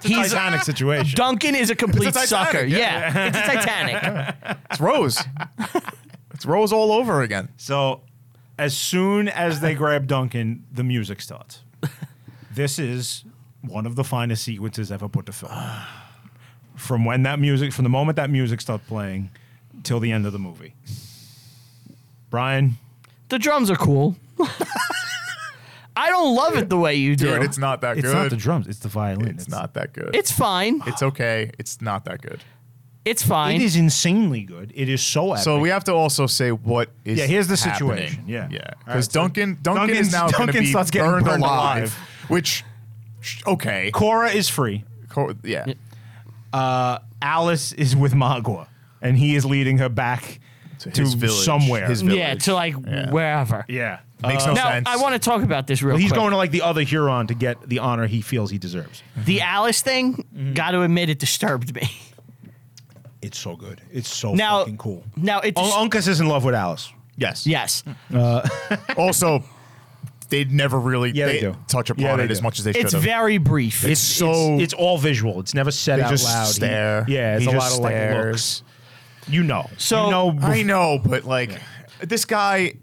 He's
Titanic situation.
Duncan is a complete
Titanic,
sucker.
yeah.
Yeah, it's a Titanic.
It's Rose. it's Rose all over again.
So, as soon as they grab Duncan, the music starts. this is one of the finest sequences ever put to film. From when that music, from the moment that music stopped playing, till the end of the movie. Brian,
The drums are cool. I don't love it the way you do.
Dude, it's not that
it's
good.
not the drums; it's the violin.
It's not that good.
It's fine.
It's okay. It's not that good.
It's fine.
It is insanely good. It is so epic.
So we have to also say what is.
Yeah, here's the
happening.
situation. Yeah.
yeah.
All right,
Because
so
Duncan, Duncan
Duncan's-
is now going to
Duncan
be
starts getting
burned,
burned
alive,
alive.
which sh- okay.
Cora is free.
Co- yeah.
Alice is with Magua, and he is leading her back to
his village,
somewhere.
his
Yeah,
village.
to like
Yeah.
wherever.
yeah.
Makes no
now,
sense.
I want to talk about this real
He's
quick.
going to like the other Huron to get the honor he feels he deserves.
the Alice thing,
Mm-hmm.
got to admit, it disturbed me.
It's so good. It's so
Now,
fucking cool. Oh,
now it dis-
Un- Uncas is in love with Alice.
yes.
yes.
Also, they never really
Yeah, they
they
do.
touch upon
Yeah, they
it as
do.
much as they should
It's
have.
very brief.
It's so-
it's, it's all visual. It's never said
they
out
just
loud. He-
stare.
yeah, it's
He
a lot
just
of like
stares.
looks. You know.
So-
you know
I know, but like this guy,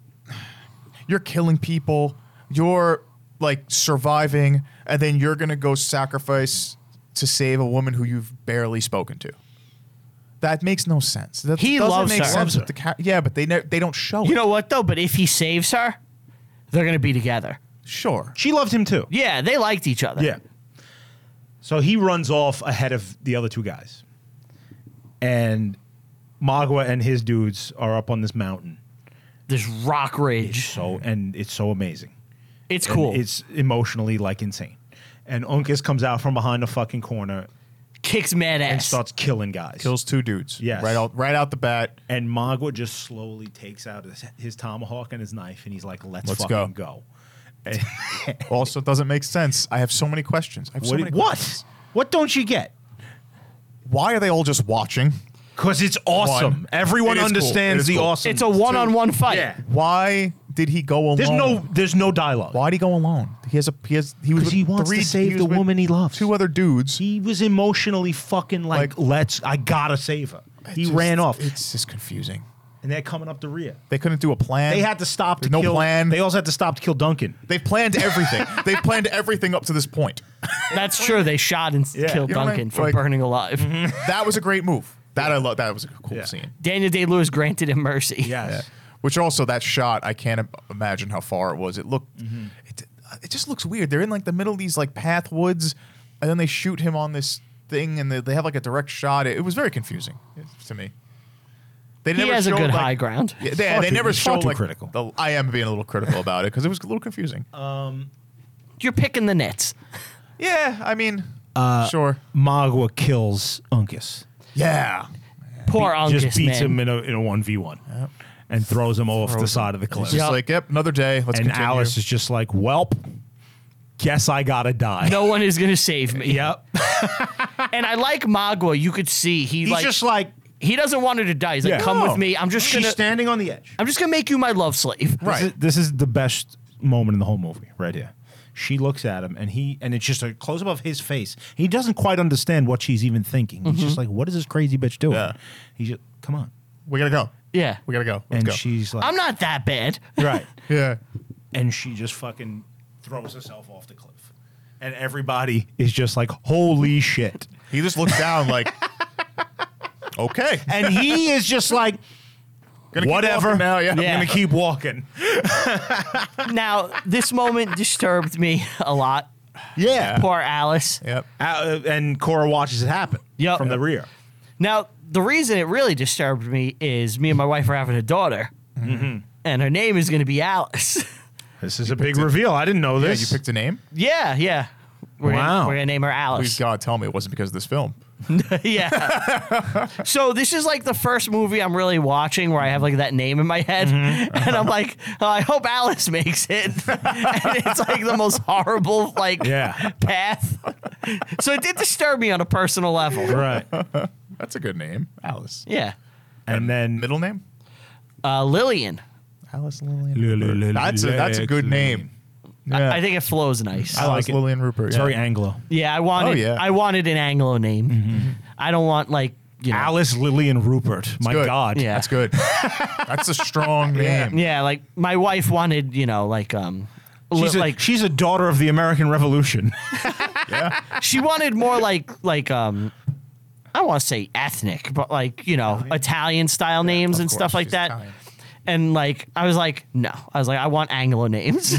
you're killing people. You're like surviving, and then you're gonna go sacrifice to save a woman who you've barely spoken to. That makes no sense. That
He
doesn't
loves
make
her.
sense
Loves
with the ca- yeah, but they ne- they don't show
you
it.
know what though? But if he saves her, they're gonna be together.
Sure.
she loved him too.
Yeah, they liked each other.
Yeah. So he runs off ahead of the other two guys. And Magua and his dudes are up on this mountain.
This rock ridge.
So and it's so amazing.
It's
And
cool.
It's emotionally like insane. And Uncas comes out from behind a fucking corner
Kicks mad
and
ass.
starts killing guys.
Kills two dudes.
Yes.
Right out right out the bat.
And Magua just slowly takes out his, his tomahawk and his knife and he's like, let's,
Let's
fucking go.
Also doesn't make sense. I have so many questions. I have so
What,
many questions.
what? What don't you get?
Why are they all just watching?
Because it's awesome.
One.
Everyone
It is cool. It
understands
is
the
cool.
awesome.
it's a one-on-one fight.
Yeah.
Why did he go alone?
There's no there's no dialogue.
Why'd he go alone? He has a he has he was
'Cause
with
he wants to
three,
save
was
the
with
woman he loves.
Two other dudes.
He was emotionally fucking like,
Like-
let's I gotta save her.
It
He
just-
ran off.
It's just confusing.
And they're coming up the rear.
They couldn't do a plan.
They had to stop to
There's no
kill
plan.
They also had to stop to kill Duncan.
They've planned everything. They've planned everything up to this point.
That's true. They shot and s-
Yeah.
killed
You know what I
Duncan
mean?
for
Like-
burning alive.
mm-hmm.
That was a great move. That I love. That was a cool
Yeah.
scene.
Daniel Day Lewis granted him mercy.
Yeah.
Yes.
Which also that shot, I can't im- imagine how far it was. It looked,
Mm-hmm.
it, it just looks weird. They're in like the middle of these like path woods, and then they shoot him on this thing, and they, they have like a direct shot. It, it was very confusing to me. They
He has a
showed,
good
like-
high ground.
Yeah, they,
Far
they
too-
never
it's far
showed
too
like
critical.
The, I am being a little critical about it because it was a little confusing.
You're picking the nits.
yeah, I mean,
uh,
sure.
Magua kills Uncas.
Yeah,
Poor Uncas,
Just beats
man.
him in a in a one v one. And throws him off the side of the cliff.
just
Yep.
like yep, another day. Let's
and
continue.
Alice is just like, Welp, guess I gotta die.
no one is gonna save me.
Yep.
And I like Magua. You could see he
He's
like
just like
he doesn't want her to die. He's like,
Yeah.
come
No.
with me. I'm just
she's
gonna
standing on the edge.
I'm just gonna make you my love slave.
Right.
This is, this is the best moment in the whole movie, right here. She looks at him, and he, and it's just a close up of his face. He doesn't quite understand what she's even thinking. He's
Mm-hmm.
just like, "What is this crazy bitch doing?"
Yeah.
He just, "Come on,"
we gotta go.
Yeah.
We gotta go. Let's
and
go.
she's like,
I'm not that bad.
"Right,"
yeah,
and she just fucking throws herself off the cliff, and everybody is just like, "Holy shit!"
he just looks down like, okay,
And he is just like,
Gonna keep
"Whatever."
walking Now, yeah.
Yeah.
I'm gonna keep walking.
now, this moment disturbed me a lot.
Yeah.
Poor Alice.
Yep.
Uh, and Cora watches it happen
Yep.
from the rear.
Now, the reason it really disturbed me is me and my wife are having a daughter,
Mm-hmm.
and her name is going to be Alice.
This is a big reveal. I didn't know
Yeah,
this.
you picked a name.
yeah, yeah. We're
Wow.
Gonna, we're going to name her
Please
Alice.
God, tell me it wasn't because of this film.
yeah. so, this is like the first movie I'm really watching where I have like that name in my head,
Mm-hmm.
and I'm like, oh, I hope Alice makes it. and it's like the most horrible, like,
Yeah.
path. so, it did disturb me on a personal level.
Right.
That's a good name, Alice.
Yeah.
And then
Middle name,
Uh, Lillian.
Alice Lillian.
Lu- lu- lu-
That's a that's a good
Lillian.
name. Yeah.
I think it flows nice.
I
Alice
like it.
Lillian Rupert.
It's
yeah.
very Anglo.
Yeah, I wanted.
Oh, yeah.
I wanted an Anglo name.
Mm-hmm.
I don't want like you know.
Alice Lillian Rupert. My
good.
God.
Yeah.
That's good. That's a strong name.
Yeah, like my wife wanted. You know, like um, li-
She's a,
like
she's a daughter of the American Revolution.
she wanted more like like um. I don't want to say ethnic, but like you know, Italian style names
of
and
course,
stuff like
she's
that.
Italian.
And like, I was like, no, I was like, I want Anglo names.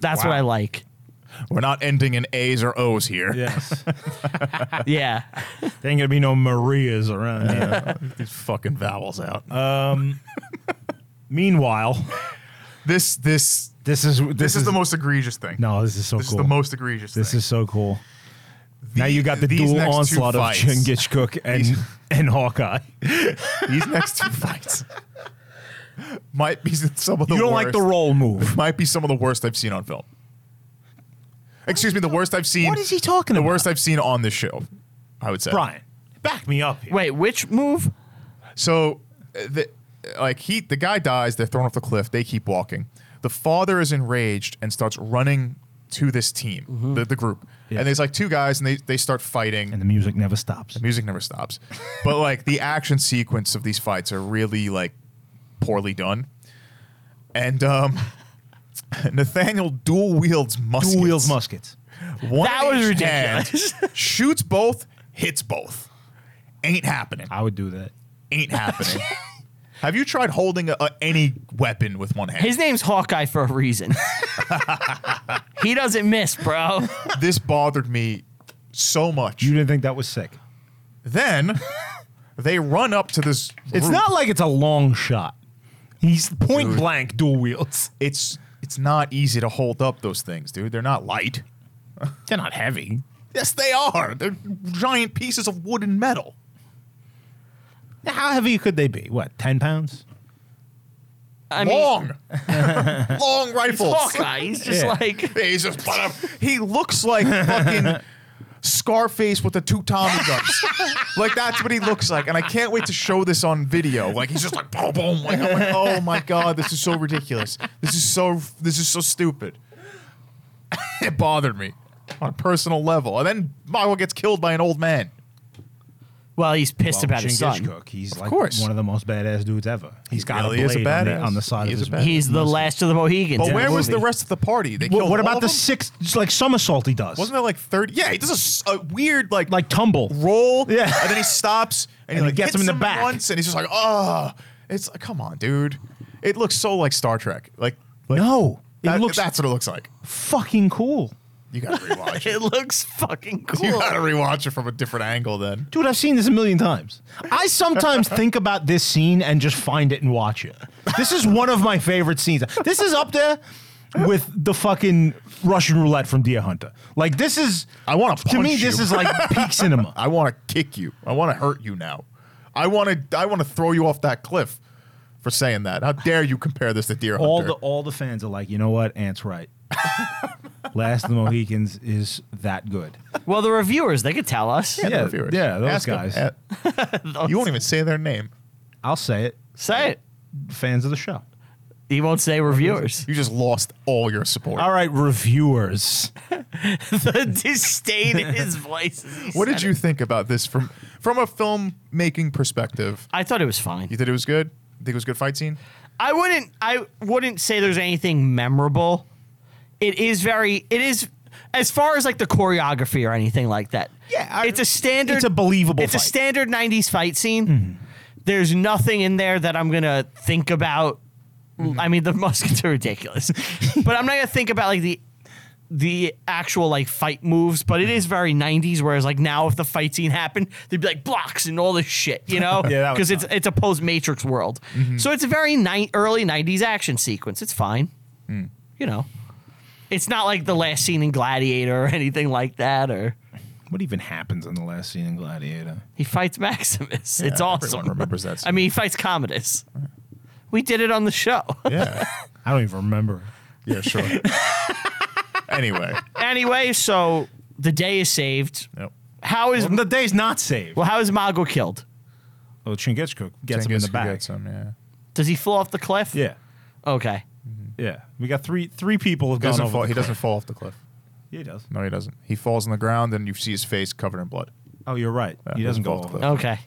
That's what
Wow.
I like.
We're not ending in A's or O's here.
yes. there
Yeah,
ain't gonna be no Marias around. here.
These fucking vowels out.
Uh, Meanwhile,
this this
this is this,
this, is, the most egregious thing.
No, this is so
this
cool.
is the most egregious.
This
thing.
is so cool. now you got the
these
dual
next two
onslaught of
fights.
Chingis Cook and and Hawkeye.
These next two fights might be some of the
you don't like
worst-
the roll move.
might be some of the worst I've seen on film. Excuse me, the worst I've seen.
What is he talking
The
about?
worst I've seen on this show, I would say.
Brian, back me up. Here.
Wait, which move?
So, uh, the, like he, the guy dies. They're thrown off the cliff. They keep walking. The father is enraged and starts running to this team,
Mm-hmm.
the, the group.
Yeah.
And there's like two guys, and they they start fighting.
And the music never stops.
music never stops. but like the action sequence of these fights are really like poorly done. And um Nathaniel dual wields muskets.
Dual wield muskets.
One
That
in
was
each hand,
ridiculous.
shoots both, hits both. Ain't happening.
I would do that.
Ain't happening. Have you tried holding a, a, any weapon with one hand?
His name's Hawkeye for a reason. he doesn't miss, bro.
this bothered me so much.
You didn't think that was sick.
then they run up to this.
It's
group.
not like it's a long shot. He's point blank dual wields.
It's it's not easy to hold up those things, dude. They're not light.
They're not heavy.
Yes, they are. They're giant pieces of wood and metal.
How heavy could they be? What, 10 pounds?
I mean,
long, long rifles.
Hawkeye. He's just
Yeah.
like
He's just he looks like fucking Scarface with the two Tommy guns. like that's what he looks like, and I can't wait to show this on video. Like he's just like boom, boom. Like, I'm like, oh my god, this is so ridiculous. This is so this is so stupid. it bothered me on a personal level, and then Mago gets killed by an old man.
Well, he's pissed
Well,
about his
Chingish
son.
Cook, he's like
course.
one of the most badass dudes ever. He's got
really
a
is a
blade on, the,
badass.
on the side
He
of
is
his
a
back.
badass.
He's the last of the Mohegans.
But
in
where was the
movie.
rest of the party? They
What,
killed
what
all
about
of
the
them?
sixth, it's like somersault he does?
Wasn't there like 30? Yeah, he does a, s- a weird like
like tumble.
roll.
Yeah.
And then he stops and,
And
he
he
like
gets
hits
him in the back.
once and he's just like, oh, it's come on, dude. It looks so like Star Trek. Like, like
no. It
that-
looks
that's what it looks like.
fucking cool.
You gotta rewatch it.
It looks fucking
You
cool.
gotta rewatch it from a different angle then.
Dude, I've seen this a million times. I sometimes think about this scene and just find it and watch it. This is one of my favorite scenes. This is up there with the fucking Russian roulette from Deer Hunter. Like this is
I wanna
to me
punch
this
you.
is like peak cinema.
I wanna kick you. I wanna hurt you now. I wanna I wanna throw you off that cliff for saying that. How dare you compare this to Deer
All
Hunter?
the all the fans are like, you know what? Ant's right. Last of the Mohicans is that good.
Well, the reviewers, they could tell us.
the
yeah,
reviewers.
yeah, those
Ask 'em.
guys.
Uh, you won't even say their name.
I'll say it.
Say it.
Fans of the show.
He won't say reviewers.
You just lost all your support.
All right, reviewers.
the disdain in his voice. as he
What
said
did
it.
you think about this from from a filmmaking perspective?
I thought it was fine.
You think it was good? You think it was a good fight scene?
I wouldn't I wouldn't say there's anything memorable. It is very it is as far as like the choreography or anything like that.
Yeah, I-
it's a standard
it's a believable
It's a
fight.
standard
Mm-hmm.
90s fight scene. There's nothing in there that I'm going to think about. I mean the muskets are ridiculous. but I'm not going to think about like the the actual like fight moves, but it is very 90s. Whereas like now, if the fight scene happened, they'd be like blocks and all this shit, you know?
Yeah, that was
because
Mm-hmm.
it's it's a post Matrix world, so it's a very ni- early 90s action sequence. It's fine,
Mm.
you know. It's not like the last scene in Gladiator or anything like that, or
What even happens in the last scene in Gladiator?
he fights Maximus. it's
everyone
awesome.
remembers that
I mean, he fights Commodus. We did it on the show.
Yeah.
I don't even remember.
yeah, sure. anyway.
anyway, so the day is saved.
Yep.
How is
The day's not saved.
well? How is Mago killed?
Well, Chingachgook gets him in
Genghis
the
who
back.
gets him, yeah.
Does he fall off the cliff?
Yeah,
Okay.
yeah. We got three three people have
He
gone
doesn't,
over.
fall,
the
he
cliff.
doesn't fall off the cliff.
He does.
No, he doesn't. He falls on the ground and you see his face covered in blood.
Oh, you're right.
Yeah,
he doesn't go
off the
over.
cliff.
Okay.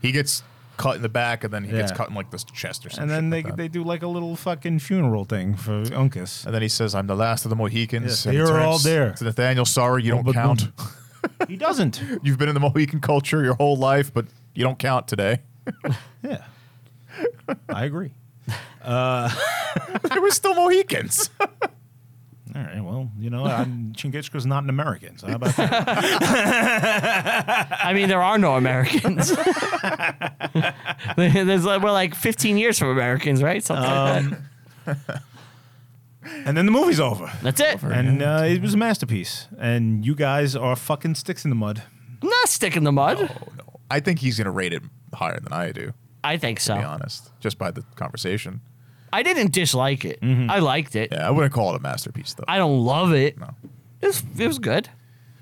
He gets cut in the back and then he gets
Yeah.
cut in like the chest or something.
And then they,
like that.
they do like a little fucking funeral thing for Uncas.
and then he says, I'm the last of the Mohicans.
Yeah,
and he
they were all
turns
there.
To Nathaniel, sorry, you
Oh,
don't
but-
count.
he doesn't.
You've been in the Mohican culture your whole life, but you don't count today.
Yeah, I agree.
they were still Mohicans.
All right. Well, you know, I'm, Chingachgook's not an American. So how about that?
I mean, there are no Americans. There's like, we're like 15 years from Americans, right? Something like that.
and then the movie's over.
Oh.
That's it.
And uh, it was a masterpiece. And you guys are fucking sticks in the mud.
Not stick in the mud.
Oh, I think he's gonna rate it higher than I do.
I think
To be
so.
honest, just by the conversation.
I didn't dislike it. I liked it.
Mm-hmm. Yeah, I wouldn't call it a masterpiece though.
I don't love it.
No.
It was, it was good.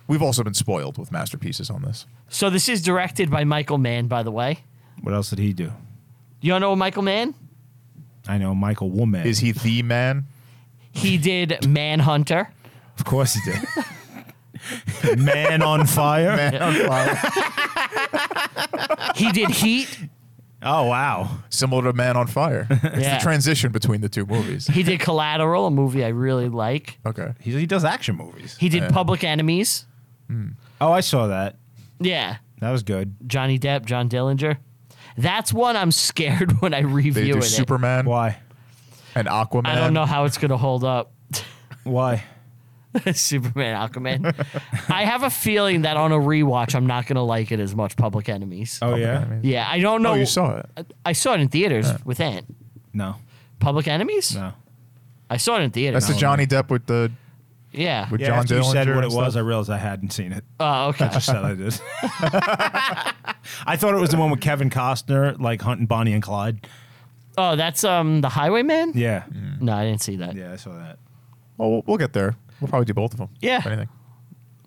We've also been spoiled with masterpieces on this.
So this is directed by Michael Mann, by the way.
What else did he do?
You all know Michael Mann?
I know Michael Woman.
Is he the man?
He did Manhunter.
Of course he did. Man on fire.
He did Heat.
Oh wow.
Similar to Man on Fire. It's
Yeah.
the transition between the two movies.
He did Collateral, a movie I really like.
Okay.
He, he does action movies.
He did
Yeah.
Public Enemies.
oh, I saw that.
Yeah.
That was good.
Johnny Depp, John Dillinger. That's one I'm scared when I
They
review
do
it.
Superman
Why?
and Aquaman.
I don't know how it's going to hold up.
Why?
Superman, Aquaman. I have a feeling that on a rewatch, I'm not going to like it as much. Public Enemies.
Oh yeah.
Yeah, I don't know.
Oh, you saw it.
I saw it in theaters with Ant.
No.
Public Enemies.
No.
I saw it in theaters.
That's the Johnny Depp with the
yeah.
with
Yeah,
John
after you
Dillinger.
said
and
what it was, I
stuff.
realized I hadn't seen it.
Oh,
I
okay.
just said I did. I thought it was the one with Kevin Costner, like hunting Bonnie and Clyde. Mm.
Oh, that's um the Highwayman.
Yeah.
No, I didn't see that.
Yeah, I saw that.
Oh, we'll, we'll get there. We'll probably do both of them.
Yeah.
If anything.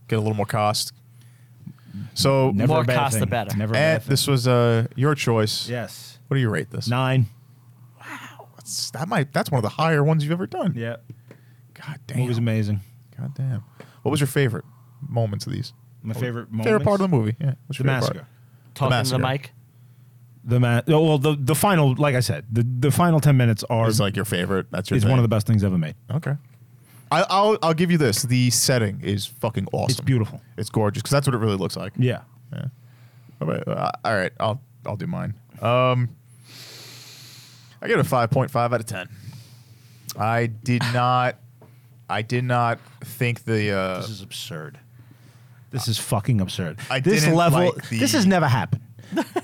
Get a little more cost. So
Never
More
a bad
cost the
thing.
better.
Never a
and
bad thing.
this was uh, your choice.
Yes.
What do you rate this?
Nine.
That's, that might that's one of the higher ones you've ever done.
Yeah.
God damn.
Movie's amazing.
God damn. What was your favorite moments of these?
My Oh, favorite moment.
Favorite part of the movie. Yeah. What's
The
your favorite part?
massacre.
Talking to the
massacre.
mic.
The ma- oh, well, the, the final, like I said, the, the final 10 minutes are
It's like your favorite. That's your.
is
thing.
one of the best things ever made.
Okay. I, I'll I'll give you this. The setting is fucking awesome.
beautiful.
It's gorgeous because that's what it really looks like.
Yeah.
Yeah. All right, uh, all right. I'll I'll do mine. Um. I give it a five point five out of ten. I did not. I did not think the. Uh,
This is absurd. This is fucking absurd.
I
this
didn't
level,
like the-
this has never happened.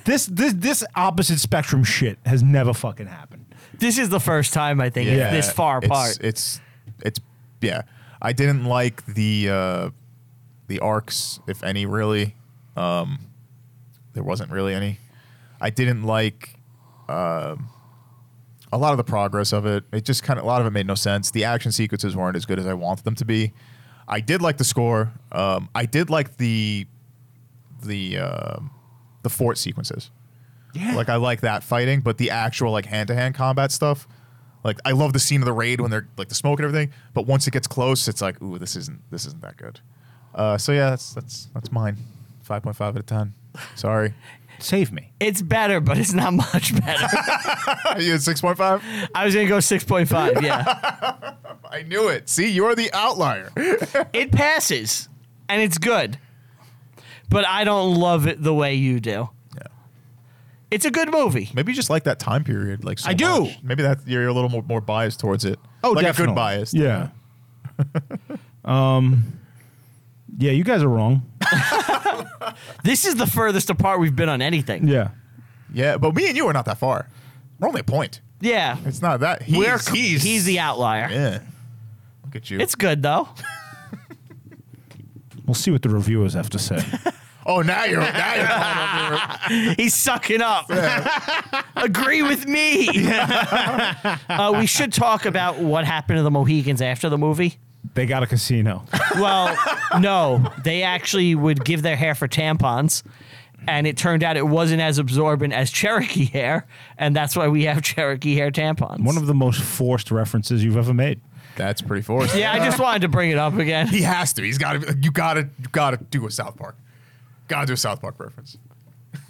this this this opposite spectrum shit has never fucking happened.
This is the first time I think
yeah,
it's this far
it's-
apart.
It's, it's yeah. I didn't like the uh, the arcs, if any, really. Um, there wasn't really any. I didn't like um, a lot of the progress of it. It just kind of a lot of it made no sense. The action sequences weren't as good as I wanted them to be. I did like the score. Um, I did like the the um the fort sequences.
Yeah.
Like I like that fighting, but the actual like hand to hand combat stuff. Like I love the scene of the raid when they're like the smoke and everything, but once it gets close, it's like, ooh, this isn't this isn't that good. Uh, so yeah, that's that's that's mine. Five point five out of ten. Sorry,
Save me.
it's better, but it's not much better.
you six point five.
I was gonna go six point five. Yeah,
I knew it. See, you're the outlier.
it passes, and it's good, but I don't love it the way you do.
Yeah.
It's a good movie.
Maybe you just like that time period. Like so
I do.
much. Maybe that you're a little more, more biased towards it.
Oh,
like a good Oh, bias.
Yeah. um. Yeah, you guys are wrong.
This is the furthest apart we've been on anything.
Yeah.
yeah. But me and you are not that far. We're only a point.
Yeah,
It's not that. He's,
we're c- he's, the outlier.
Yeah. Look at you.
It's good though.
We'll see what the reviewers have to say.
oh, now you're now you're calling over.
He's sucking up. Agree with me. uh, we should talk about what happened to the Mohicans after the movie.
they got a casino.
Well, no, they actually would give their hair for tampons. And it turned out it wasn't as absorbent as Cherokee hair, and that's why we have Cherokee hair tampons.
One of the most forced references you've ever made.
That's pretty forced.
yeah, I just wanted to bring it up again.
He has to. He's got to. You got to. You got to do a South Park. Got to do a South Park reference.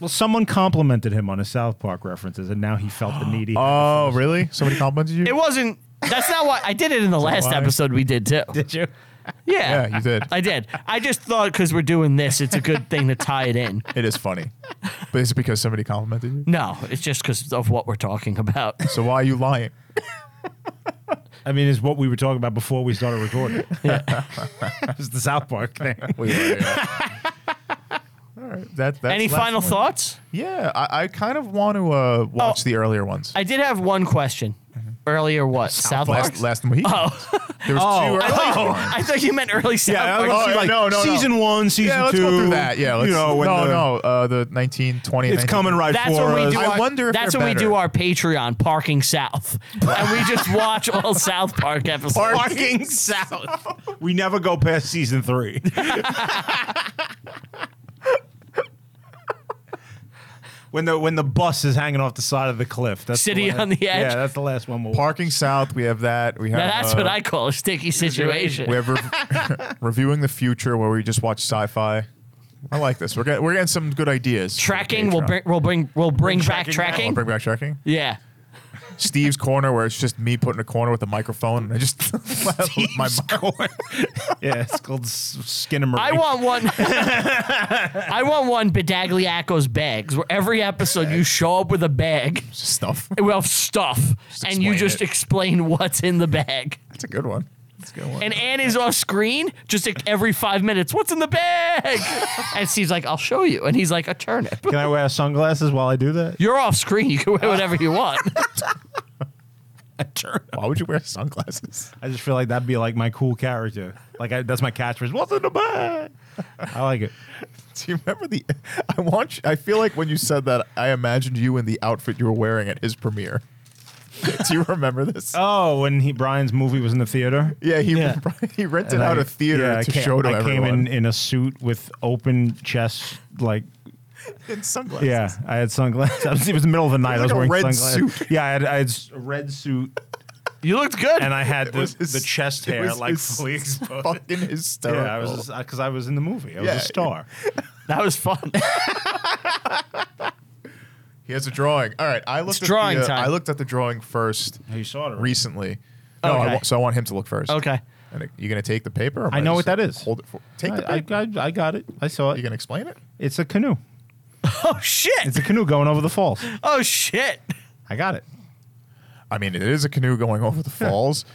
Well, someone complimented him on his South Park references, and now he felt the needy.
Oh, really? Somebody complimented you?
It wasn't. That's not why I did it in the last
why?
episode we did too.
Did you?
Yeah,
Yeah, you did.
I did. I just thought because we're doing this, it's a good thing to tie it in.
It is funny, but is it because somebody complimented you?
No, it's just because of what we're talking about.
So why are you lying?
I mean, it's what we were talking about before we started recording. it's the South Park thing.
We were, yeah. All right. That, that's
Any
the last
final
one.
thoughts?
Yeah, I, I kind of want to uh, watch
Oh.
the earlier ones. Mm-hmm.
I did have one question. earlier what? South Park.
last, last week.
Oh.
There was two early ones.
I thought you meant early South
Yeah,
Park.
I was gonna
Oh,
see, like,
no, no, no.
season one, season
yeah, let's
two.
go through that. Yeah, let's,
you know, when
no,
the-
no, uh, the 1920.
it's coming right
That's
for
when we
us.
do.
uh, I
our,
wonder if
that's
they're
when we do
better.
our Patreon parking South, and we just watch all South Park episodes.
Parking South. we never go past season three. when the when the bus is hanging off the side of the cliff. That's
City
the la-
on the Edge.
Yeah, that's the last one. We'll
Parking South. We have that. We have.
Now that's
uh,
what I call a sticky situation.
We have rev- reviewing the future, where we just watch sci-fi. I like this. We're getting we're getting some good ideas.
Tracking, we'll bring, we'll bring, we'll bring, back
tracking
I'll
tracking.
bring back tracking.
Yeah,
Steve's corner, where it's just me put in a corner with a microphone, and I just my
Corn. yeah, it's called S- Skinnamarink.
I want one. I want one Bedagliaco's bags, where every episode you show up with a bag
stuff.
of stuff, and you
explain
just
it.
explain what's in the bag.
That's a good one. That's a good one.
And Anne is off screen just like every five minutes. What's in the bag? and Steve's like, I'll show you. And he's like, a turnip.
Can I wear sunglasses while I do that?
You're off screen. You can wear whatever you want.
Why would you wear sunglasses?
I just feel like that'd be like my cool character. Like I, that's my catchphrase. What's in the bag? I like it.
Do you remember the? I want. You, I feel like when you said that, I imagined you in the outfit you were wearing at his premiere. Do you remember this?
Oh, when he Brian's movie was in the theater.
yeah, he
yeah.
he rented
And
out
I-
a theater
yeah, I
to
came-
show to
I
everyone.
came in in a suit with open chest, like
in sunglasses.
yeah. I had sunglasses. I was- it was the middle of the
was
night. I was
like a
wearing
red
sunglasses.
suit.
Yeah, I had, I had s- a red suit
You looked good.
and I had the,
was his-
the chest
it
hair
was
like
his-
fully exposed.
Fucking hysterical.
Yeah, I was because I was in the movie. I was
Yeah.
a star.
that was fun.
he has a drawing. All right, I looked
It's
at
drawing
the, uh,
time.
I looked at the drawing first.
Oh, You saw it already.
recently. No, I
Okay.
wa- so I want him to look first.
Okay.
And it- you gonna take the paper? Or am
I know
just
what that is.
Hold it. For, take the
I,
paper.
I- I got it. I saw
you
it.
gonna explain it?
It's a canoe.
oh, shit.
It's a canoe going over the falls.
Oh, shit.
I got it.
I mean, it is a canoe going over the falls.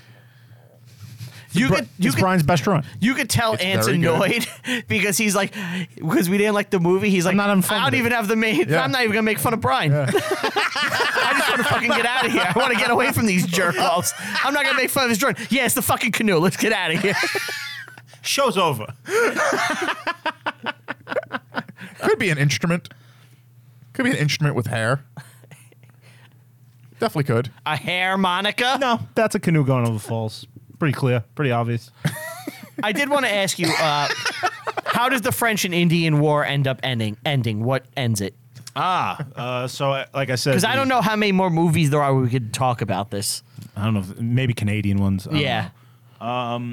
You
Bri-
could, you
it's
could,
Brian's best drawing.
you could tell
It's
Ant's
very
annoyed
good.
because he's like, because we didn't like the movie. He's like,
not having fun
I
with
don't
it."
even have the main.
Yeah.
I'm not even going to make fun of Brian. I just want to fucking get out of here. I want to get away from these jerk offs. I'm not going to make fun of his drawing. Yeah, it's the fucking canoe. Let's get out of here.
Show's over.
Could be an instrument. Could be an instrument with hair. Definitely could.
A hair, Monica?
No, that's a canoe going over the falls. Pretty clear. Pretty obvious.
I did want to ask you, uh, how did the French and Indian War end up ending? Ending? What ends it?
ah, uh, so I- like I said,
Because I don't know how many more movies there are we could talk about this.
I don't know. If, maybe Canadian ones. I don't know.
Yeah.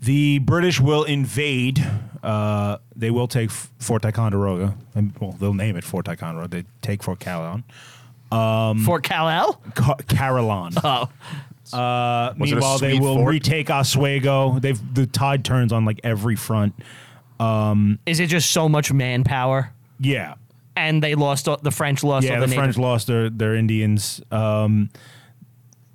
the British will invade. Uh, they will take F- Fort Ticonderoga, and well, they'll name it Fort Ticonderoga. They take Fort Carillon.
Fort Um, Kal-El?
Ca- Carillon.
Oh.
Uh,
Was it a
meanwhile, they
sweet
will
fort?
retake Oswego. They've the tide turns on like every front.
Is it just so much manpower?
Yeah,
And they lost, all- the French lost
yeah.
all
The,
the,
French
natives.
lost their their Indians. Um,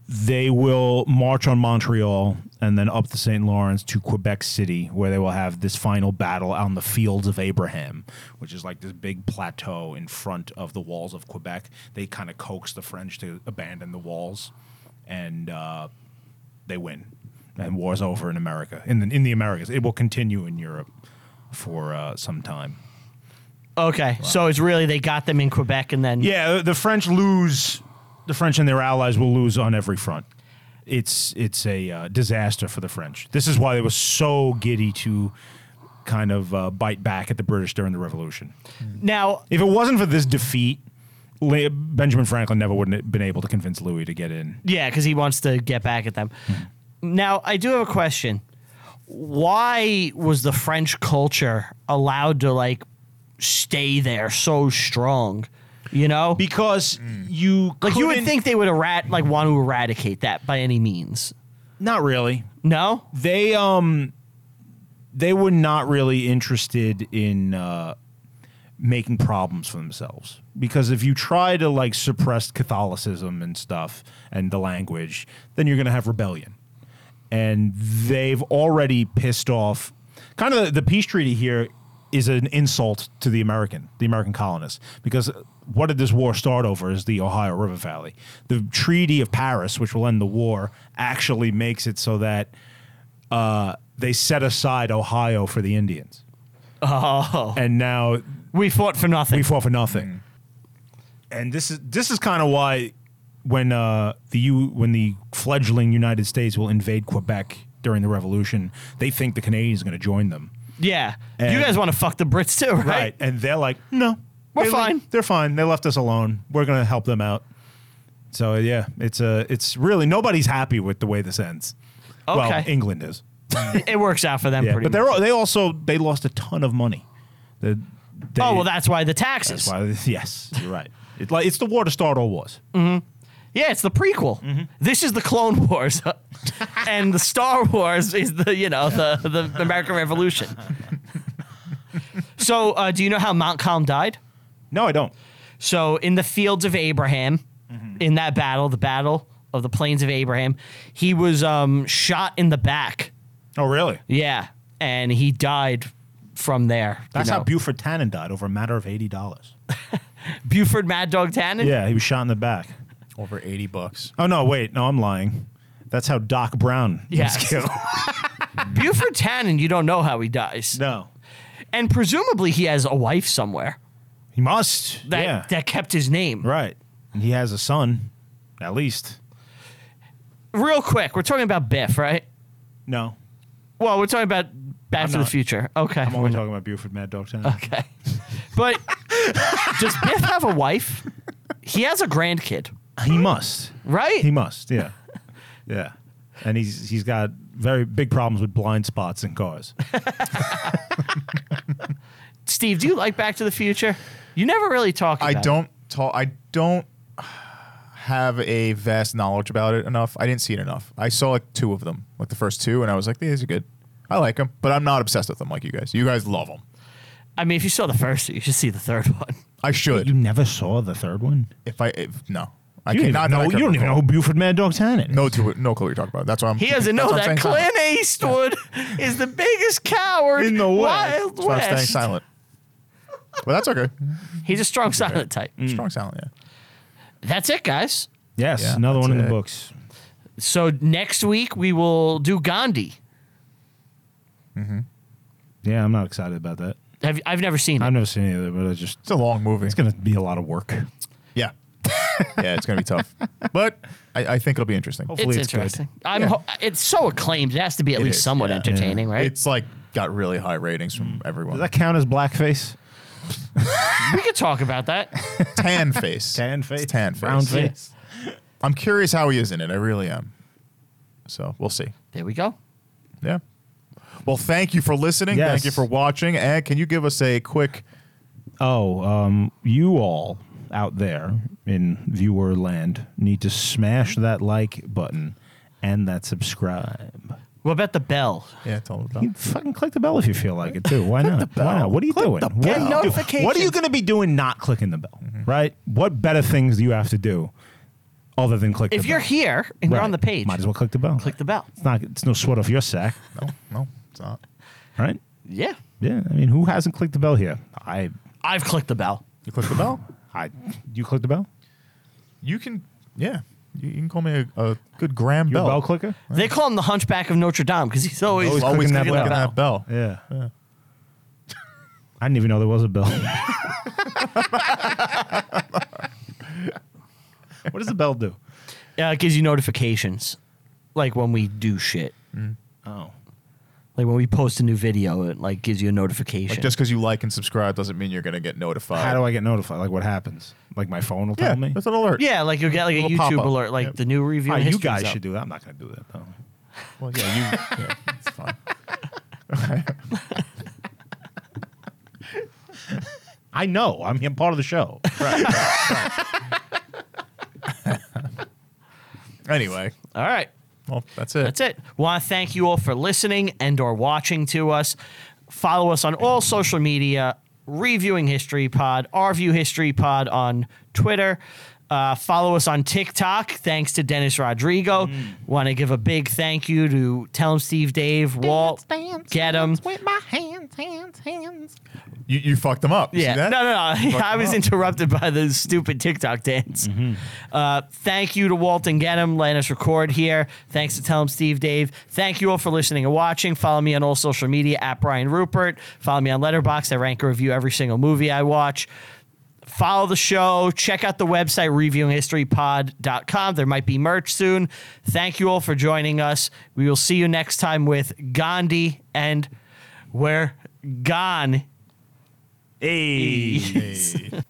they will march on Montreal and then up the St. Lawrence to Quebec City, where they will have this final battle on the Fields of Abraham, which is like this big plateau in front of the walls of Quebec. They kind of coax the French to abandon the walls, and uh, they win. And war's over in America. In the, in the Americas, it will continue in Europe for uh, some time.
Okay. So it's really they got them in Quebec and then.
Yeah, the French lose. The French and their allies will lose on every front. It's it's a uh, disaster for the French. This is why they were so giddy to kind of uh, bite back at the British during the Revolution.
Now,
If it wasn't for this defeat, La- Benjamin Franklin never would have been able to convince Louis to get in.
Yeah, because he wants to get back at them.
Hmm.
Now, I do have a question. Why was the French culture allowed to like stay there so strong? You know,
Because you
Mm. like you would
couldn't-
think they would erat like want to eradicate that by any means.
not really.
No,
they um they were not really interested in uh making problems for themselves because if you try to like suppress catholicism and stuff and the language then you're going to have rebellion and they've already pissed off kind of the, the peace treaty here is an insult to the american the american colonists because what did this war start over is the Ohio River Valley. The Treaty of Paris, which will end the war, actually makes it so that uh, they set aside Ohio for the Indians. Oh. And now
We fought for nothing.
we fought for nothing. Mm. And this is this is kind of why when uh, the U, when the fledgling United States will invade Quebec during the Revolution, they think the Canadians are going to join them.
yeah. you
And-
guys want to fuck the Brits too, right?
Right. And they're like, no,
We're
They le-
fine.
they're fine. They left us alone. We're going to help them out. So yeah, it's a it's really nobody's happy with the way this ends. Well,
Okay.
England is.
It- It works out for them
Yeah,
pretty
but
much.
they're al- they also they lost a ton of money. The- they-
oh, well, that's why the taxes.
why- yes, you're right. It's like it's the war to start all wars.
Mm. Yeah, it's the prequel.
Mm-hmm.
This is the Clone Wars, and the Star Wars is the you know the the, the American Revolution. so, uh, do you know how Mount Calm died?
No, I don't.
So, in the fields of Abraham,
Mm-hmm.
in that battle, the battle of the plains of Abraham, he was um, shot in the back.
Oh, really?
Yeah, and he died from there. you
That's how
know.
Buford Tannen died over a matter of eighty dollars.
Buford Mad Dog Tannen.
yeah, he was shot in the back.
Over 80 bucks.
Oh no, wait, no, I'm lying. That's how Doc Brown
Yes.
was killed.
Buford Tannen, you don't know how he dies,
no,
and presumably he has a wife somewhere
he must.
that
yeah,
that kept his name.
right. And he has a son, at least.
real quick, we're talking about Biff, right?
No,
Well, we're talking about Back
I'm
to the
not.
Future. Okay.
I'm only talking about Buford Mad Dog Tannen.
okay. But does Biff have a wife? He has a grandkid,
He must.
right?
He must. Yeah, yeah. And he's he's got very big problems with blind spots in cars.
Steve, do you like Back to the Future? You never really talk about
I
it.
don't talk. I don't have a vast knowledge about it enough. I didn't see it enough. I saw like two of them, like the first two, and I was like, these are good. I like them, but I'm not obsessed with them like you guys. You guys love them.
I mean, if you saw the first, two, you should see the third one.
I should.
You never saw the third one.
if I if, no, I
You don't,
cannot.
even know,
I
you
can
don't even know
recall.
who Buford Mad Dog Tannen. is.
No, to, no clue what you're talking about. That's why I'm.
He doesn't know
that's why I'm
that
staying silent.
Clint Eastwood is the biggest coward
In the West.
Wild
That's why I'm staying
West.
silent. But that's okay.
He's a strong silent type.
Mm.
Strong silent. Yeah.
That's it, guys.
Yes,
Yeah,
another
that's
one
it.
in the books.
So next week we will do Gandhi.
Yeah, I'm not excited about that.
Have, I've never seen it.
I've never seen any of it, but I just
It's a long movie.
it's gonna be a lot of work.
yeah. yeah, it's gonna be tough, but I, I think it'll be interesting.
Hopefully
it's,
it's good.
interesting. I'm
Yeah.
ho- it's so acclaimed. It has to be at
It
least
is,
somewhat
yeah.
entertaining, right?
It's like got really high ratings from everyone.
Does Mm. that count as blackface?
we could talk about that.
tan face.
Tan face?
It's tan face.
Brown face?
I'm curious how he is in it. I really am. So we'll see.
There we go.
Yeah. Well, thank you for listening.
Yes.
Thank you for watching. And can you give us a quick
Oh, um, you all out there in viewer land need to smash that like button and that subscribe.
What about the bell?
yeah? Tell them about.
You fucking click the bell if you feel like it too. Why not? Why not? What are you doing? What
bell.
are you,
Notifications. Mm-hmm.
do- what are you going to be doing not clicking the bell? Right? What better things do you have to do other than click?
If
the
you're
bell?
here and you're
Right.
on the page,
might as well click the bell.
click the bell.
It's not. It's no sweat off your sack,
No, no, it's not.
right?
Yeah,
Yeah. I mean, who hasn't clicked the bell here? I.
I've clicked the bell.
You click the bell.
I. You click the bell.
You can. Yeah. You, you can call me a, a good Graham
You a
Bell.
bell clicker.
They call him the Hunchback of Notre Dame because he's always,
Always,
Always
clicking,
clicking
that,
that
bell.
Yeah. I didn't even know there was a bell. what does the bell do?
Uh, it gives you notifications, like when we do shit,
Oh.
like when we post a new video, it like gives you a notification.
Like just because you like and subscribe doesn't mean you're gonna get notified.
How do I get notified? Like what happens? Like my phone will
Yeah,
tell me.
that's an alert.
yeah, like you'll get like a,
Little
YouTube
pop-up.
alert, like
Yep.
the new review.
Ah,
and
you
history's
guys
up.
should do that. I'm not gonna do that though.
Well, yeah, you. Yeah, it's fine.
I know. I'm, I'm part of the show.
Anyway,
All right.
well, that's it.
That's it. Want to thank you all for listening and or watching to us. Follow us on all social media, Reviewing History Pod, Rview History Pod on Twitter. Uh, follow us on TikTok. Thanks to Dennis Rodrigo. Want to give a big thank you to Tell Him Steve Dave, Walt,
dance,
Get 'em.
dance with my hands, hands, hands.
You, you fucked them up. You see
Yeah.
that?
No, no, no.
Fucked
I
them
was
up. Mm-hmm.
interrupted by the stupid TikTok dance. Uh, thank you to Walton Genem, letting us record here. Thanks to Tell Him Steve Dave. Thank you all for listening and watching. Follow me on all social media at Brian Rupert. Follow me on Letterboxd. I rank and review every single movie I watch. Follow the show. Check out the website, reviewinghistorypod.com. There might be merch soon. Thank you all for joining us. We will see you next time with Gandhi, and we're gone.
Hey.